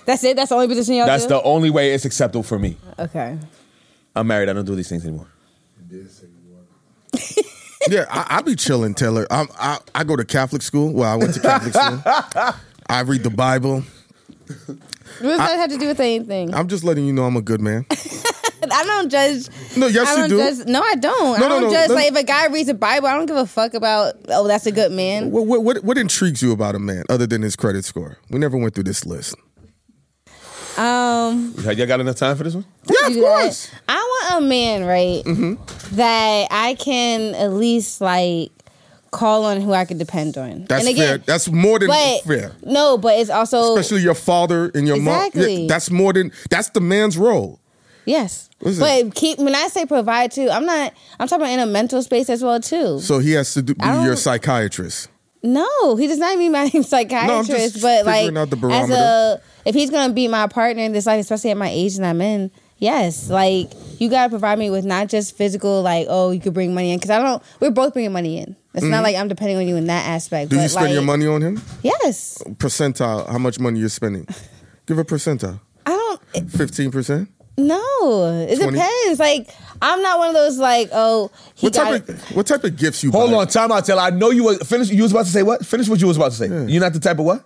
[SPEAKER 4] That's it. That's the only position y'all
[SPEAKER 6] That's
[SPEAKER 4] do.
[SPEAKER 6] the only way it's acceptable for me.
[SPEAKER 4] the okay.
[SPEAKER 6] I'm married. I don't do these things anymore.
[SPEAKER 3] Yeah, I, I be chilling, Taylor. I'm, I I go to Catholic school. Well, I went to Catholic school. I read the Bible.
[SPEAKER 4] What does that have to do with anything? I,
[SPEAKER 3] I'm just letting you know I'm a good man.
[SPEAKER 4] don't judge.
[SPEAKER 3] No, yes,
[SPEAKER 4] I
[SPEAKER 3] you
[SPEAKER 4] don't
[SPEAKER 3] do.
[SPEAKER 4] Judge, no, I don't.
[SPEAKER 3] No, no,
[SPEAKER 4] I don't
[SPEAKER 3] no,
[SPEAKER 4] judge.
[SPEAKER 3] no.
[SPEAKER 4] Like if a guy reads the Bible, I don't give a fuck about. Oh, that's a good man.
[SPEAKER 3] What, what what what intrigues you about a man other than his credit score? We never went through this list.
[SPEAKER 4] Um,
[SPEAKER 6] Y'all got enough time for this one?
[SPEAKER 3] Yeah,
[SPEAKER 4] you
[SPEAKER 3] of
[SPEAKER 4] do that.
[SPEAKER 3] course. Mm-hmm.
[SPEAKER 4] I want a man, right, that I can at least like call on who I can depend on.
[SPEAKER 3] That's
[SPEAKER 4] and again,
[SPEAKER 3] fair. That's more than
[SPEAKER 4] but
[SPEAKER 3] fair.
[SPEAKER 4] no, but it's also
[SPEAKER 3] Especially your father and your mom.
[SPEAKER 4] Exactly.
[SPEAKER 3] Yeah, That's more than that's the man's role.
[SPEAKER 4] Yes.
[SPEAKER 3] Listen.
[SPEAKER 4] But keep when I say provide too, I'm not I'm talking about in a mental space as well too.
[SPEAKER 3] So he has to do, be
[SPEAKER 4] I don't-
[SPEAKER 3] your psychiatrist.
[SPEAKER 4] No, he does not mean my psychiatrist, but like
[SPEAKER 3] figuring out the
[SPEAKER 4] as
[SPEAKER 3] barometer.
[SPEAKER 4] a if he's gonna be my partner in this life, especially at my age that I'm in, yes, like you gotta provide me with not just physical, like oh you could bring money in because I don't. We're both bringing money in. It's not like I'm depending on you in that
[SPEAKER 3] Mm-hmm.
[SPEAKER 4] aspect.
[SPEAKER 3] Do
[SPEAKER 4] but
[SPEAKER 3] you spend
[SPEAKER 4] like,
[SPEAKER 3] your money on him?
[SPEAKER 4] Yes,
[SPEAKER 3] Percentile. How much money you're spending? Give a percentile.
[SPEAKER 4] I don't. it-
[SPEAKER 3] Fifteen percent.
[SPEAKER 4] No, it
[SPEAKER 3] 20?
[SPEAKER 4] depends. Like I'm not one of those like oh he
[SPEAKER 3] What
[SPEAKER 4] got.
[SPEAKER 3] type of what type of gifts you?
[SPEAKER 7] Hold
[SPEAKER 3] buy?
[SPEAKER 7] on, time out, Taylor. I know you were finish. You was about to say what? Finish what you was about to say. You're not the type of what?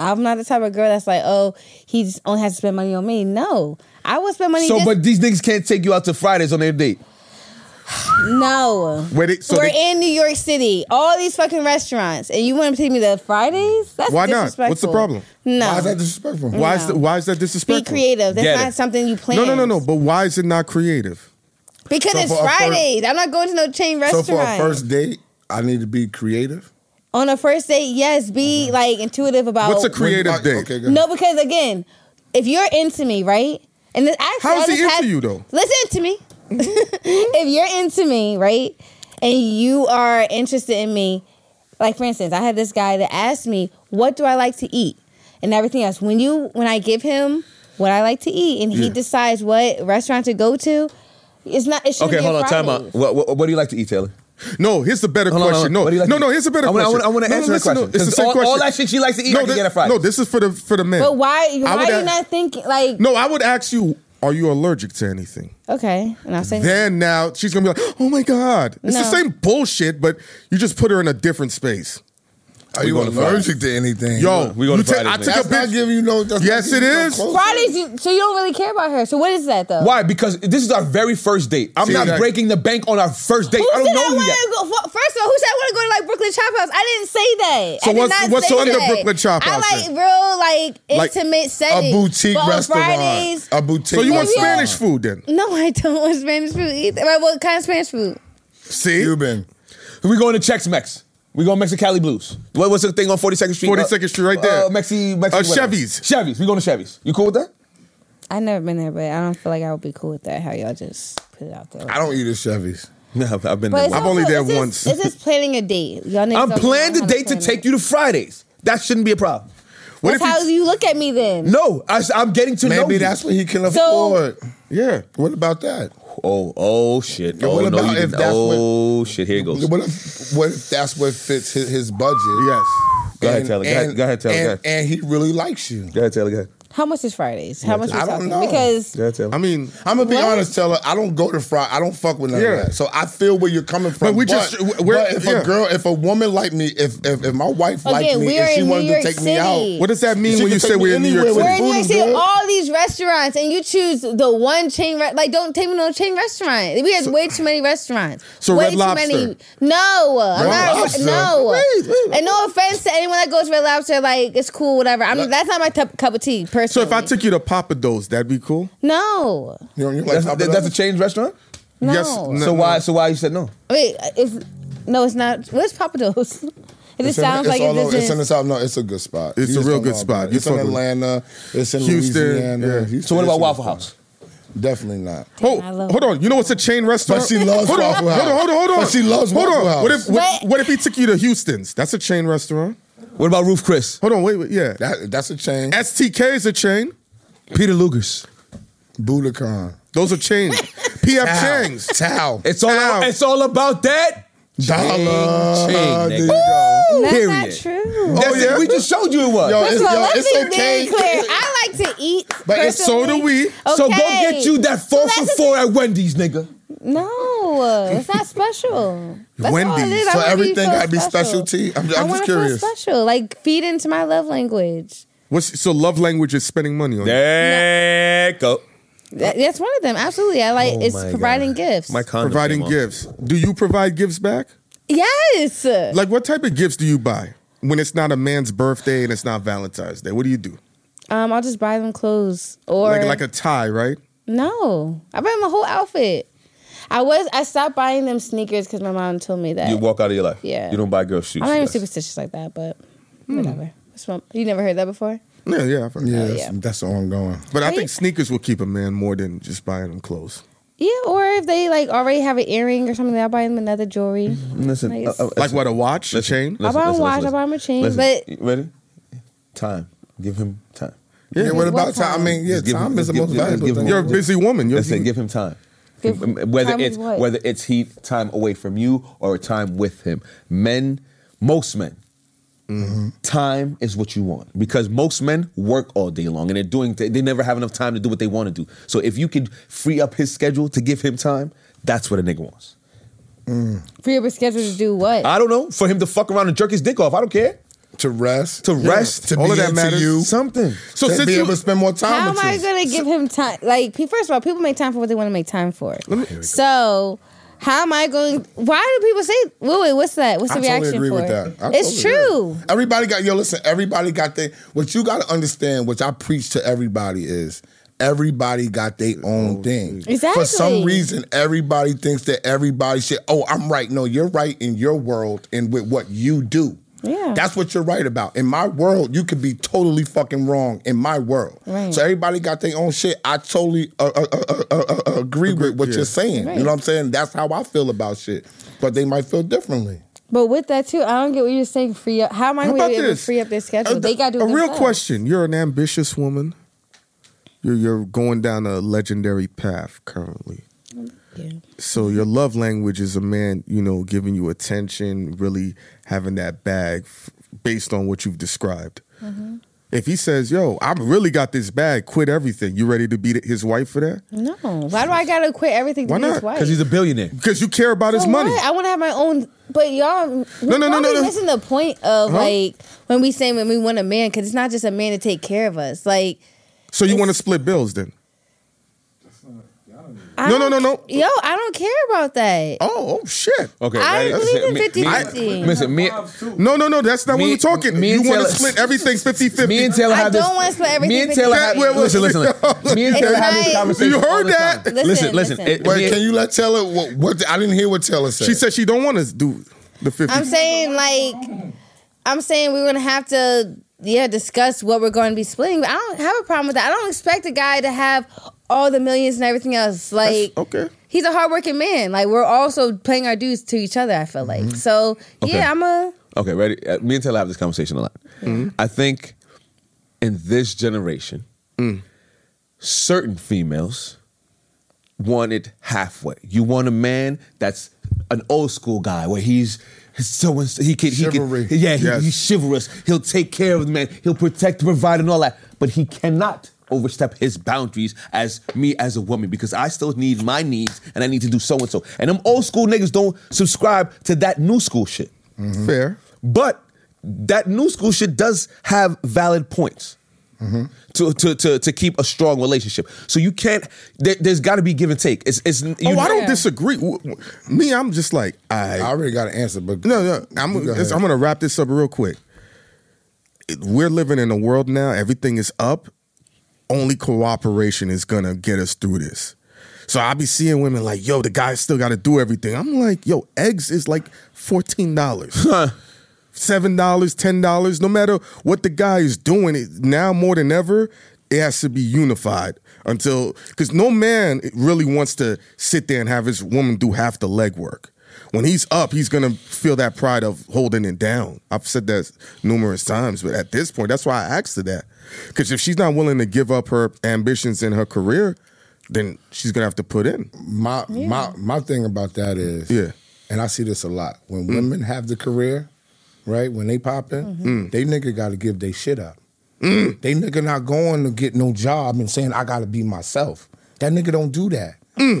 [SPEAKER 4] I'm not the type of girl that's like oh he just only has to spend money on me. No, I would spend money.
[SPEAKER 7] so,
[SPEAKER 4] just-
[SPEAKER 7] but these niggas can't take you out to Fridays on their date.
[SPEAKER 4] no.
[SPEAKER 3] Wait, it- so
[SPEAKER 4] We're
[SPEAKER 3] they-
[SPEAKER 4] in New York City, all these fucking restaurants, and you want to take me to Fridays? That's
[SPEAKER 3] Why not? What's the
[SPEAKER 4] disrespectful.
[SPEAKER 3] problem?
[SPEAKER 4] No, Mm.
[SPEAKER 2] Why is that disrespectful?
[SPEAKER 3] Why is
[SPEAKER 4] No.
[SPEAKER 3] that, why is that
[SPEAKER 4] be
[SPEAKER 3] disrespectful?
[SPEAKER 4] creative. That's
[SPEAKER 7] Get
[SPEAKER 4] not
[SPEAKER 7] it.
[SPEAKER 4] something you plan.
[SPEAKER 3] No, no, no, no. But why is it not creative?
[SPEAKER 4] Because
[SPEAKER 2] So
[SPEAKER 4] it's
[SPEAKER 2] for a fir-
[SPEAKER 4] Fridays. I'm not going to no chain
[SPEAKER 2] So
[SPEAKER 4] restaurant.
[SPEAKER 2] for a first date, I need to be creative.
[SPEAKER 4] On a first date, yes, be like intuitive about
[SPEAKER 3] Mm-hmm. What's a creative
[SPEAKER 2] When-
[SPEAKER 3] date?
[SPEAKER 2] Okay, good.
[SPEAKER 4] No, because again, if you're into me, right? And this, actually,
[SPEAKER 3] How is
[SPEAKER 4] I
[SPEAKER 3] he
[SPEAKER 4] just had-
[SPEAKER 3] into you, though?
[SPEAKER 4] Listen to me. if you're into me, right, and you are interested in me, like for instance, I had this guy that asked me, "What do I like to eat?" and everything else. When you when I give him what I like to eat, and he decides what restaurant to go to, it's not. It shouldn't
[SPEAKER 7] Okay,
[SPEAKER 4] be
[SPEAKER 7] hold on,
[SPEAKER 4] Fridays.
[SPEAKER 7] time out. What, what, what do you like to eat, Taylor?
[SPEAKER 3] No, here's the better
[SPEAKER 7] Hold on,
[SPEAKER 3] question.
[SPEAKER 7] hold on. What do
[SPEAKER 3] No,
[SPEAKER 7] you like
[SPEAKER 3] no,
[SPEAKER 7] to
[SPEAKER 3] no,
[SPEAKER 7] eat?
[SPEAKER 3] here's a better
[SPEAKER 7] I wanna- I
[SPEAKER 3] question.
[SPEAKER 7] wanna- I wanna
[SPEAKER 3] No, no,
[SPEAKER 7] answer that
[SPEAKER 3] listen, no,
[SPEAKER 7] question.
[SPEAKER 3] It's the
[SPEAKER 7] 'Cause
[SPEAKER 3] same
[SPEAKER 7] all- all
[SPEAKER 3] question.
[SPEAKER 7] that shit she likes to eat, I can
[SPEAKER 3] thi-
[SPEAKER 7] get at Fridays.
[SPEAKER 3] No, this is for the for the men.
[SPEAKER 4] But why? Why
[SPEAKER 3] I would
[SPEAKER 4] are you
[SPEAKER 3] a-
[SPEAKER 4] not thinking like?
[SPEAKER 3] No, I would ask you, are you allergic to anything?
[SPEAKER 4] Okay, and I'll say
[SPEAKER 3] Then now she's gonna be like, oh my god, it's the
[SPEAKER 4] No.
[SPEAKER 3] same bullshit, but you just put her in a different space.
[SPEAKER 2] Are you
[SPEAKER 7] going to
[SPEAKER 2] allergic to anything?
[SPEAKER 3] Yo,
[SPEAKER 7] we go to
[SPEAKER 3] you take-
[SPEAKER 7] Fridays, man.
[SPEAKER 3] I took
[SPEAKER 2] that's
[SPEAKER 3] a
[SPEAKER 2] not
[SPEAKER 3] bitch.
[SPEAKER 2] giving you no. That's
[SPEAKER 3] Yes,
[SPEAKER 2] not
[SPEAKER 3] it
[SPEAKER 2] giving you no
[SPEAKER 3] is.
[SPEAKER 2] close-
[SPEAKER 4] Fridays, you, so you don't really care about her. So what is that though?
[SPEAKER 7] Why? Because this is our very first date. I'm
[SPEAKER 3] See,
[SPEAKER 7] not
[SPEAKER 3] exactly.
[SPEAKER 7] breaking the bank on our first date.
[SPEAKER 4] Who
[SPEAKER 7] I
[SPEAKER 4] said
[SPEAKER 7] don't know
[SPEAKER 4] I
[SPEAKER 7] you
[SPEAKER 4] want
[SPEAKER 7] yet.
[SPEAKER 4] to go? fu- First of all, who said I want to go to like Brooklyn Chop House? I didn't say that.
[SPEAKER 3] So
[SPEAKER 4] I did
[SPEAKER 3] what's-
[SPEAKER 4] not
[SPEAKER 3] what's
[SPEAKER 4] say
[SPEAKER 3] under
[SPEAKER 4] that.
[SPEAKER 3] Brooklyn Chop House
[SPEAKER 4] I like
[SPEAKER 3] then?
[SPEAKER 4] real like
[SPEAKER 3] Like
[SPEAKER 4] intimate
[SPEAKER 2] A
[SPEAKER 4] setting.
[SPEAKER 2] boutique
[SPEAKER 4] But on
[SPEAKER 2] restaurant.
[SPEAKER 4] Fridays,
[SPEAKER 3] Uh,
[SPEAKER 2] a boutique.
[SPEAKER 3] So you want
[SPEAKER 4] Maybe
[SPEAKER 2] restaurant.
[SPEAKER 3] Spanish food then?
[SPEAKER 4] no, I don't want Spanish food either. Right, what kind of Spanish food?
[SPEAKER 3] See,
[SPEAKER 2] Cuban.
[SPEAKER 7] We going to Chex Mex. We going to Mexicali Blues. What, what's the thing on 42nd Street?
[SPEAKER 3] 42nd Street right there.
[SPEAKER 7] Uh, Mexi, Mexi
[SPEAKER 3] Uh,
[SPEAKER 7] whatever.
[SPEAKER 3] Chevy's.
[SPEAKER 7] Chevy's. We going to Chevy's. You cool with that?
[SPEAKER 4] I've never been there, but I don't feel like I would be cool with that. How y'all just put it out there?
[SPEAKER 2] I don't eat at Chevy's.
[SPEAKER 6] No, I've, I've been
[SPEAKER 4] But
[SPEAKER 6] there.
[SPEAKER 4] it's
[SPEAKER 3] I've
[SPEAKER 4] also-
[SPEAKER 3] only there
[SPEAKER 4] it's just-
[SPEAKER 3] once.
[SPEAKER 4] It's just planning a date. Y'all niggas
[SPEAKER 7] I'm
[SPEAKER 4] don't
[SPEAKER 7] planning the
[SPEAKER 4] know how to
[SPEAKER 7] date to
[SPEAKER 4] plan it.
[SPEAKER 7] take you to Fridays. That shouldn't be a problem.
[SPEAKER 3] What
[SPEAKER 4] That's
[SPEAKER 3] if
[SPEAKER 4] how
[SPEAKER 3] you-
[SPEAKER 4] you look at me then.
[SPEAKER 7] No, I, am getting to know
[SPEAKER 2] Maybe
[SPEAKER 7] you.
[SPEAKER 2] that's what he can
[SPEAKER 4] So-
[SPEAKER 2] afford.
[SPEAKER 3] yeah.
[SPEAKER 2] What about that?
[SPEAKER 6] Oh, oh shit.
[SPEAKER 2] Yeah,
[SPEAKER 6] Oh,
[SPEAKER 2] what
[SPEAKER 6] no,
[SPEAKER 2] about
[SPEAKER 6] you
[SPEAKER 2] if
[SPEAKER 6] didn't-
[SPEAKER 2] that's what-
[SPEAKER 6] oh shit, here it goes.
[SPEAKER 2] What if, what if that's what fits his, his budget?
[SPEAKER 3] Yes.
[SPEAKER 6] Go ahead, Taylor. Go ahead- go ahead, Taylor. Go
[SPEAKER 2] And,
[SPEAKER 6] ahead.
[SPEAKER 2] and he really likes you.
[SPEAKER 6] Go ahead, Taylor. Go ahead.
[SPEAKER 4] How much is Fridays? How much? we
[SPEAKER 2] I don't
[SPEAKER 4] talking?
[SPEAKER 2] know.
[SPEAKER 4] Because
[SPEAKER 6] Go ahead, Taylor.
[SPEAKER 3] I mean,
[SPEAKER 2] I'm gonna be
[SPEAKER 4] What?
[SPEAKER 2] honest, Taylor. I don't go to Fry. I don't fuck with none
[SPEAKER 3] Yeah.
[SPEAKER 2] of that. So I feel where you're coming from.
[SPEAKER 3] But we just- we're-
[SPEAKER 2] but if
[SPEAKER 3] yeah.
[SPEAKER 2] a girl, if a woman like me, if if, if my wife liked
[SPEAKER 4] Again,
[SPEAKER 2] me
[SPEAKER 4] we're
[SPEAKER 2] and she
[SPEAKER 4] in
[SPEAKER 2] wanted
[SPEAKER 4] New
[SPEAKER 2] to
[SPEAKER 4] York
[SPEAKER 2] take me
[SPEAKER 4] City.
[SPEAKER 2] out,
[SPEAKER 3] what does that mean
[SPEAKER 2] She
[SPEAKER 3] when
[SPEAKER 2] can
[SPEAKER 3] you
[SPEAKER 2] take
[SPEAKER 3] say
[SPEAKER 2] me
[SPEAKER 3] we're in New York
[SPEAKER 2] anywhere with it.
[SPEAKER 4] We're
[SPEAKER 2] food
[SPEAKER 3] City?
[SPEAKER 4] in New York
[SPEAKER 2] is
[SPEAKER 4] City,
[SPEAKER 2] good.
[SPEAKER 4] all these restaurants, and you choose the one chain. Re- like, don't take me to no chain restaurant. We have way too many restaurants.
[SPEAKER 3] So
[SPEAKER 4] way
[SPEAKER 3] Red
[SPEAKER 4] too
[SPEAKER 3] Lobster.
[SPEAKER 4] many. No, I'm
[SPEAKER 2] Red
[SPEAKER 4] not.
[SPEAKER 2] Lobster.
[SPEAKER 4] No, and no offense to anyone that goes to Red Lobster. Like, it's cool, whatever. I'm. that's not my tup- cup of tea, personally.
[SPEAKER 3] So if I took you to Papa Do's, that'd be cool.
[SPEAKER 4] no,
[SPEAKER 2] you know, you're like,
[SPEAKER 7] that's, that- that's a change restaurant?
[SPEAKER 4] no.
[SPEAKER 3] Yes, no.
[SPEAKER 7] so why so why you said no?
[SPEAKER 4] Wait, it's no, it's not. Where's Papa Do's? It
[SPEAKER 2] It's
[SPEAKER 4] just
[SPEAKER 2] in-
[SPEAKER 4] sounds
[SPEAKER 2] it's
[SPEAKER 4] like
[SPEAKER 2] all
[SPEAKER 4] it
[SPEAKER 2] over- it's in the
[SPEAKER 4] doesn't.
[SPEAKER 2] south. No, it's a good spot.
[SPEAKER 3] It's
[SPEAKER 2] You
[SPEAKER 3] a
[SPEAKER 2] just
[SPEAKER 3] real
[SPEAKER 2] don't
[SPEAKER 3] good
[SPEAKER 2] know
[SPEAKER 3] spot.
[SPEAKER 2] about it.
[SPEAKER 3] You
[SPEAKER 2] It's in
[SPEAKER 3] fuck with-
[SPEAKER 2] Atlanta. It's in
[SPEAKER 3] Houston,
[SPEAKER 2] Louisiana.
[SPEAKER 3] yeah.
[SPEAKER 2] Houston,
[SPEAKER 7] So what
[SPEAKER 2] it's a
[SPEAKER 7] about
[SPEAKER 2] good
[SPEAKER 7] Waffle
[SPEAKER 2] spot.
[SPEAKER 7] House?
[SPEAKER 2] Definitely not.
[SPEAKER 3] Oh,
[SPEAKER 4] I love
[SPEAKER 3] hold on. You know what's a chain restaurant?
[SPEAKER 2] But she loves
[SPEAKER 3] hold on,
[SPEAKER 2] Waffle House.
[SPEAKER 3] Hold on, hold on, hold on.
[SPEAKER 2] But she loves
[SPEAKER 3] hold
[SPEAKER 2] Waffle
[SPEAKER 3] on.
[SPEAKER 2] House.
[SPEAKER 3] What if what,
[SPEAKER 4] But-
[SPEAKER 3] what if he took you to Houston's? That's a chain restaurant.
[SPEAKER 7] What about Roof Chris?
[SPEAKER 3] Hold on, wait, wait, yeah.
[SPEAKER 2] That that's a chain.
[SPEAKER 3] STK is a chain.
[SPEAKER 7] Peter Luger's.
[SPEAKER 2] Budokan.
[SPEAKER 3] Those are chains. PF Chang's.
[SPEAKER 2] Tao.
[SPEAKER 7] It's all
[SPEAKER 3] Ow.
[SPEAKER 7] it's all about that.
[SPEAKER 2] Dollar.
[SPEAKER 7] Ching,
[SPEAKER 2] There you
[SPEAKER 7] nigga.
[SPEAKER 2] go.
[SPEAKER 4] That's not
[SPEAKER 7] Period.
[SPEAKER 4] true.
[SPEAKER 7] That's
[SPEAKER 2] yeah?
[SPEAKER 7] it. We just showed you it was.
[SPEAKER 2] Yo,
[SPEAKER 4] First
[SPEAKER 2] it's,
[SPEAKER 4] of all,
[SPEAKER 2] yo,
[SPEAKER 4] let's
[SPEAKER 2] it's
[SPEAKER 4] be very
[SPEAKER 2] okay.
[SPEAKER 4] clear. I like to eat,
[SPEAKER 2] But it's-
[SPEAKER 3] so do
[SPEAKER 4] personally.
[SPEAKER 3] we.
[SPEAKER 7] So go
[SPEAKER 4] Okay.
[SPEAKER 7] get you that four
[SPEAKER 4] So
[SPEAKER 7] for
[SPEAKER 4] that's the
[SPEAKER 7] four at Wendy's, nigga.
[SPEAKER 4] No, it's not special. That's all it
[SPEAKER 3] Wendy's.
[SPEAKER 4] is. I
[SPEAKER 2] So
[SPEAKER 4] wanna
[SPEAKER 2] everything
[SPEAKER 4] feel
[SPEAKER 2] gotta be specialty? I'm- I'm
[SPEAKER 4] I
[SPEAKER 2] just
[SPEAKER 4] wanna
[SPEAKER 2] curious.
[SPEAKER 4] Feel special, like feed into my love language.
[SPEAKER 3] What's, so love language is spending money on you.
[SPEAKER 7] There go.
[SPEAKER 4] That- that's one of them. Absolutely, I
[SPEAKER 2] Oh
[SPEAKER 4] like. it's
[SPEAKER 6] my
[SPEAKER 4] providing gifts.
[SPEAKER 6] My condom
[SPEAKER 3] Providing
[SPEAKER 6] came off.
[SPEAKER 3] gifts. Do you provide gifts back?
[SPEAKER 4] yes.
[SPEAKER 3] Like what type of gifts do you buy when it's not a man's birthday and it's not Valentine's Day? What do you do?
[SPEAKER 4] um, I'll just buy them clothes or
[SPEAKER 3] like like a tie, right?
[SPEAKER 4] no. I bought them a whole outfit. I was. I stopped buying them sneakers because my mom told me that.
[SPEAKER 6] You walk out of your life.
[SPEAKER 4] Yeah.
[SPEAKER 6] You don't buy girl shoes.
[SPEAKER 4] I'm not even
[SPEAKER 6] That's-
[SPEAKER 2] Hmm.
[SPEAKER 4] superstitious like that, but whatever. It's my- You never heard that before?
[SPEAKER 3] Yeah, yeah, I've heard.
[SPEAKER 2] Yeah,
[SPEAKER 4] Oh,
[SPEAKER 2] that's-
[SPEAKER 4] yeah.
[SPEAKER 2] that's ongoing.
[SPEAKER 3] But I
[SPEAKER 4] Right.
[SPEAKER 3] think sneakers will keep a man more than just buying them clothes.
[SPEAKER 4] Yeah, or if they like already have an earring or something, I'll buy them another jewelry.
[SPEAKER 2] Mm-hmm.
[SPEAKER 6] Listen,
[SPEAKER 4] Like-
[SPEAKER 6] uh, uh,
[SPEAKER 3] Like what, a watch, a chain?
[SPEAKER 4] I'll buy him a watch, I'll buy him a chain, but-
[SPEAKER 6] You ready? Time. Give him time.
[SPEAKER 2] Yeah, what
[SPEAKER 4] What
[SPEAKER 2] about time? I
[SPEAKER 4] time?
[SPEAKER 2] mean, yeah,
[SPEAKER 6] Just give
[SPEAKER 2] time
[SPEAKER 6] him-
[SPEAKER 2] is the
[SPEAKER 6] give-
[SPEAKER 2] most
[SPEAKER 6] give- just
[SPEAKER 2] valuable
[SPEAKER 6] give him-
[SPEAKER 2] thing.
[SPEAKER 3] You're a busy woman. You're,
[SPEAKER 6] That's it. Give him time.
[SPEAKER 4] Give-
[SPEAKER 6] um, whether
[SPEAKER 4] time is
[SPEAKER 6] it's
[SPEAKER 4] what?
[SPEAKER 6] whether it's he time away from you or time with him. Men, most men,
[SPEAKER 2] Mm-hmm.
[SPEAKER 6] time is what you want because most men work all day long and they're doing they never have enough time to do what they want to do. So if you could free up his schedule to give him time, that's what a nigga wants.
[SPEAKER 4] Free up your schedule to do what?
[SPEAKER 6] I don't know for him to fuck around and jerk his dick off. I don't care
[SPEAKER 2] to rest,
[SPEAKER 6] to rest.
[SPEAKER 2] to
[SPEAKER 6] all
[SPEAKER 2] be
[SPEAKER 6] of that
[SPEAKER 2] into
[SPEAKER 6] matters.
[SPEAKER 2] you.
[SPEAKER 6] Something.
[SPEAKER 2] So
[SPEAKER 3] So
[SPEAKER 2] to
[SPEAKER 3] since
[SPEAKER 2] be
[SPEAKER 3] you-
[SPEAKER 2] able to spend more time
[SPEAKER 4] How am
[SPEAKER 2] with
[SPEAKER 4] I
[SPEAKER 2] you.
[SPEAKER 4] gonna give him time? Like, pe- first of all, people make time for what they want to make time for. So, how am I going? Why do people say, "Wait, wait, what's that? What's the
[SPEAKER 2] I
[SPEAKER 4] reaction
[SPEAKER 2] totally agree
[SPEAKER 4] for?"
[SPEAKER 2] with
[SPEAKER 4] it?
[SPEAKER 2] that. I
[SPEAKER 4] it's
[SPEAKER 2] totally agree.
[SPEAKER 4] true.
[SPEAKER 2] Everybody got yo. Listen, everybody got their. What you got to understand, which I preach to everybody, is everybody got their
[SPEAKER 6] Oh,
[SPEAKER 2] own thing.
[SPEAKER 4] Exactly.
[SPEAKER 2] For some reason, everybody thinks that everybody should. Oh, I'm right. No, you're right in your world and with what you do.
[SPEAKER 4] Yeah.
[SPEAKER 2] That's what you're right about. In my world, you could be totally fucking wrong. In my world,
[SPEAKER 4] Right.
[SPEAKER 2] so everybody got their own shit. I totally uh, uh, uh, uh, uh, uh, agree with what
[SPEAKER 3] yeah.
[SPEAKER 2] you're saying. You
[SPEAKER 4] Right.
[SPEAKER 2] know what I'm saying? That's how I feel about shit. But they might feel differently.
[SPEAKER 4] But with that too, I don't get what you're saying. Free up. How am I
[SPEAKER 3] How
[SPEAKER 4] going
[SPEAKER 3] about
[SPEAKER 4] to be able to
[SPEAKER 3] this?
[SPEAKER 4] free up their schedule?
[SPEAKER 3] A-
[SPEAKER 4] they got to do
[SPEAKER 3] a
[SPEAKER 4] it
[SPEAKER 3] real
[SPEAKER 4] themselves.
[SPEAKER 3] question. You're an ambitious woman. You're you're going down a legendary path currently.
[SPEAKER 4] Yeah.
[SPEAKER 3] So your love language is a man, you know, giving you attention, really having that bag f- based on what you've described.
[SPEAKER 4] Mm-hmm.
[SPEAKER 3] If he says, "Yo, I really got this bag. Quit everything. You ready to be th- his wife for that?
[SPEAKER 4] No. Why do I got to quit everything to
[SPEAKER 3] Why
[SPEAKER 4] be his
[SPEAKER 3] not?
[SPEAKER 4] wife?
[SPEAKER 6] Because he's a billionaire.
[SPEAKER 3] Because you care about his
[SPEAKER 4] So
[SPEAKER 3] money."
[SPEAKER 4] what? I want to have my own. But y'all, no,
[SPEAKER 3] no, no, no, no.
[SPEAKER 4] Missing the point of
[SPEAKER 3] Huh?
[SPEAKER 4] like when we say when we want a man because it's not just a man to take care of us. Like
[SPEAKER 3] So you want to split bills then?
[SPEAKER 4] I
[SPEAKER 3] No, no,
[SPEAKER 4] don't-
[SPEAKER 3] no, no.
[SPEAKER 4] Yo, I don't care about that.
[SPEAKER 3] Oh, oh shit.
[SPEAKER 6] Okay,
[SPEAKER 4] I
[SPEAKER 6] right?
[SPEAKER 4] believe in
[SPEAKER 6] Me-
[SPEAKER 4] 50-50.
[SPEAKER 6] I- Listen, me,
[SPEAKER 3] No, no, no. That's not
[SPEAKER 6] Me-
[SPEAKER 3] what we're talking.
[SPEAKER 6] me
[SPEAKER 3] you
[SPEAKER 6] and
[SPEAKER 3] want to
[SPEAKER 6] Taylor-
[SPEAKER 3] split everything 50 50.
[SPEAKER 6] me and Taylor
[SPEAKER 4] I
[SPEAKER 6] have
[SPEAKER 4] don't
[SPEAKER 6] this.
[SPEAKER 4] wanna split everything
[SPEAKER 6] Me and
[SPEAKER 4] fifty
[SPEAKER 6] Taylor have
[SPEAKER 4] fifty.
[SPEAKER 6] this. Listen, listen. Me and
[SPEAKER 4] It's
[SPEAKER 6] Taylor have
[SPEAKER 4] like-
[SPEAKER 6] this conversation.
[SPEAKER 3] You heard
[SPEAKER 6] all the time.
[SPEAKER 3] that?
[SPEAKER 6] Listen, listen.
[SPEAKER 4] Listen,
[SPEAKER 6] It-
[SPEAKER 4] listen.
[SPEAKER 6] me
[SPEAKER 2] Wait,
[SPEAKER 6] and-
[SPEAKER 2] can you let Taylor what, what I didn't hear what Taylor said.
[SPEAKER 3] She said she don't want to do the 50
[SPEAKER 4] I'm saying like, I'm saying we're gonna have to yeah discuss what we're going to be splitting. But I don't have a problem with that. I don't expect a guy to have all the millions and everything else. Like
[SPEAKER 3] okay.
[SPEAKER 4] He's a hardworking man. Like we're also paying our dues to each other. I feel like
[SPEAKER 3] Mm-hmm.
[SPEAKER 4] so.
[SPEAKER 6] Okay.
[SPEAKER 4] Yeah, I'm a.
[SPEAKER 6] Okay, ready? Uh, me and Taylor have this conversation a lot. I think in this generation, certain females want it halfway. You want a man that's an old school guy where he's he's so ins- he can
[SPEAKER 2] Chivalry.
[SPEAKER 6] he can yeah he-
[SPEAKER 3] Yes.
[SPEAKER 6] he's chivalrous. He'll take care of the man. He'll protect, provide, and all that. But he cannot overstep his boundaries as me as a woman because I still need my needs and I need to do so and so. And them old school niggas don't subscribe to that new school shit.
[SPEAKER 3] Fair.
[SPEAKER 6] But that new school shit does have valid points to, to to to keep a strong relationship. So you can't. There, there's got to be give and take. It's it's. You
[SPEAKER 3] oh, I don't
[SPEAKER 4] Yeah.
[SPEAKER 3] disagree. W- w- Me, I'm just like, I.
[SPEAKER 2] I already got an answer, but
[SPEAKER 3] No, no. I'm,
[SPEAKER 2] You go ahead.
[SPEAKER 3] it's- I'm going to wrap this up real quick. It- We're living in a world now, everything is up. Only cooperation is going to get us through this. So I be seeing women like, yo, the guy still got to do everything. I'm like, yo, eggs is like $14. seven dollars, ten dollars, no matter what the guy is doing, it now more than ever, it has to be unified until because no man really wants to sit there and have his woman do half the legwork. When he's up, he's gonna feel that pride of holding it down. I've said that numerous times, but at this point, that's why I asked her that. Because if she's not willing to give up her ambitions in her career, then she's gonna have to put in.
[SPEAKER 2] my my my thing about that is
[SPEAKER 3] Yeah. Mm.
[SPEAKER 2] and I see this a lot when women have the career, right? When they pop in,
[SPEAKER 4] Mm-hmm.
[SPEAKER 2] they nigga got to give they shit up. They nigga not going to get no job and saying I got to be myself. That nigga don't do that.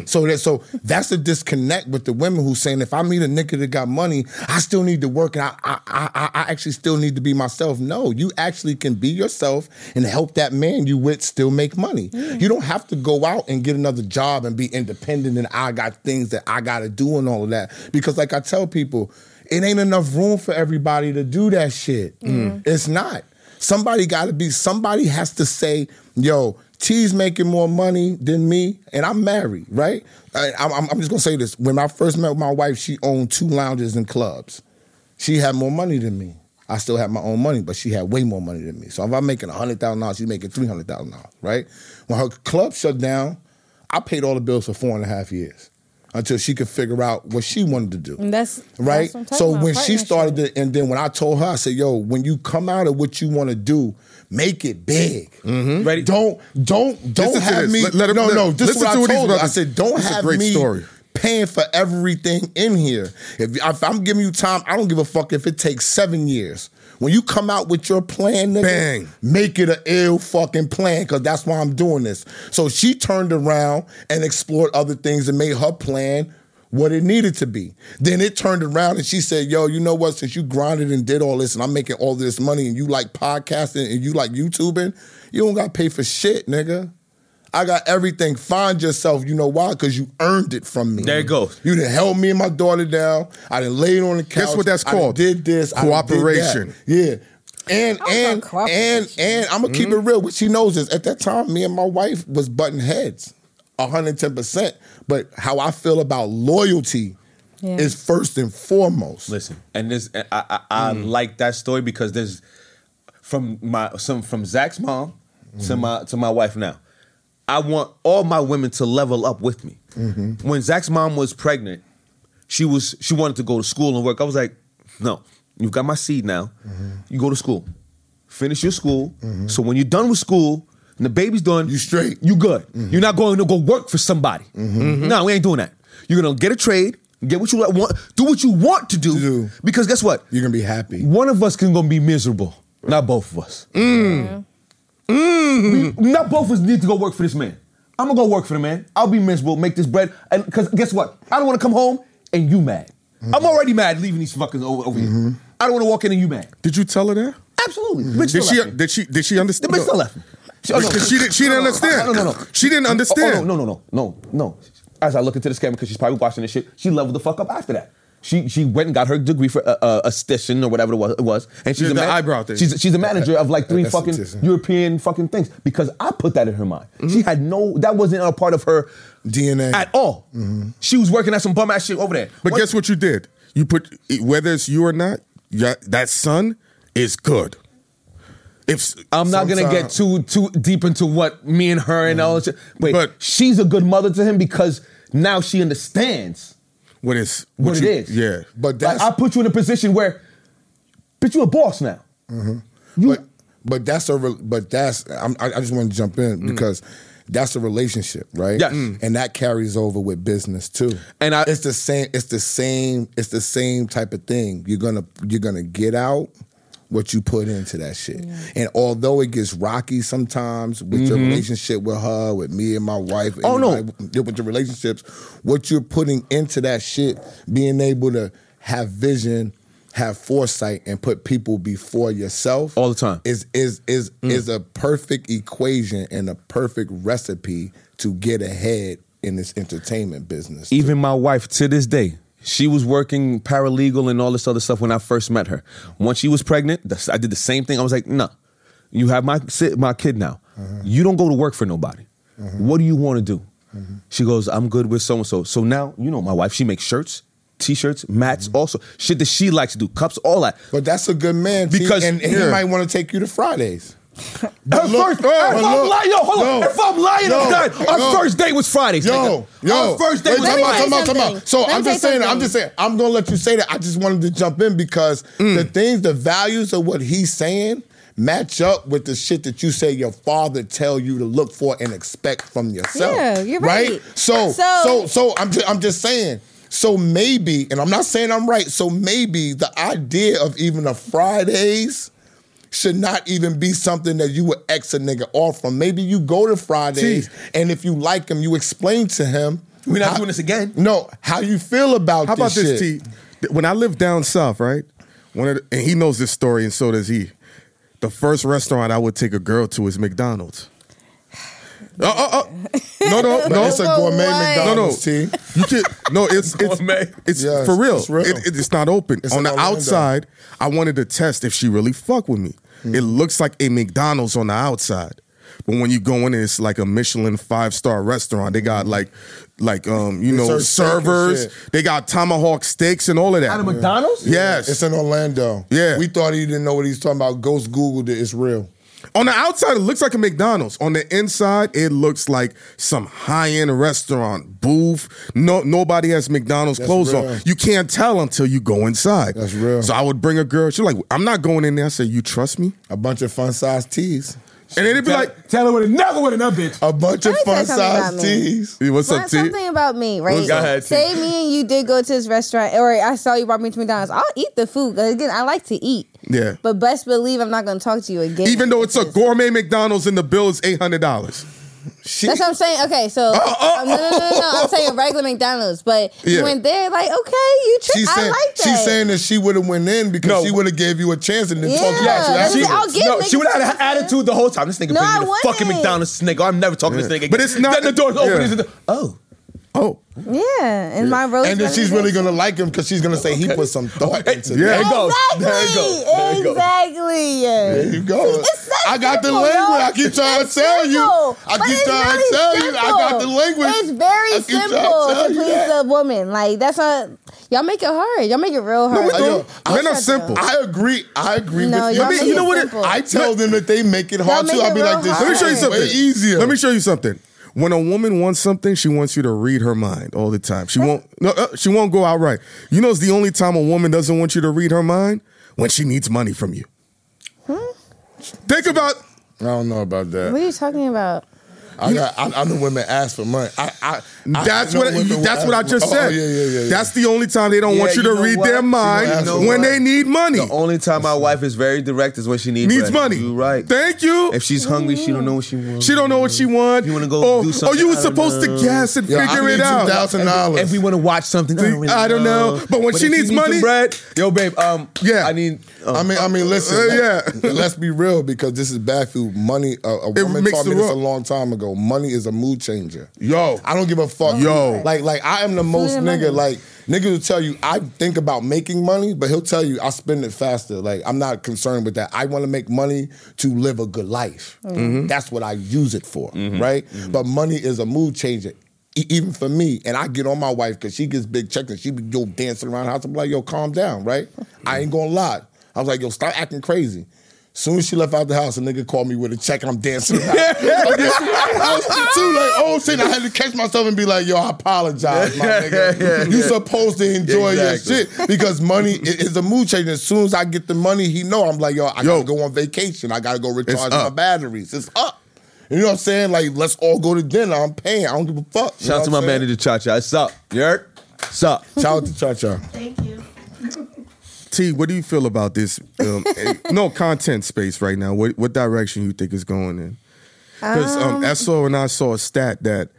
[SPEAKER 2] So that so that's a disconnect with the women who's saying if I meet a nigga that got money, I still need to work and I I, I I- I actually still need to be myself. No, you actually can be yourself and help that man you with still make money. You don't have to go out and get another job and be independent and I got things that I gotta do and all of that. Because like I tell people, it ain't enough room for everybody to do that shit. It's not. Somebody got to be. Somebody has to say, "Yo, T's making more money than me, and I'm married, right?" I, I'm, I'm- I'm just gonna say this: When I first met my wife, she owned two lounges and clubs. She had more money than me. I still had my own money, but she had way more money than me. So if I'm making hundred thousand dollars, she's making three hundred thousand dollars, right? When her club shut down, I paid all the bills for four and a half years until she could figure out what she wanted to do
[SPEAKER 4] And that's
[SPEAKER 2] right?
[SPEAKER 4] that's what I'm talking
[SPEAKER 2] So
[SPEAKER 4] about,
[SPEAKER 2] when she
[SPEAKER 4] partnership.
[SPEAKER 2] started, to, and then when I told her, I said, "Yo, when you come out of what you want to do, make it big.
[SPEAKER 6] Ready?
[SPEAKER 2] Don't, don't, don't
[SPEAKER 3] Mm-hmm. Listen to
[SPEAKER 2] have
[SPEAKER 3] this.
[SPEAKER 2] me.
[SPEAKER 3] Let- let 'em-
[SPEAKER 2] no,
[SPEAKER 3] let-
[SPEAKER 2] no. This is
[SPEAKER 3] listen
[SPEAKER 2] what
[SPEAKER 3] to
[SPEAKER 2] I
[SPEAKER 3] what these
[SPEAKER 2] told her. I
[SPEAKER 3] brothers-
[SPEAKER 2] said, don't
[SPEAKER 3] this is a
[SPEAKER 2] have
[SPEAKER 3] great
[SPEAKER 2] me
[SPEAKER 3] story.
[SPEAKER 2] paying for everything in here. If, if I'm giving you time, I don't give a fuck if it takes seven years." When you come out with your plan, nigga,
[SPEAKER 3] Bang.
[SPEAKER 2] make it an ill fucking plan because that's why I'm doing this. So she turned around and explored other things and made her plan what it needed to be. Then it turned around and she said, Yo, you know what? Since you grinded and did all this and I'm making all this money and you like podcasting and you like YouTubing, you don't got to pay for shit, nigga. I got everything. Find yourself. You know why? Because you earned it from me.
[SPEAKER 6] There it goes.
[SPEAKER 2] You done held me and my daughter down. I done laid on the couch.
[SPEAKER 3] Guess what that's
[SPEAKER 2] I done
[SPEAKER 3] called?
[SPEAKER 2] did this. I done did that.
[SPEAKER 3] Cooperation.
[SPEAKER 2] Yeah. And
[SPEAKER 4] about
[SPEAKER 2] and and
[SPEAKER 4] cooperation?
[SPEAKER 2] and I'm gonna keep it real. What she knows is at that time, me and my wife was butting heads, 110. percent But how I feel about loyalty
[SPEAKER 4] Yeah.
[SPEAKER 2] is first and foremost.
[SPEAKER 6] Listen, and this I I, I
[SPEAKER 3] Mm.
[SPEAKER 6] like that story because there's from my some from Zach's mom
[SPEAKER 3] Mm-hmm.
[SPEAKER 6] to my to my wife now. I want all my women to level up with me.
[SPEAKER 3] Mm-hmm.
[SPEAKER 6] When Zach's mom was pregnant, she was she wanted to go to school and work. I was like, no, you've got my seed now.
[SPEAKER 2] Mm-hmm.
[SPEAKER 6] You go to school, finish your school. So when you're done with school. And the baby's done.
[SPEAKER 2] You straight. Mm-hmm.
[SPEAKER 6] You good. You're not going to go work for somebody. No, we ain't doing that. You're gonna get a trade, get what you want, do what you want to do.
[SPEAKER 2] Do.
[SPEAKER 6] Because guess what?
[SPEAKER 2] You're gonna be happy.
[SPEAKER 6] One of us can gonna be miserable. Not both of us. We- not both of us need to go work for this man. I'm gonna go work for the man. I'll be miserable, make this bread. And because guess what? I don't wanna come home and you mad. I'm already mad leaving these fuckers over, over here. I don't wanna walk in and you mad.
[SPEAKER 3] Did you tell her that?
[SPEAKER 6] Absolutely. Bitch
[SPEAKER 3] Did
[SPEAKER 6] still
[SPEAKER 3] she?
[SPEAKER 6] left me.
[SPEAKER 3] Did she? Did she
[SPEAKER 6] The
[SPEAKER 3] understand?
[SPEAKER 6] bitch still left me. oh, no.
[SPEAKER 3] Because she didn't. She didn't understand.
[SPEAKER 6] No, no, no.
[SPEAKER 3] She didn't understand.
[SPEAKER 6] Oh, no, no, no, no, no, no. As I look into this camera, because she's probably watching this shit, she leveled the fuck up after that. She she went and got her degree for uh, uh, esthetician or whatever it was. It was. And she's
[SPEAKER 3] Yeah,
[SPEAKER 6] a
[SPEAKER 3] the
[SPEAKER 6] man-
[SPEAKER 3] eyebrow thing.
[SPEAKER 6] She's, she's a manager of like three fucking
[SPEAKER 2] Esthetician.
[SPEAKER 6] European fucking things because I put that in her mind.
[SPEAKER 3] Mm-hmm.
[SPEAKER 6] She had no, that wasn't a part of her
[SPEAKER 2] DNA.
[SPEAKER 6] at all. She was working at some bum ass shit over there.
[SPEAKER 3] Mm-hmm. But
[SPEAKER 6] What-
[SPEAKER 3] guess what you did? You put whether it's you or not. Yeah, that son is good. If
[SPEAKER 6] I'm not gonna get
[SPEAKER 3] sometime-
[SPEAKER 6] too too deep into what me and her and all that shit. Wait,
[SPEAKER 3] But-
[SPEAKER 6] Mm. but she's a good mother to him because now she understands.
[SPEAKER 3] what is
[SPEAKER 6] What it
[SPEAKER 3] you-
[SPEAKER 6] is.
[SPEAKER 3] Yeah,
[SPEAKER 2] But
[SPEAKER 6] Like,
[SPEAKER 2] that's
[SPEAKER 6] I put you in a position where, bitch, you a boss now.
[SPEAKER 2] but but that's a re- but that's I'm, I, I just want to jump in because that's a relationship, right?
[SPEAKER 6] Mm. Yes. Mm.
[SPEAKER 2] and that carries over with business too.
[SPEAKER 6] And I-
[SPEAKER 2] it's the same. It's the same. It's the same type of thing. You're gonna you're gonna get out what you put into that shit. And although it gets rocky sometimes with your relationship with her, with me and my wife, and
[SPEAKER 6] Mm-hmm. Oh, no.
[SPEAKER 2] my- with your relationships, what you're putting into that shit, being able to have vision, have foresight, and put people before yourself
[SPEAKER 6] All the time.
[SPEAKER 2] is is is
[SPEAKER 6] Mm.
[SPEAKER 2] is a perfect equation and a perfect recipe to get ahead in this entertainment business.
[SPEAKER 6] Even my wife to this day, she was working paralegal and all this other stuff when I first met her. Once she was pregnant, the- I did the same thing. I was like, no, you have my si- my kid now.
[SPEAKER 2] Uh-huh.
[SPEAKER 6] You don't go to work for nobody. What do you want to do? She goes, I'm good with so and so. So now you know my wife. She makes shirts, t-shirts, mats,
[SPEAKER 2] Uh-huh.
[SPEAKER 6] also shit that she likes to do, cups, all that.
[SPEAKER 2] But that's a good man T,
[SPEAKER 6] Because-
[SPEAKER 2] and, and
[SPEAKER 6] yeah.
[SPEAKER 2] he might want to take you to Fridays.
[SPEAKER 6] Her first, if
[SPEAKER 2] but
[SPEAKER 6] I'm
[SPEAKER 2] look,
[SPEAKER 6] lying, yo, hold on.
[SPEAKER 2] yo,
[SPEAKER 6] if I'm lying, I'm
[SPEAKER 2] yo,
[SPEAKER 6] done. Our
[SPEAKER 2] yo.
[SPEAKER 6] first date was Fridays.
[SPEAKER 2] Yo,
[SPEAKER 6] nigga.
[SPEAKER 2] yo.
[SPEAKER 6] Our first date
[SPEAKER 2] Wait,
[SPEAKER 6] was
[SPEAKER 2] time out,
[SPEAKER 4] me
[SPEAKER 6] Fridays.
[SPEAKER 4] tell you
[SPEAKER 2] time out, time out.
[SPEAKER 4] something.
[SPEAKER 2] So
[SPEAKER 4] Let me
[SPEAKER 2] I'm
[SPEAKER 4] tell
[SPEAKER 2] just
[SPEAKER 4] you
[SPEAKER 2] saying, I'm
[SPEAKER 4] something.
[SPEAKER 2] just saying, I'm gonna let you say that. I just wanted to jump in because
[SPEAKER 6] Mm.
[SPEAKER 2] the things, the values of what he's saying match up with the shit that you say your father tell you to look for and expect from yourself.
[SPEAKER 4] Yeah, you're right.
[SPEAKER 2] So, so,
[SPEAKER 4] So-
[SPEAKER 2] so, I'm just, I'm just saying. So maybe, and I'm not saying I'm right. So maybe the idea of even a Fridays should not even be something that you would X a nigga off from. Maybe you go to Fridays,
[SPEAKER 3] See.
[SPEAKER 2] and if you like him, you explain to him.
[SPEAKER 6] We're not
[SPEAKER 2] how-
[SPEAKER 6] doing this again.
[SPEAKER 2] No, how you feel about
[SPEAKER 3] How about this,
[SPEAKER 2] shit.
[SPEAKER 3] T? Th- When I lived down south, right? One of the, and he knows this story, and so does he. The first restaurant I would take a girl to is McDonald's. Uh, uh, uh. No, no,
[SPEAKER 2] No,
[SPEAKER 3] no.
[SPEAKER 2] it's a
[SPEAKER 4] But
[SPEAKER 2] gourmet
[SPEAKER 4] why?
[SPEAKER 3] no, no.
[SPEAKER 2] McDonald's. T.
[SPEAKER 3] You can no. It's it's
[SPEAKER 6] Gourmet.
[SPEAKER 3] it's
[SPEAKER 2] Yes,
[SPEAKER 3] for real.
[SPEAKER 2] it's real.
[SPEAKER 3] It- it- it's not open.
[SPEAKER 2] It's
[SPEAKER 3] On
[SPEAKER 2] in
[SPEAKER 3] the
[SPEAKER 2] Orlando.
[SPEAKER 3] outside,
[SPEAKER 2] Hmm.
[SPEAKER 3] I wanted to test if she really fuck with me. It looks like a McDonald's on the outside. But when you go in, it's like a Michelin five star restaurant. They got like, like um, you know,
[SPEAKER 2] serve steak and
[SPEAKER 3] servers.
[SPEAKER 2] shit.
[SPEAKER 3] They got tomahawk steaks and all of that.
[SPEAKER 7] Out of McDonald's?
[SPEAKER 3] Yes,
[SPEAKER 2] It's in Orlando.
[SPEAKER 3] Yeah.
[SPEAKER 2] We thought he didn't know what he's talking about. Ghost Googled it. It's real.
[SPEAKER 3] On the outside, it looks like a McDonald's. On the inside, it looks like some high end restaurant booth. No, nobody has McDonald's
[SPEAKER 2] That's
[SPEAKER 3] clothes
[SPEAKER 2] real.
[SPEAKER 3] on. You can't tell until you go inside.
[SPEAKER 2] That's real.
[SPEAKER 3] So I would bring a girl. She's like, "I'm not going in there." I said, "You trust me?"
[SPEAKER 2] A bunch of fun sized tees.
[SPEAKER 3] And it'd be like,
[SPEAKER 7] Taylor would have never would have done, bitch.
[SPEAKER 2] A bunch of
[SPEAKER 4] Let me tell
[SPEAKER 2] fun
[SPEAKER 4] you something
[SPEAKER 2] sized
[SPEAKER 4] about me.
[SPEAKER 2] tees.
[SPEAKER 3] "Hey, "What's
[SPEAKER 4] Learn
[SPEAKER 3] up, T?"
[SPEAKER 4] something about me, right?
[SPEAKER 7] Go ahead, T.
[SPEAKER 4] Say me and you did go to this restaurant, or I saw you brought me to McDonald's. I'll eat the food 'cause again. I like to eat,
[SPEAKER 3] Yeah.
[SPEAKER 4] but best believe I'm not going to talk to you again.
[SPEAKER 3] Even though it's a gourmet McDonald's and the bill is eight hundred dollars.
[SPEAKER 4] That's what I'm saying. Okay, so um, no, no, no, no, no. I'm saying regular McDonald's, but
[SPEAKER 3] Yeah.
[SPEAKER 4] you went there like, okay, you tri-
[SPEAKER 2] She's saying,
[SPEAKER 4] I like that.
[SPEAKER 2] she's saying that she would have went in because
[SPEAKER 7] No.
[SPEAKER 2] she would have gave you a chance and then
[SPEAKER 4] Yeah,
[SPEAKER 2] talked about you
[SPEAKER 4] that's-
[SPEAKER 2] afterwards.
[SPEAKER 4] I'll give
[SPEAKER 7] no,
[SPEAKER 4] niggas
[SPEAKER 7] she would have had
[SPEAKER 4] chances, man.
[SPEAKER 7] an attitude the whole time. This nigga
[SPEAKER 4] No,
[SPEAKER 7] bring me
[SPEAKER 4] I
[SPEAKER 7] to fucking
[SPEAKER 4] wouldn't.
[SPEAKER 7] McDonald's, nigga. I'm never talking to this nigga. Again.
[SPEAKER 3] But it's not-
[SPEAKER 7] Then the door's open.
[SPEAKER 3] Yeah.
[SPEAKER 7] he's in the- oh,
[SPEAKER 3] Oh,
[SPEAKER 4] yeah, and my rose.
[SPEAKER 2] And then
[SPEAKER 4] better
[SPEAKER 2] she's
[SPEAKER 4] than
[SPEAKER 2] really
[SPEAKER 4] his.
[SPEAKER 2] gonna like him because she's gonna say he put some thought into
[SPEAKER 3] Yeah.
[SPEAKER 2] that.
[SPEAKER 3] There it goes.
[SPEAKER 4] Exactly.
[SPEAKER 7] There it goes. There it goes.
[SPEAKER 4] Exactly.
[SPEAKER 2] There you go.
[SPEAKER 4] It's that
[SPEAKER 2] I got the
[SPEAKER 4] simple,
[SPEAKER 2] language.
[SPEAKER 4] yo.
[SPEAKER 2] I keep trying
[SPEAKER 4] It's
[SPEAKER 2] to tell you.
[SPEAKER 4] simple,
[SPEAKER 2] I
[SPEAKER 4] but
[SPEAKER 2] keep
[SPEAKER 4] it's
[SPEAKER 2] trying
[SPEAKER 4] really
[SPEAKER 2] to tell you. I got the
[SPEAKER 4] simple.
[SPEAKER 2] language.
[SPEAKER 4] It's very
[SPEAKER 2] I keep trying to
[SPEAKER 4] simple
[SPEAKER 2] tell
[SPEAKER 4] to
[SPEAKER 2] you
[SPEAKER 4] please
[SPEAKER 2] that.
[SPEAKER 4] a woman. Like that's not y'all make it hard. Y'all make it real hard.
[SPEAKER 2] we
[SPEAKER 4] Like,
[SPEAKER 2] don't.
[SPEAKER 4] y'all
[SPEAKER 2] Men
[SPEAKER 4] shut
[SPEAKER 3] are
[SPEAKER 4] the-
[SPEAKER 3] simple.
[SPEAKER 2] I agree. I agree
[SPEAKER 4] No,
[SPEAKER 2] with you.
[SPEAKER 4] y'all
[SPEAKER 2] I mean,
[SPEAKER 4] make
[SPEAKER 2] you
[SPEAKER 4] it
[SPEAKER 2] know what?
[SPEAKER 4] simple.
[SPEAKER 2] I tell them that they make it hard
[SPEAKER 4] Y'all
[SPEAKER 2] too.
[SPEAKER 4] make
[SPEAKER 2] I'll be
[SPEAKER 4] it
[SPEAKER 2] like,
[SPEAKER 4] real
[SPEAKER 2] this
[SPEAKER 4] hard.
[SPEAKER 3] Let me show you
[SPEAKER 2] is
[SPEAKER 3] something.
[SPEAKER 2] way easier.
[SPEAKER 3] Let me show you something. When a woman wants something, she wants you to read her mind all the time. She won't. No, uh, she won't go outright. You know, it's the only time a woman doesn't want you to read her mind when she needs money from you. Think about.
[SPEAKER 2] I don't know about
[SPEAKER 4] What
[SPEAKER 2] that.
[SPEAKER 4] are you talking about?
[SPEAKER 2] I got. I, I know women ask for money. I. I I
[SPEAKER 3] That's
[SPEAKER 2] know
[SPEAKER 3] what.
[SPEAKER 2] women will
[SPEAKER 3] That's what I
[SPEAKER 2] ask
[SPEAKER 3] just
[SPEAKER 2] for-
[SPEAKER 3] said.
[SPEAKER 2] Oh, yeah, yeah, yeah, yeah.
[SPEAKER 3] That's the only time they don't
[SPEAKER 7] Yeah,
[SPEAKER 3] want you,
[SPEAKER 7] you
[SPEAKER 3] to
[SPEAKER 7] know
[SPEAKER 3] read
[SPEAKER 7] what?
[SPEAKER 3] their
[SPEAKER 7] You
[SPEAKER 3] mind
[SPEAKER 2] know
[SPEAKER 3] when
[SPEAKER 7] what?
[SPEAKER 3] they need money.
[SPEAKER 7] the only time my wife is very direct is when she needs,
[SPEAKER 3] Needs money.
[SPEAKER 7] You right?
[SPEAKER 3] Thank you.
[SPEAKER 7] If she's hungry, she don't know what she wants.
[SPEAKER 3] she don't know what she wants.
[SPEAKER 7] You wanna go
[SPEAKER 3] Oh,
[SPEAKER 7] do
[SPEAKER 3] oh,
[SPEAKER 7] something?
[SPEAKER 3] you were
[SPEAKER 7] I don't
[SPEAKER 3] supposed to
[SPEAKER 7] know.
[SPEAKER 3] guess and
[SPEAKER 2] Yo, I
[SPEAKER 3] figure
[SPEAKER 2] need
[SPEAKER 3] it out.
[SPEAKER 2] Two thousand
[SPEAKER 7] If
[SPEAKER 2] dollars.
[SPEAKER 7] we want to watch something, I don't, really
[SPEAKER 3] I don't know. But when she
[SPEAKER 7] if
[SPEAKER 3] needs money-
[SPEAKER 7] some bread, yo, babe. Um,
[SPEAKER 3] Yeah.
[SPEAKER 7] I need.
[SPEAKER 2] I mean, I mean, listen.
[SPEAKER 3] Uh,
[SPEAKER 2] let-
[SPEAKER 3] yeah.
[SPEAKER 2] let's be real because this is bad food. Money. A, a
[SPEAKER 3] It
[SPEAKER 2] woman
[SPEAKER 3] makes
[SPEAKER 2] taught me
[SPEAKER 3] the
[SPEAKER 2] this a
[SPEAKER 3] world-
[SPEAKER 2] long time ago. Money is a mood changer.
[SPEAKER 3] Yo,
[SPEAKER 2] I don't give a fuck.
[SPEAKER 3] Yo.
[SPEAKER 2] like, like I am the most
[SPEAKER 4] and money.
[SPEAKER 2] nigga. Like, niggas will tell you I think about making money, but he'll tell you I spend it faster. Like, I'm not concerned with that. I want to make money to live a good life.
[SPEAKER 4] Mm-hmm.
[SPEAKER 2] Mm-hmm. That's what I use it for,
[SPEAKER 3] Mm-hmm.
[SPEAKER 2] right? But money is a mood changer. E- Even for me, and I get on my wife because she gets big checks and she be yo dancing around the house. I'm like, yo, calm down, right? I ain't gonna lie. I was like, yo, stop acting crazy. Soon as she left out the house, a nigga called me with a check. I'm dancing around. I'm dancing around the house too. Like, oh shit, I had to catch myself and be like, yo, I apologize, my nigga. You supposed to enjoy
[SPEAKER 7] Exactly.
[SPEAKER 2] your shit because money i- is a mood changer. As soon as I get the money, he know I'm like, yo, I
[SPEAKER 3] Yo.
[SPEAKER 2] gotta go on vacation. I gotta go recharge my
[SPEAKER 3] up.
[SPEAKER 2] batteries. It's up. You know what I'm saying? Like, let's all go to dinner. I'm paying. I don't give a fuck. You
[SPEAKER 7] Shout out
[SPEAKER 2] know
[SPEAKER 7] to my
[SPEAKER 2] what I'm saying?
[SPEAKER 7] manager, Cha Cha. It's up. You heard? It's up.
[SPEAKER 2] Shout out to Cha Cha.
[SPEAKER 5] Thank you.
[SPEAKER 3] T, what do you feel about this? Um, eh, no content space right now. What what direction you think is going in? Because um, SO and I saw a stat that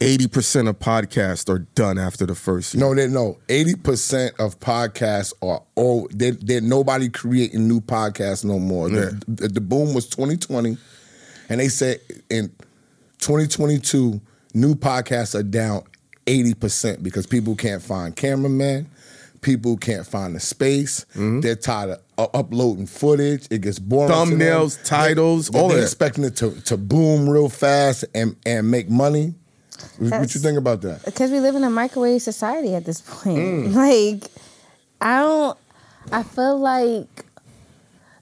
[SPEAKER 3] eighty percent of podcasts are done after the first year.
[SPEAKER 2] No, they no. Eighty percent of podcasts are all. They, they nobody creating new podcasts no more. The, the boom was twenty twenty, and they said in twenty twenty two, new podcasts are down eighty percent because people can't find cameramen. People can't find the space.
[SPEAKER 3] Mm-hmm.
[SPEAKER 2] They're tired of u- uploading footage. It gets boring. to them.
[SPEAKER 3] Thumbnails,
[SPEAKER 2] They-
[SPEAKER 3] titles, all
[SPEAKER 2] they
[SPEAKER 3] that.
[SPEAKER 2] expecting it to, to boom real fast and and make money. What- What you
[SPEAKER 4] That's-
[SPEAKER 2] think about that?
[SPEAKER 4] Because we live in a microwave society at this point.
[SPEAKER 3] Mm.
[SPEAKER 4] Like, I don't. I feel like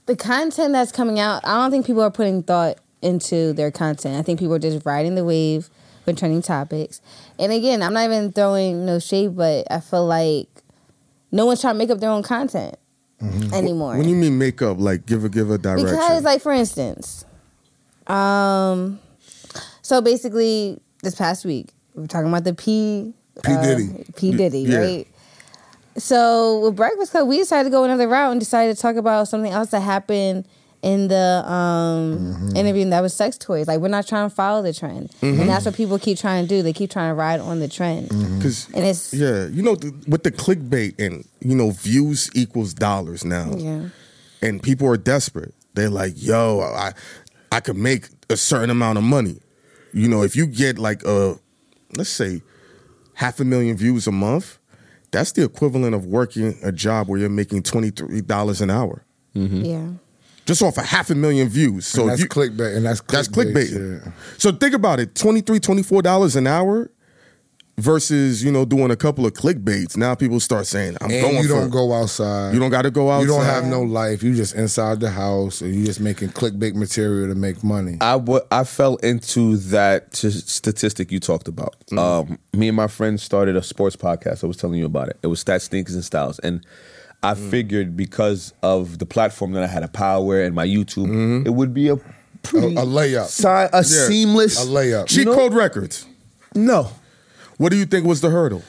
[SPEAKER 4] the content that's coming out. I don't think people are putting thought into their content. I think people are just riding the wave with trending topics. And again, I'm not even throwing no shade, but I feel like no one's trying to make up their own content anymore.
[SPEAKER 3] Mm-hmm. When you mean makeup, like give a give a direction.
[SPEAKER 4] Because, like, for instance, um, so basically, this past week we are talking about the P
[SPEAKER 2] P Diddy.
[SPEAKER 4] uh, P Diddy,
[SPEAKER 3] yeah.
[SPEAKER 4] right? So with Breakfast Club, we decided to go another route and decided to talk about something else that happened in the um, interview, and that was sex toys. Like we're not trying to follow the trend, and that's what people keep trying to do. They keep trying to ride on the trend,
[SPEAKER 3] 'Cause-
[SPEAKER 4] and it's yeah.
[SPEAKER 3] Mm-hmm. yeah, you know, th- with the clickbait and you know, views equals dollars now. and people are desperate. They're like, "Yo, I I could make a certain amount of money." You know, if you get like a let's say half a million views a month, that's the equivalent of working a job where you're making twenty three dollars an hour.
[SPEAKER 4] yeah.
[SPEAKER 3] just off a half a million views. So
[SPEAKER 2] So that's
[SPEAKER 3] you,
[SPEAKER 2] clickbait, and that's clickbait.
[SPEAKER 3] that's clickbait.
[SPEAKER 2] yeah.
[SPEAKER 3] So think about it: 23 dollars an hour versus you know doing a couple of clickbaits. Now people start saying, "I'm
[SPEAKER 2] And
[SPEAKER 3] going."
[SPEAKER 2] you don't
[SPEAKER 3] for,
[SPEAKER 2] go outside.
[SPEAKER 3] You don't got to go outside.
[SPEAKER 2] You don't have no life. You just inside the house, and you just making clickbait material to make money.
[SPEAKER 6] I wa- I fell into that t- statistic you talked about.
[SPEAKER 2] Mm-hmm.
[SPEAKER 6] Um, me and my friend started a sports podcast. I was telling you about it. It was Stats, Sneakers, and Styles. And I
[SPEAKER 2] Mm.
[SPEAKER 6] figured because of the platform that I had, a power and my YouTube, it would be a pretty
[SPEAKER 2] Mm-hmm. A- a layup.
[SPEAKER 6] si- a seamless
[SPEAKER 2] A layup.
[SPEAKER 3] cheat
[SPEAKER 6] You know-
[SPEAKER 3] code records.
[SPEAKER 6] No,
[SPEAKER 3] What do you think was the hurdle?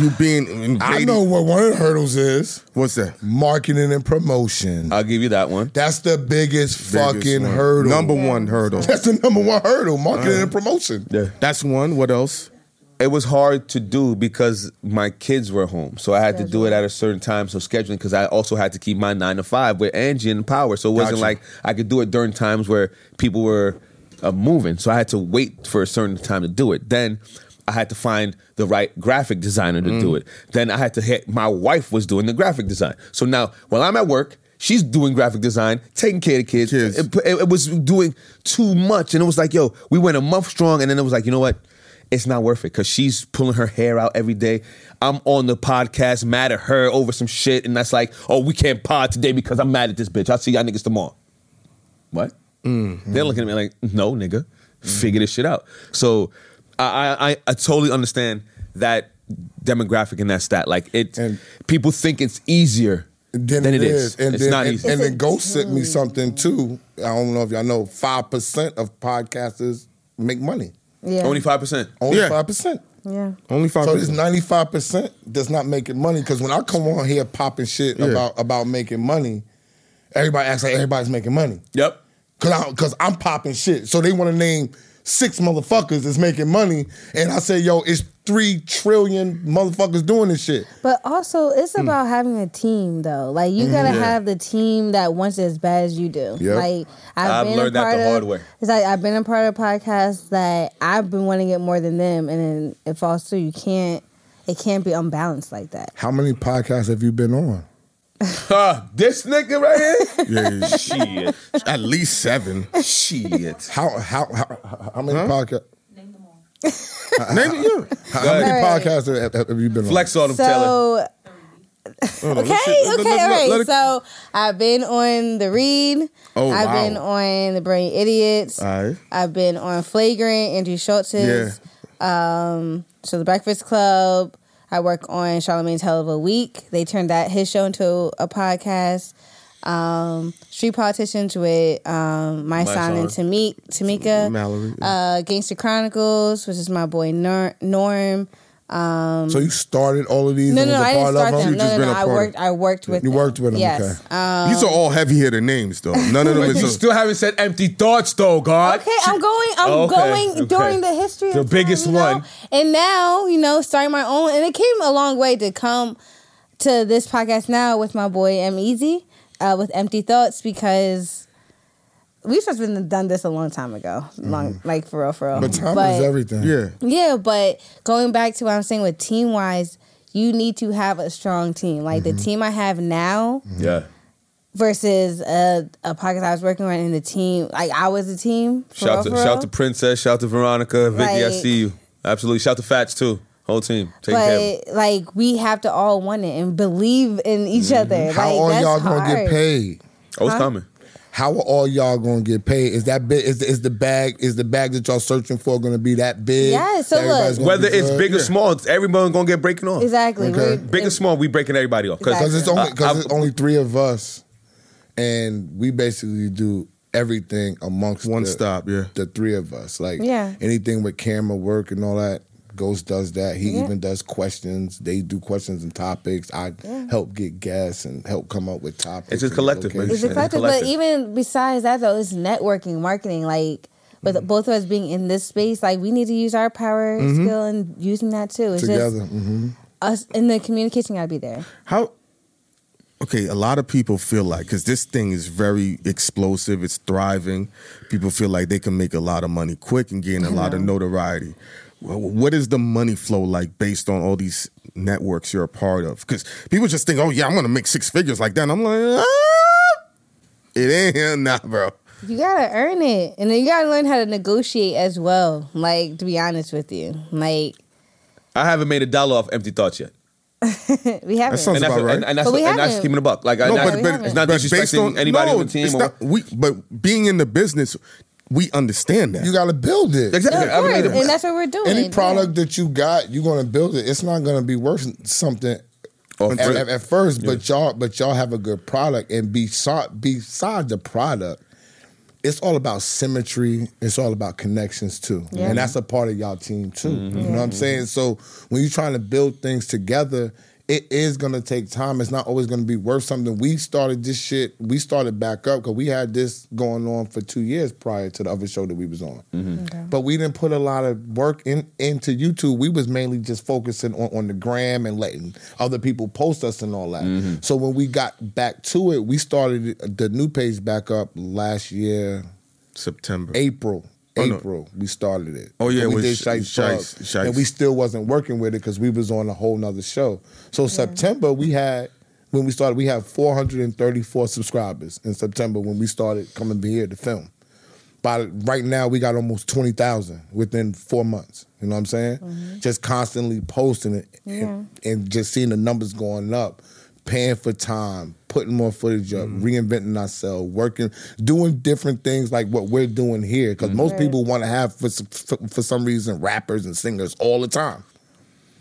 [SPEAKER 3] You being
[SPEAKER 2] I know what one of the hurdles is:
[SPEAKER 3] what's that?
[SPEAKER 2] marketing and promotion.
[SPEAKER 6] I'll give you that one.
[SPEAKER 2] That's the biggest, fucking
[SPEAKER 3] Biggest one.
[SPEAKER 2] hurdle.
[SPEAKER 3] Number one hurdle.
[SPEAKER 2] That's the number one hurdle: marketing and promotion.
[SPEAKER 6] Yeah.
[SPEAKER 3] That's one. What else?
[SPEAKER 6] it was hard to do because my kids were home. So I had to do it at a certain time. So scheduling, because I also had to keep my nine to five with Angie and Power. So it wasn't
[SPEAKER 3] Gotcha.
[SPEAKER 6] like I could do it during times where people were uh, moving. So I had to wait for a certain time to do it. Then I had to find the right graphic designer to do it. Then I had to hit, my wife was doing the graphic design. So now while I'm at work, She's doing graphic design, taking care of the kids.
[SPEAKER 3] Kids.
[SPEAKER 6] It, it- it was doing too much, and it was like, yo, we went a month strong, and then it was like, you know what? it's not worth it because she's pulling her hair out every day. I'm on the podcast mad at her over some shit, and that's like, oh, we can't pod today because I'm mad at this bitch. I'll see y'all niggas tomorrow. What? Mm. They're looking at me like, no, nigga, figure this shit out. So I, I, I, I totally understand that demographic and that stat. Like it,
[SPEAKER 2] And-
[SPEAKER 6] people think it's easier
[SPEAKER 2] Then,
[SPEAKER 6] than it is.
[SPEAKER 2] And
[SPEAKER 6] it's
[SPEAKER 2] then,
[SPEAKER 6] not
[SPEAKER 2] and,
[SPEAKER 6] easy.
[SPEAKER 2] and then
[SPEAKER 4] It's
[SPEAKER 2] Ghost sent
[SPEAKER 4] Hmm.
[SPEAKER 2] me something too. I don't know if y'all know. Five percent of podcasters make money.
[SPEAKER 4] Yeah.
[SPEAKER 6] Only five percent.
[SPEAKER 2] Only
[SPEAKER 3] Yeah.
[SPEAKER 2] five percent.
[SPEAKER 4] yeah.
[SPEAKER 3] Only five.
[SPEAKER 2] So
[SPEAKER 3] people.
[SPEAKER 2] this ninety five percent does not making money because when I come on here popping shit
[SPEAKER 3] Yeah.
[SPEAKER 2] about about making money, everybody acts like everybody's making money
[SPEAKER 6] Yep.
[SPEAKER 2] because because I'm popping shit. So they want to name six motherfuckers that's making money, and I say, yo, it's three trillion motherfuckers doing this shit.
[SPEAKER 4] But also, it's about having a team, though. Like you gotta have the team that wants it as bad as you do.
[SPEAKER 2] Yep.
[SPEAKER 4] Like I've,
[SPEAKER 6] I've
[SPEAKER 4] been a
[SPEAKER 6] learned that the
[SPEAKER 4] part of,
[SPEAKER 6] hard way.
[SPEAKER 4] It's like I've been a part of podcasts that I've been wanting it more than them, and then it falls through. You can't. It can't be unbalanced like that.
[SPEAKER 2] How many podcasts have you been on?
[SPEAKER 6] Huh, this nigga right here.
[SPEAKER 3] Yeah, yeah, yeah.
[SPEAKER 6] Shit.
[SPEAKER 3] at least seven.
[SPEAKER 6] Shit.
[SPEAKER 2] How how how, how many podcasts?
[SPEAKER 5] Name them all.
[SPEAKER 3] Maybe, yeah.
[SPEAKER 2] How, how many
[SPEAKER 4] Alright.
[SPEAKER 2] podcasts have, have you been on?
[SPEAKER 6] Flex on him, Taylor.
[SPEAKER 4] So
[SPEAKER 3] Hold on,
[SPEAKER 4] okay,
[SPEAKER 3] let's see. Let-
[SPEAKER 4] okay,
[SPEAKER 3] let-
[SPEAKER 4] all
[SPEAKER 3] let-
[SPEAKER 4] right.
[SPEAKER 3] let it-
[SPEAKER 4] so I've been on the Read.
[SPEAKER 3] Oh,
[SPEAKER 4] I've
[SPEAKER 3] wow. Uh,
[SPEAKER 4] been on the Brain Idiots.
[SPEAKER 3] All right.
[SPEAKER 4] I've been on Flagrant, Andrew Schultz's. Um, so the Breakfast Club. I work on Charlemagne's Hell of a Week. They turned that his show into a podcast. Um, Street Politicians with um, My, Son and Tamik, Tamika.
[SPEAKER 3] Mallory, yeah.
[SPEAKER 4] Uh, Gangster Chronicles, which is my boy Nor- Norm.
[SPEAKER 2] So you started all of these?
[SPEAKER 4] Um, No,
[SPEAKER 2] and
[SPEAKER 4] no,
[SPEAKER 2] was a
[SPEAKER 4] I
[SPEAKER 2] part
[SPEAKER 4] didn't start
[SPEAKER 2] of
[SPEAKER 4] them.
[SPEAKER 2] them.
[SPEAKER 4] No, no,
[SPEAKER 3] been
[SPEAKER 4] no.
[SPEAKER 3] a
[SPEAKER 4] I
[SPEAKER 3] part of-
[SPEAKER 4] worked. I worked with.
[SPEAKER 2] You worked with them,
[SPEAKER 4] Yes.
[SPEAKER 2] okay.
[SPEAKER 4] Um,
[SPEAKER 3] These are all heavy hitter names, though. None of them
[SPEAKER 6] You
[SPEAKER 3] is. A,
[SPEAKER 6] still haven't said empty thoughts though, God.
[SPEAKER 4] okay. I'm going. I'm
[SPEAKER 6] Okay,
[SPEAKER 4] going
[SPEAKER 6] okay.
[SPEAKER 4] during the history.
[SPEAKER 6] The
[SPEAKER 4] of time,
[SPEAKER 6] biggest
[SPEAKER 4] you know?
[SPEAKER 6] one.
[SPEAKER 4] And now you know, starting my own, and it came a long way to come to this podcast now with my boy M Easy uh, with Empty Thoughts because. We should have been done this a long time ago, long
[SPEAKER 6] Mm-hmm.
[SPEAKER 4] like for real, for real.
[SPEAKER 2] But time is everything.
[SPEAKER 3] yeah.
[SPEAKER 4] Yeah, but going back to what I'm saying with team wise, you need to have a strong team. Like the
[SPEAKER 6] Mm-hmm.
[SPEAKER 4] team I have now,
[SPEAKER 6] Yeah.
[SPEAKER 4] versus a, a podcast I was working on in the team. Like I was a team. For
[SPEAKER 6] Shout to
[SPEAKER 4] real, for
[SPEAKER 6] shout to
[SPEAKER 4] real.
[SPEAKER 6] Princess, shout to Veronica, Vicky, I
[SPEAKER 4] Like-
[SPEAKER 6] see you. Absolutely. Shout to Fats too. Whole team. Take care of them.
[SPEAKER 4] But like we have to all want it and believe in each
[SPEAKER 6] Mm-hmm.
[SPEAKER 4] other.
[SPEAKER 2] How
[SPEAKER 4] like, oh,
[SPEAKER 2] all
[SPEAKER 4] that's
[SPEAKER 2] y'all
[SPEAKER 4] hard.
[SPEAKER 2] gonna get paid?
[SPEAKER 6] Oh, it's coming.
[SPEAKER 2] How are all y'all gonna get paid? Is that big? Is the, is the bag? Is the bag that y'all searching for gonna be that big?
[SPEAKER 4] Yeah, so
[SPEAKER 2] That everybody's
[SPEAKER 4] look-
[SPEAKER 2] gonna
[SPEAKER 6] Whether
[SPEAKER 2] be
[SPEAKER 6] it's
[SPEAKER 2] good?
[SPEAKER 6] big or small, it's- everyone gonna get breaking off.
[SPEAKER 4] Exactly.
[SPEAKER 2] Okay.
[SPEAKER 4] We're-
[SPEAKER 6] Big and small, we breaking everybody off. Cause,
[SPEAKER 2] because it's only
[SPEAKER 6] I-
[SPEAKER 2] because
[SPEAKER 6] I-
[SPEAKER 2] it's only three of us, and we basically do everything amongst
[SPEAKER 3] One
[SPEAKER 2] the,
[SPEAKER 3] stop, yeah.
[SPEAKER 2] the three of us. Like
[SPEAKER 4] Yeah.
[SPEAKER 2] anything with camera work and all that. Ghost does that. He
[SPEAKER 4] Yeah.
[SPEAKER 2] even does questions. They do questions and topics. I help get guests and help come up with topics.
[SPEAKER 6] It's a
[SPEAKER 2] and
[SPEAKER 6] collective, man.
[SPEAKER 2] locations.
[SPEAKER 4] It's a
[SPEAKER 6] It's a
[SPEAKER 4] collective,
[SPEAKER 6] collective.
[SPEAKER 4] but even besides that, though, it's networking, marketing. Like with
[SPEAKER 6] Mm-hmm.
[SPEAKER 4] both of us being in this space, like we need to use our power, skill, and using that too. It's
[SPEAKER 2] together.
[SPEAKER 4] just
[SPEAKER 2] hmm
[SPEAKER 4] us and the communication got to be there.
[SPEAKER 3] How? Okay, a lot of people feel like because this thing is very explosive. It's thriving. People feel like they can make a lot of money quick and gain a lot of notoriety. wh- what is the money flow like based on all these networks you're a part of? Because people just think, oh yeah, I'm gonna make six figures like that. And I'm like, ah, it ain't nah, bro.
[SPEAKER 4] You gotta earn it, and then you gotta learn how to negotiate as well. Like to be honest with you, like
[SPEAKER 7] I haven't made a dollar off empty thoughts yet.
[SPEAKER 4] we haven't.
[SPEAKER 7] And
[SPEAKER 3] sounds-
[SPEAKER 7] that's,
[SPEAKER 3] about
[SPEAKER 7] what-
[SPEAKER 3] right.
[SPEAKER 7] and, and that's
[SPEAKER 4] But we
[SPEAKER 7] and that's
[SPEAKER 4] haven't.
[SPEAKER 7] keeping the buck. Like I-
[SPEAKER 4] No,
[SPEAKER 7] that's-
[SPEAKER 4] but- but-
[SPEAKER 7] it's not
[SPEAKER 3] But based
[SPEAKER 7] disrespecting
[SPEAKER 3] on-
[SPEAKER 7] anybody
[SPEAKER 3] no,
[SPEAKER 7] on the team.
[SPEAKER 3] it's
[SPEAKER 7] or-
[SPEAKER 3] not- we, but being in the business, we understand that.
[SPEAKER 2] You got to build it.
[SPEAKER 4] No,
[SPEAKER 7] exactly.
[SPEAKER 4] of
[SPEAKER 7] I haven't
[SPEAKER 4] course,
[SPEAKER 7] made a-
[SPEAKER 4] and that's what we're doing.
[SPEAKER 2] Any
[SPEAKER 4] yeah.
[SPEAKER 2] product that you got, you're going to build it. It's not going to be worth something
[SPEAKER 7] Off
[SPEAKER 2] at,
[SPEAKER 7] rip.
[SPEAKER 2] at- at first, but y'all, but y'all have a good product. And beside, beside the product, it's all about symmetry. It's all about connections too,
[SPEAKER 4] Yeah.
[SPEAKER 2] and that's a part of y'all team too. You know what I'm saying? So when you're trying to build things together. It is gonna take time. It's not always gonna be worth something. We started this shit. We started back up because we had this going on for two years prior to the other show that we was on. But we didn't put a lot of work in into YouTube. We was mainly just focusing on, on the gram and letting other people post us and all that. So when we got back to it, we started the new page back up last year,
[SPEAKER 3] September.
[SPEAKER 2] April.
[SPEAKER 3] Oh, no.
[SPEAKER 2] April, we started it.
[SPEAKER 3] Oh, yeah,
[SPEAKER 2] And we
[SPEAKER 3] with
[SPEAKER 2] did
[SPEAKER 3] Sh-
[SPEAKER 2] Shice
[SPEAKER 3] Shice-
[SPEAKER 2] Pub,
[SPEAKER 3] Shice.
[SPEAKER 2] and we still wasn't working with it because we was on a whole nother show. So September, we had when we started, we had 434 subscribers in September when we started coming here to film. By right now, we got almost 20,000 within four months. You know what I'm saying? Just constantly posting it and,
[SPEAKER 4] Mm-hmm. Yeah.
[SPEAKER 2] and just seeing the numbers going up, paying for time, putting more footage up,
[SPEAKER 4] Mm-hmm.
[SPEAKER 2] reinventing ourselves, working, doing different things like what we're doing here. Because most
[SPEAKER 4] Mm-hmm. Right.
[SPEAKER 2] people want to have, for, s- for, for some reason, rappers and singers all the time.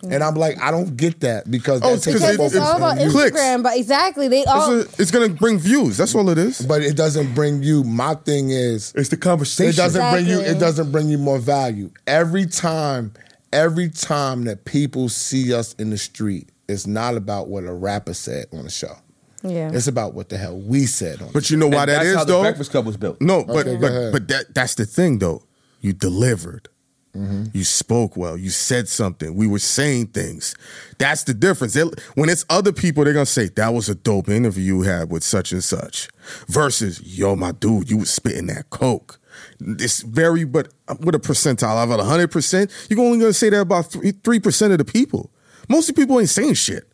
[SPEAKER 2] And I'm like, I don't get that because that
[SPEAKER 3] Oh, it's
[SPEAKER 2] takes
[SPEAKER 4] because
[SPEAKER 2] up
[SPEAKER 4] it's
[SPEAKER 2] focus
[SPEAKER 4] all
[SPEAKER 2] on
[SPEAKER 4] about
[SPEAKER 2] you.
[SPEAKER 3] Clicks.
[SPEAKER 4] Instagram. But exactly, they all
[SPEAKER 3] It's, a- it's gonna bring views. That's all it is.
[SPEAKER 2] but it doesn't bring you. My thing is,
[SPEAKER 7] It's the conversation.
[SPEAKER 2] It doesn't bring you.
[SPEAKER 4] Exactly.
[SPEAKER 2] It doesn't bring you more value. Every time, every time that people see us in the street, it's not about what a rapper said on the show.
[SPEAKER 4] yeah.
[SPEAKER 2] It's about what the hell we said on.
[SPEAKER 3] But you know why
[SPEAKER 7] And
[SPEAKER 3] that
[SPEAKER 7] that's
[SPEAKER 3] is
[SPEAKER 7] how the
[SPEAKER 3] though.
[SPEAKER 7] Breakfast Club was built.
[SPEAKER 3] No, but
[SPEAKER 2] Okay, go
[SPEAKER 3] but,
[SPEAKER 2] ahead.
[SPEAKER 3] but that that's the thing though. You delivered.
[SPEAKER 2] Mm-hmm.
[SPEAKER 3] You spoke well. You said something. We were saying things. That's the difference. They- when it's other people, they're gonna say that was a dope interview you had with such and such, versus yo, my dude, you was spitting that coke. It's very, but with a percentile out of hundred percent, you're only gonna say that about three percent of the people. Most of the people ain't saying shit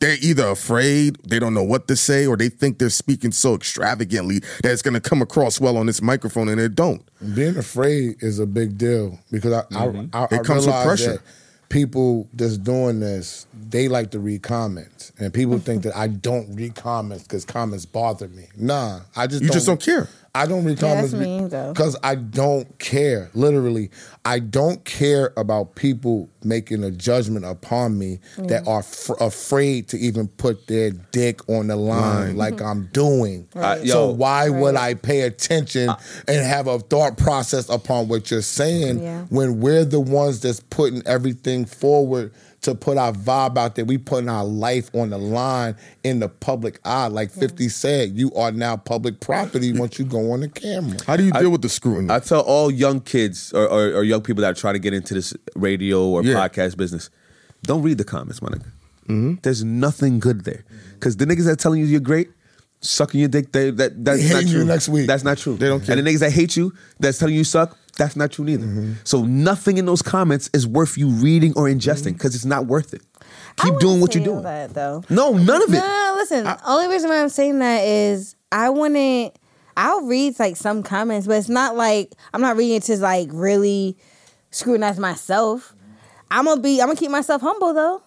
[SPEAKER 3] they're either afraid, they don't know what to say, or they think they're speaking so extravagantly that it's going to come across well on this microphone, and it don't.
[SPEAKER 2] it. Being afraid is a big deal because I I, I,
[SPEAKER 3] Mm-hmm. It
[SPEAKER 2] I
[SPEAKER 3] comes with
[SPEAKER 2] realize
[SPEAKER 3] pressure.
[SPEAKER 2] that people that's doing this they like to read comments and people think that I don't read comments because comments bother me. Nah, I just
[SPEAKER 3] You just don't care.
[SPEAKER 2] I don't read
[SPEAKER 4] Yeah,
[SPEAKER 2] comments
[SPEAKER 4] that's me, though.
[SPEAKER 2] because I don't care. Literally, I don't care about people making a judgment upon me that are fr- afraid to even put their dick on the line like
[SPEAKER 4] Mm-hmm.
[SPEAKER 2] I'm doing.
[SPEAKER 7] Right. Uh,
[SPEAKER 2] so
[SPEAKER 7] yo.
[SPEAKER 2] why would I pay attention and have a thought process upon what you're saying
[SPEAKER 4] Yeah.
[SPEAKER 2] when we're the ones that's putting everything forward? To put our vibe out there, we putting our life on the line in the public eye. Like Fifty said, you are now public property once you go on the camera.
[SPEAKER 3] How do you deal with the scrutiny?
[SPEAKER 7] I tell all young kids or, or, or young people that are trying to get into this radio or
[SPEAKER 3] Yeah.
[SPEAKER 7] podcast business, don't read the comments, my nigga. There's nothing good there, because the niggas that telling you you're great, sucking your dick, they, that that's
[SPEAKER 2] They
[SPEAKER 7] not
[SPEAKER 2] hating you
[SPEAKER 7] true.
[SPEAKER 2] next week.
[SPEAKER 7] That's not true.
[SPEAKER 3] They don't care.
[SPEAKER 7] And the niggas that hate you, that's telling you you suck, that's not true neither. So nothing in those comments is worth you reading or ingesting, because it's not worth it.
[SPEAKER 4] I
[SPEAKER 7] Keep
[SPEAKER 4] wouldn't
[SPEAKER 7] doing what you're
[SPEAKER 4] say all
[SPEAKER 7] doing.
[SPEAKER 4] That though.
[SPEAKER 7] No, none of
[SPEAKER 4] No,
[SPEAKER 7] it.
[SPEAKER 4] no, listen. only reason why I'm saying that is I wouldn't. I'll read like some comments, but it's not like I'm not reading it to like really scrutinize myself. I'm gonna be. I'm gonna keep myself humble though.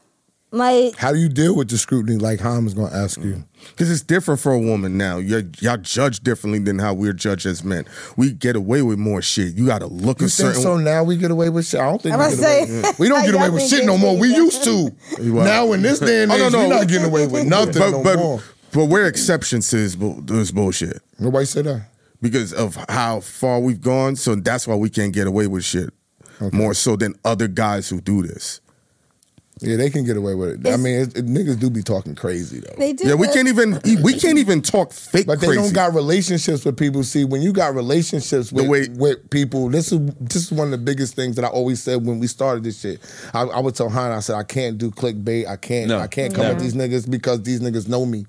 [SPEAKER 4] Like
[SPEAKER 2] How do you deal with the scrutiny? Like Ham is going to ask you.
[SPEAKER 3] Because Mm. it's different for a woman now. Y'all, y'all judge differently than how we're judged as men. We get away with more shit. You got to look
[SPEAKER 2] You
[SPEAKER 3] a
[SPEAKER 2] think
[SPEAKER 3] certain.
[SPEAKER 2] so? Now we get away with shit. I don't think
[SPEAKER 4] I'm
[SPEAKER 2] we
[SPEAKER 4] gonna
[SPEAKER 2] get
[SPEAKER 4] say,
[SPEAKER 2] away. We don't
[SPEAKER 4] like,
[SPEAKER 2] get away
[SPEAKER 4] y'all
[SPEAKER 2] with
[SPEAKER 4] think
[SPEAKER 2] shit
[SPEAKER 4] they
[SPEAKER 2] no more.
[SPEAKER 4] think
[SPEAKER 2] We
[SPEAKER 4] that-
[SPEAKER 2] used to.
[SPEAKER 3] Wow.
[SPEAKER 2] Now in this day and
[SPEAKER 3] Oh,
[SPEAKER 2] age,
[SPEAKER 3] no, no.
[SPEAKER 2] we're not getting away with nothing
[SPEAKER 3] but
[SPEAKER 2] no
[SPEAKER 3] but
[SPEAKER 2] more.
[SPEAKER 3] but we're exceptions to this, bu- this bullshit
[SPEAKER 2] Nobody say that.
[SPEAKER 3] because of how far we've gone. So that's why we can't get away with shit more so than other guys who do this.
[SPEAKER 2] Yeah, they can get away with it. I
[SPEAKER 4] It's-
[SPEAKER 2] mean, it, it- niggas do be talking crazy though.
[SPEAKER 4] They do.
[SPEAKER 3] Yeah, we
[SPEAKER 4] but-
[SPEAKER 3] can't even e, we can't even talk fake
[SPEAKER 2] but they
[SPEAKER 3] crazy.
[SPEAKER 2] don't got relationships with people. See, when you got relationships with,
[SPEAKER 3] way-
[SPEAKER 2] with people, this is this is one of the biggest things that I always said when we started this shit. I, I would tell Han, I said, I can't do clickbait. I can't.
[SPEAKER 7] No.
[SPEAKER 2] I can't come
[SPEAKER 4] No.
[SPEAKER 2] at these niggas because these niggas know me.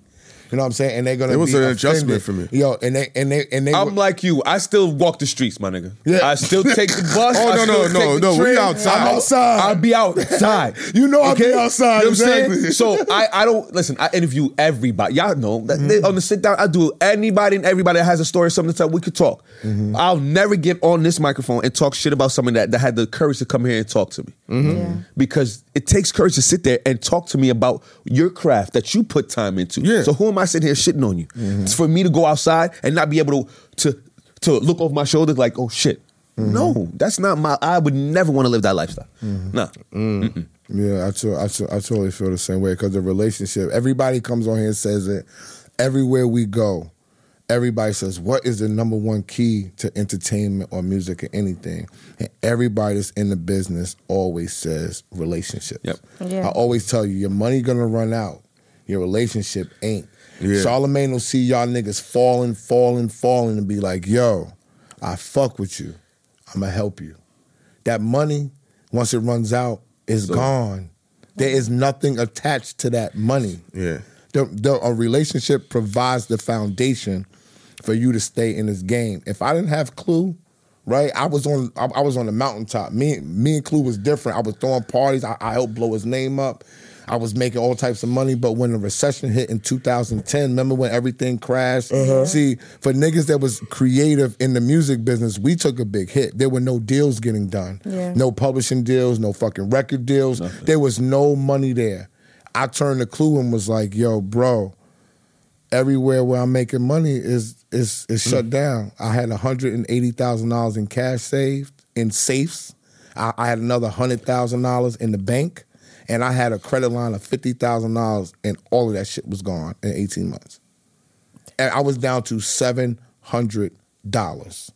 [SPEAKER 2] You know what I'm saying? And they're gonna.
[SPEAKER 3] It was
[SPEAKER 2] be
[SPEAKER 3] an adjustment
[SPEAKER 2] offended.
[SPEAKER 3] for me.
[SPEAKER 2] Yo, and they and they and they.
[SPEAKER 6] I'm
[SPEAKER 2] were-
[SPEAKER 6] like you. I still walk the streets, my nigga.
[SPEAKER 2] Yeah.
[SPEAKER 6] I still take the bus.
[SPEAKER 3] Oh,
[SPEAKER 6] I
[SPEAKER 3] no,
[SPEAKER 6] still
[SPEAKER 3] no,
[SPEAKER 6] take
[SPEAKER 3] no,
[SPEAKER 6] the
[SPEAKER 3] no, we
[SPEAKER 6] train.
[SPEAKER 3] outside.
[SPEAKER 6] I'm
[SPEAKER 2] Outside.
[SPEAKER 6] I'll be outside.
[SPEAKER 2] You know I'll be outside,
[SPEAKER 6] You know what I'm
[SPEAKER 2] exactly.
[SPEAKER 6] saying? So I, I don't listen. I interview everybody. Y'all know that they,
[SPEAKER 2] Mm-hmm.
[SPEAKER 6] on the sit down. I do anybody and everybody that has a story, something to tell. We could talk.
[SPEAKER 2] Mm-hmm.
[SPEAKER 6] I'll never get on this microphone and talk shit about someone that, that had the courage to come here and talk to me
[SPEAKER 2] Mm-hmm.
[SPEAKER 4] Yeah.
[SPEAKER 6] because it takes courage to sit there and talk to me about your craft that you put time into.
[SPEAKER 3] Yeah.
[SPEAKER 6] So who am I sitting here shitting on you? It's for me to go outside and not be able to to to look over my shoulder like, oh shit. No, that's not my. I would never want to live that lifestyle. No.
[SPEAKER 2] Yeah, I, to, I, to, I totally feel the same way because the relationship, everybody comes on here and says it. Everywhere we go, everybody says, What is the number one key to entertainment or music or anything? And everybody that's in the business always says relationships.
[SPEAKER 6] Yep.
[SPEAKER 4] Yeah.
[SPEAKER 2] I always tell you, your money gonna run out, your relationship ain't.
[SPEAKER 3] Yeah.
[SPEAKER 2] Charlemagne will see y'all niggas falling, falling, falling, and be like, Yo, I fuck with you. I'm gonna help you. That money, once it runs out, is gone. There is nothing attached to that money.
[SPEAKER 3] Yeah.
[SPEAKER 2] The, the, a relationship provides the foundation for you to stay in this game. If I didn't have Clue, right, I was on I, I was on the mountaintop. Me, me and Clue was different. I was throwing parties. I, I helped blow his name up. I was making all types of money, but when the recession hit in 2010, remember when everything crashed? See, for niggas that was creative in the music business, we took a big hit. There were no deals getting done.
[SPEAKER 4] Yeah.
[SPEAKER 2] No publishing deals, no fucking record deals. There was no money there. I turned to Clue and was like, "Yo, bro, everywhere where I'm making money is is is shut down. I had hundred and eighty thousand dollars in cash saved in safes. I, I had another hundred thousand dollars in the bank, and I had a credit line of fifty thousand dollars, and all of that shit was gone in eighteen months. And I was down to seven hundred dollars.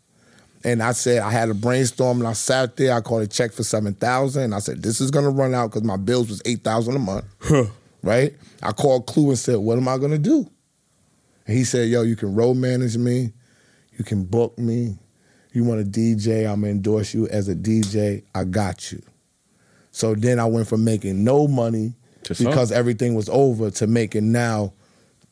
[SPEAKER 2] And I said I had a brainstorm, and I sat there. I called a check for seven thousand, and I said this is gonna run out because my bills was eight thousand a month, right? I called Clue and said, "What am I gonna do?" And he said, Yo, you can road manage me, you can book me, you want a DJ, I'm gonna endorse you as a DJ, I got you. So then I went from making no money
[SPEAKER 8] Just
[SPEAKER 2] because everything was over to making now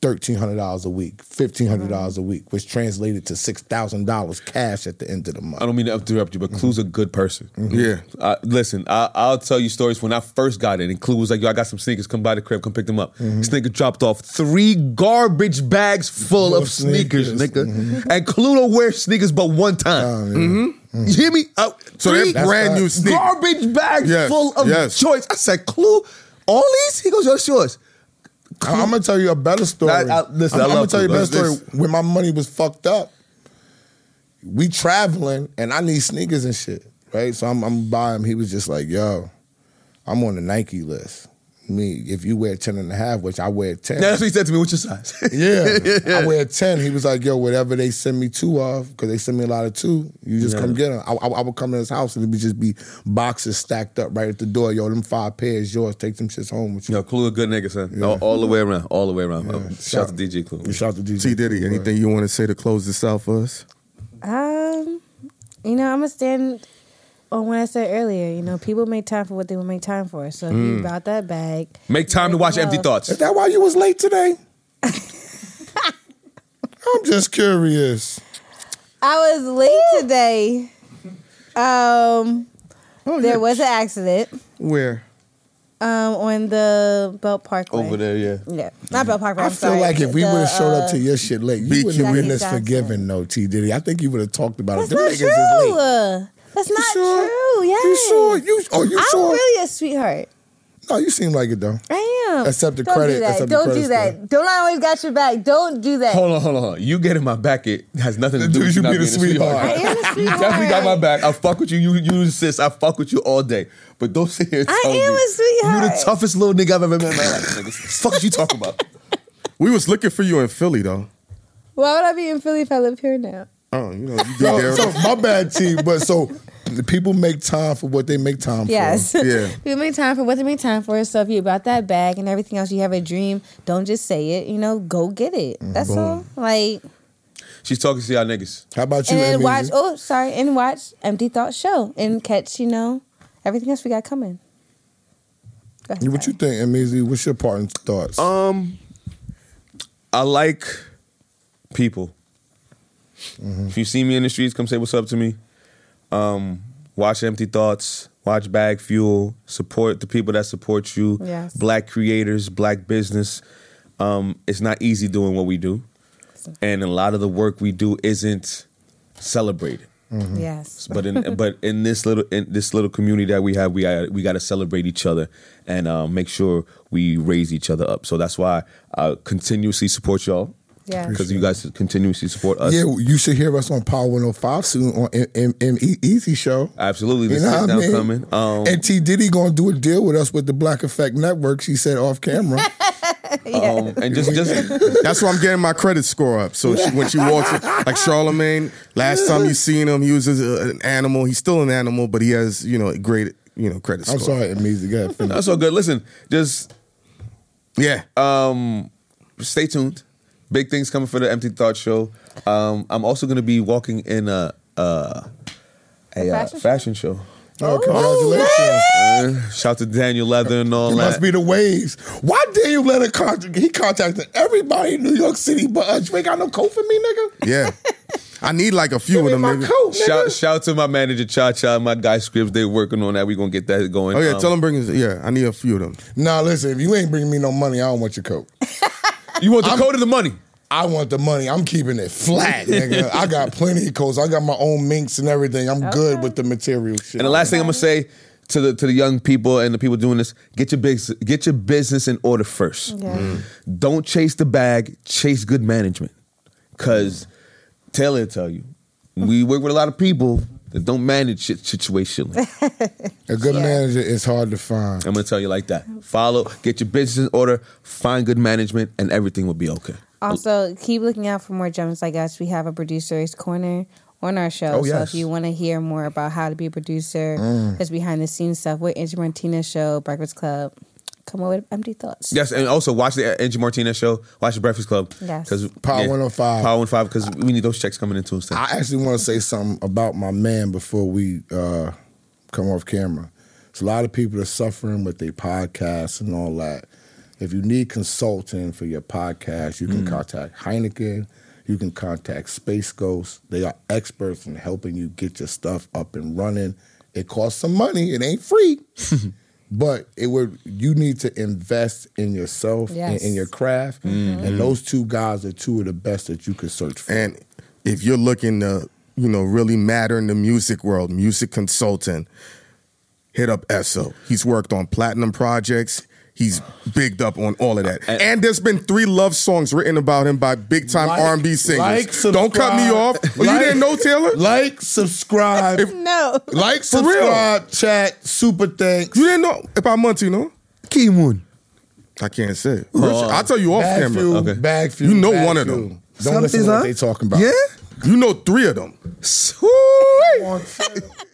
[SPEAKER 2] $1,300 a week, $1,500 a week, which translated to $6,000 cash at the end of the month.
[SPEAKER 6] I don't mean to interrupt you, but Clue's a good person.
[SPEAKER 3] Yeah.
[SPEAKER 6] Uh, listen, I, I'll tell you stories when I first got in, and Clue was like, "Yo, I got some sneakers. Come by the crib. Come pick them up." This nigga dropped off three garbage bags full of sneakers, Mm-hmm. Oh,
[SPEAKER 2] sneakers.
[SPEAKER 6] nigga, and Clue don't wear sneakers but one time. Mm-hmm. You hear me? Uh,
[SPEAKER 3] So
[SPEAKER 6] three
[SPEAKER 3] they're brand new sneakers.
[SPEAKER 6] garbage bags
[SPEAKER 3] Yes,
[SPEAKER 6] full of
[SPEAKER 3] yes.
[SPEAKER 6] joints. I said, "Clue, all these?" He goes, "Yo, yours."
[SPEAKER 2] I, am gonna tell you a better story.
[SPEAKER 6] I- I- listen, I
[SPEAKER 2] am gonna
[SPEAKER 6] love
[SPEAKER 2] tell you a
[SPEAKER 6] Clue.
[SPEAKER 2] better story
[SPEAKER 6] This-
[SPEAKER 2] when my money was fucked up. We traveling and I need sneakers and shit, right? So I'm, I'm buying him. He was just like, "Yo, I'm on the Nike list. Me, if you wear 10 and a half, which I wear 10,
[SPEAKER 6] Now that's what he said to me. What's your size?
[SPEAKER 2] yeah, I wear 10. He was like, yo, whatever they send me two of, because they send me a lot of two, you just come get them. I, I, I would come to his house and it would just be boxes stacked up right at the door. Yo, them five pairs yours. Take them shits home with you.
[SPEAKER 6] Yo, Clue a good nigga, son. All, all the way around. All the way around. Uh, Shout out to DJ Clue.
[SPEAKER 2] You shout to DJ.
[SPEAKER 3] T Diddy, anything you want to say to close this out for us?
[SPEAKER 4] Um, you know, I'm gonna stand on what I said earlier. You know, people make time for what they will make time for. So if
[SPEAKER 2] Mm.
[SPEAKER 4] you about that bag,
[SPEAKER 6] Make time to watch Empty
[SPEAKER 4] Well.
[SPEAKER 6] Thoughts.
[SPEAKER 2] Is that why you was late today? I'm just curious.
[SPEAKER 4] I was late today. Um,
[SPEAKER 2] Oh,
[SPEAKER 4] there was an accident.
[SPEAKER 3] Where?
[SPEAKER 4] Um, on the Belt Parkway.
[SPEAKER 8] Over there, yeah.
[SPEAKER 4] Yeah, not Belt Parkway.
[SPEAKER 2] i
[SPEAKER 4] I'm
[SPEAKER 2] feel
[SPEAKER 4] sorry.
[SPEAKER 2] like if we
[SPEAKER 4] The,
[SPEAKER 2] would have showed up
[SPEAKER 4] uh,
[SPEAKER 2] to your shit late, you
[SPEAKER 3] BQ
[SPEAKER 2] wouldn't have been this
[SPEAKER 4] Jackie
[SPEAKER 2] forgiving, no, T Diddy. I think you would have talked about
[SPEAKER 4] that's
[SPEAKER 2] it. Them
[SPEAKER 4] not
[SPEAKER 2] niggas is
[SPEAKER 4] true.
[SPEAKER 2] late.
[SPEAKER 4] That's not
[SPEAKER 2] sure?
[SPEAKER 4] true. Yeah.
[SPEAKER 2] You sure? You oh you
[SPEAKER 4] I'm
[SPEAKER 2] sure?
[SPEAKER 4] really a sweetheart.
[SPEAKER 2] No, you seem like it though.
[SPEAKER 4] I am.
[SPEAKER 2] Accept the
[SPEAKER 4] Don't
[SPEAKER 2] credit,
[SPEAKER 4] Do that.
[SPEAKER 2] accept the
[SPEAKER 4] Don't
[SPEAKER 2] credit
[SPEAKER 4] do that.
[SPEAKER 2] story.
[SPEAKER 4] Don't I always got your back. Don't do that.
[SPEAKER 6] Hold on, hold on, hold on. You get in my back, it has nothing to
[SPEAKER 2] Dude,
[SPEAKER 6] do with
[SPEAKER 2] you
[SPEAKER 6] you not
[SPEAKER 2] being a
[SPEAKER 6] being a sweetheart.
[SPEAKER 4] I am a
[SPEAKER 6] You
[SPEAKER 4] sweetheart.
[SPEAKER 6] definitely got my back. I fuck with you. You you insist. I fuck with you all day. But don't sit here. And
[SPEAKER 4] I
[SPEAKER 6] tell
[SPEAKER 4] am
[SPEAKER 6] me,
[SPEAKER 4] a sweetheart.
[SPEAKER 6] You the toughest little nigga I've ever met in my life. Nigga. fuck what you talking about?
[SPEAKER 3] We was looking for you in Philly though.
[SPEAKER 4] Why would I be in Philly if I live here now?
[SPEAKER 3] Oh, you know, you be
[SPEAKER 2] So,
[SPEAKER 3] there.
[SPEAKER 2] so my bad, T. But so the people make time for what they make time
[SPEAKER 4] Yes.
[SPEAKER 2] for.
[SPEAKER 3] Yeah.
[SPEAKER 4] People make time for what they make time for. So if you're about that bag and everything else, you have a dream, don't just say it. You know, go get it.
[SPEAKER 2] Mm-hmm.
[SPEAKER 4] That's all. Like,
[SPEAKER 6] She's talking to y'all niggas.
[SPEAKER 2] How about you?
[SPEAKER 4] and then
[SPEAKER 2] Emmy?
[SPEAKER 4] watch, oh, sorry, and watch Empty Thoughts Show and catch, you know, everything else we got coming. Go ahead,
[SPEAKER 2] What you
[SPEAKER 4] sorry.
[SPEAKER 3] Uh,
[SPEAKER 2] think, Amizy? What's your parting thoughts?
[SPEAKER 6] Um, I like people. If you see me in the streets, come say what's up to me. Um, watch Empty Thoughts, watch Bag Fuel, support the people that support you.
[SPEAKER 4] Yes.
[SPEAKER 6] Black creators, black business. Um, it's not easy doing what we do. And a lot of the work we do isn't celebrated.
[SPEAKER 4] Yes.
[SPEAKER 6] But in but in this little in this little community that we have, we are, we got to celebrate each other and uh, make sure we raise each other up. So that's why I continuously support y'all.
[SPEAKER 4] Yes.
[SPEAKER 6] because you guys continuously support us.
[SPEAKER 2] Yeah, you should hear us on Power 105 soon on M- M- M- E- Easy Show.
[SPEAKER 6] absolutely.
[SPEAKER 2] You
[SPEAKER 6] The
[SPEAKER 2] know
[SPEAKER 6] sit
[SPEAKER 2] what I
[SPEAKER 6] down
[SPEAKER 2] mean?
[SPEAKER 6] coming. Um,
[SPEAKER 2] And T Diddy gonna do a deal with us with the Black Effect Network. She said off camera.
[SPEAKER 6] um, and just just
[SPEAKER 3] That's why I'm getting my credit score up. So she, when she walks, in, like Charlemagne, last time you seen him, he was a, an animal. He's still an animal, but he has you know a great you know credit score.
[SPEAKER 2] I'm sorry, Easy. Go ahead, finish.
[SPEAKER 6] that's all good. Listen, just
[SPEAKER 3] Yeah,
[SPEAKER 6] stay tuned. Big things coming for the Empty Thought Show. Um, I'm also going to be walking in a uh, a, uh, fashion
[SPEAKER 4] fashion show?
[SPEAKER 6] show.
[SPEAKER 2] Oh, congratulations.
[SPEAKER 6] Uh, shout to Daniel Leather and all
[SPEAKER 2] It
[SPEAKER 6] that.
[SPEAKER 2] must be the waves. Why Daniel Leonard contact? He contacted everybody in New York City, but uh, you ain't got no coat for me, nigga.
[SPEAKER 3] yeah. I need like a few of them.
[SPEAKER 2] My
[SPEAKER 3] nigga.
[SPEAKER 2] coat, nigga.
[SPEAKER 6] Shout, shout to my manager Cha Cha, and my guy Scripps. They working on that. We gonna get that going.
[SPEAKER 3] Oh yeah,
[SPEAKER 6] Um,
[SPEAKER 3] tell him bring his. Yeah, I need a few of them.
[SPEAKER 2] Nah, listen. If you ain't bringing me no money, I don't want your coat.
[SPEAKER 6] you want the code of the money.
[SPEAKER 2] I want the money. I'm keeping it flat, nigga. I got plenty of coats. I got my own minks and everything. I'm good with the material shit.
[SPEAKER 6] And the last thing I'm gonna say to the to the young people and the people doing this: get your big, get your business in order first.
[SPEAKER 4] Yeah. Mm.
[SPEAKER 6] Don't chase the bag. Chase good management. Cause Taylor will tell you, we work with a lot of people that don't manage shit situationally.
[SPEAKER 2] a good
[SPEAKER 4] Yeah.
[SPEAKER 2] manager is hard to find.
[SPEAKER 6] I'm gonna tell you like that. Follow, get your business in order, find good management, and everything will be okay.
[SPEAKER 4] Also, keep looking out for more gems like us. We have a producer's corner on our show.
[SPEAKER 6] Oh,
[SPEAKER 4] So
[SPEAKER 6] yes. Mm.
[SPEAKER 4] if you want to hear more about how to be a producer, there's behind the scenes stuff. We're Angie Martinez Show, Breakfast Club. Come over with empty thoughts.
[SPEAKER 6] Yes, and also watch the Angie Martinez show. Watch the Breakfast Club.
[SPEAKER 4] Yes.
[SPEAKER 6] because
[SPEAKER 2] Power 105.
[SPEAKER 6] Power 105, because we need those checks coming in Tuesday.
[SPEAKER 2] I actually want to say something about my man before we uh, come off camera. It's a lot of people that are suffering with their podcasts and all that. If you need consulting for your podcast, you can contact Heineken. You can contact Space Ghost. They are experts in helping you get your stuff up and running. It costs some money. It ain't free. but it would you need to invest in yourself and
[SPEAKER 4] Yes.
[SPEAKER 2] in your craft. And those two guys are two of the best that you could search for.
[SPEAKER 3] And if you're looking to, you know, really matter in the music world, music consultant, hit up Esso. He's worked on platinum projects. He's bigged up on all of that. And, there's been three love songs written about him by big time
[SPEAKER 2] Like-
[SPEAKER 3] R&B singers.
[SPEAKER 2] like,
[SPEAKER 3] Don't cut me
[SPEAKER 2] subscribe,
[SPEAKER 3] off. Oh, you
[SPEAKER 2] like-
[SPEAKER 3] didn't know Taylor?
[SPEAKER 2] Like, subscribe.
[SPEAKER 4] No.
[SPEAKER 2] like,
[SPEAKER 3] For real.
[SPEAKER 2] subscribe, chat, super thanks.
[SPEAKER 3] you didn't know about Montino? Moon. I can't say. it. I'll tell you off
[SPEAKER 2] Uh, bag
[SPEAKER 3] camera.
[SPEAKER 2] Fuel,
[SPEAKER 6] Okay.
[SPEAKER 2] bag fuel,
[SPEAKER 3] You know
[SPEAKER 2] bag
[SPEAKER 3] one of
[SPEAKER 2] fuel.
[SPEAKER 3] them.
[SPEAKER 2] Don't listen to what they talking about.
[SPEAKER 3] Yeah? You know three of them.
[SPEAKER 2] Come on,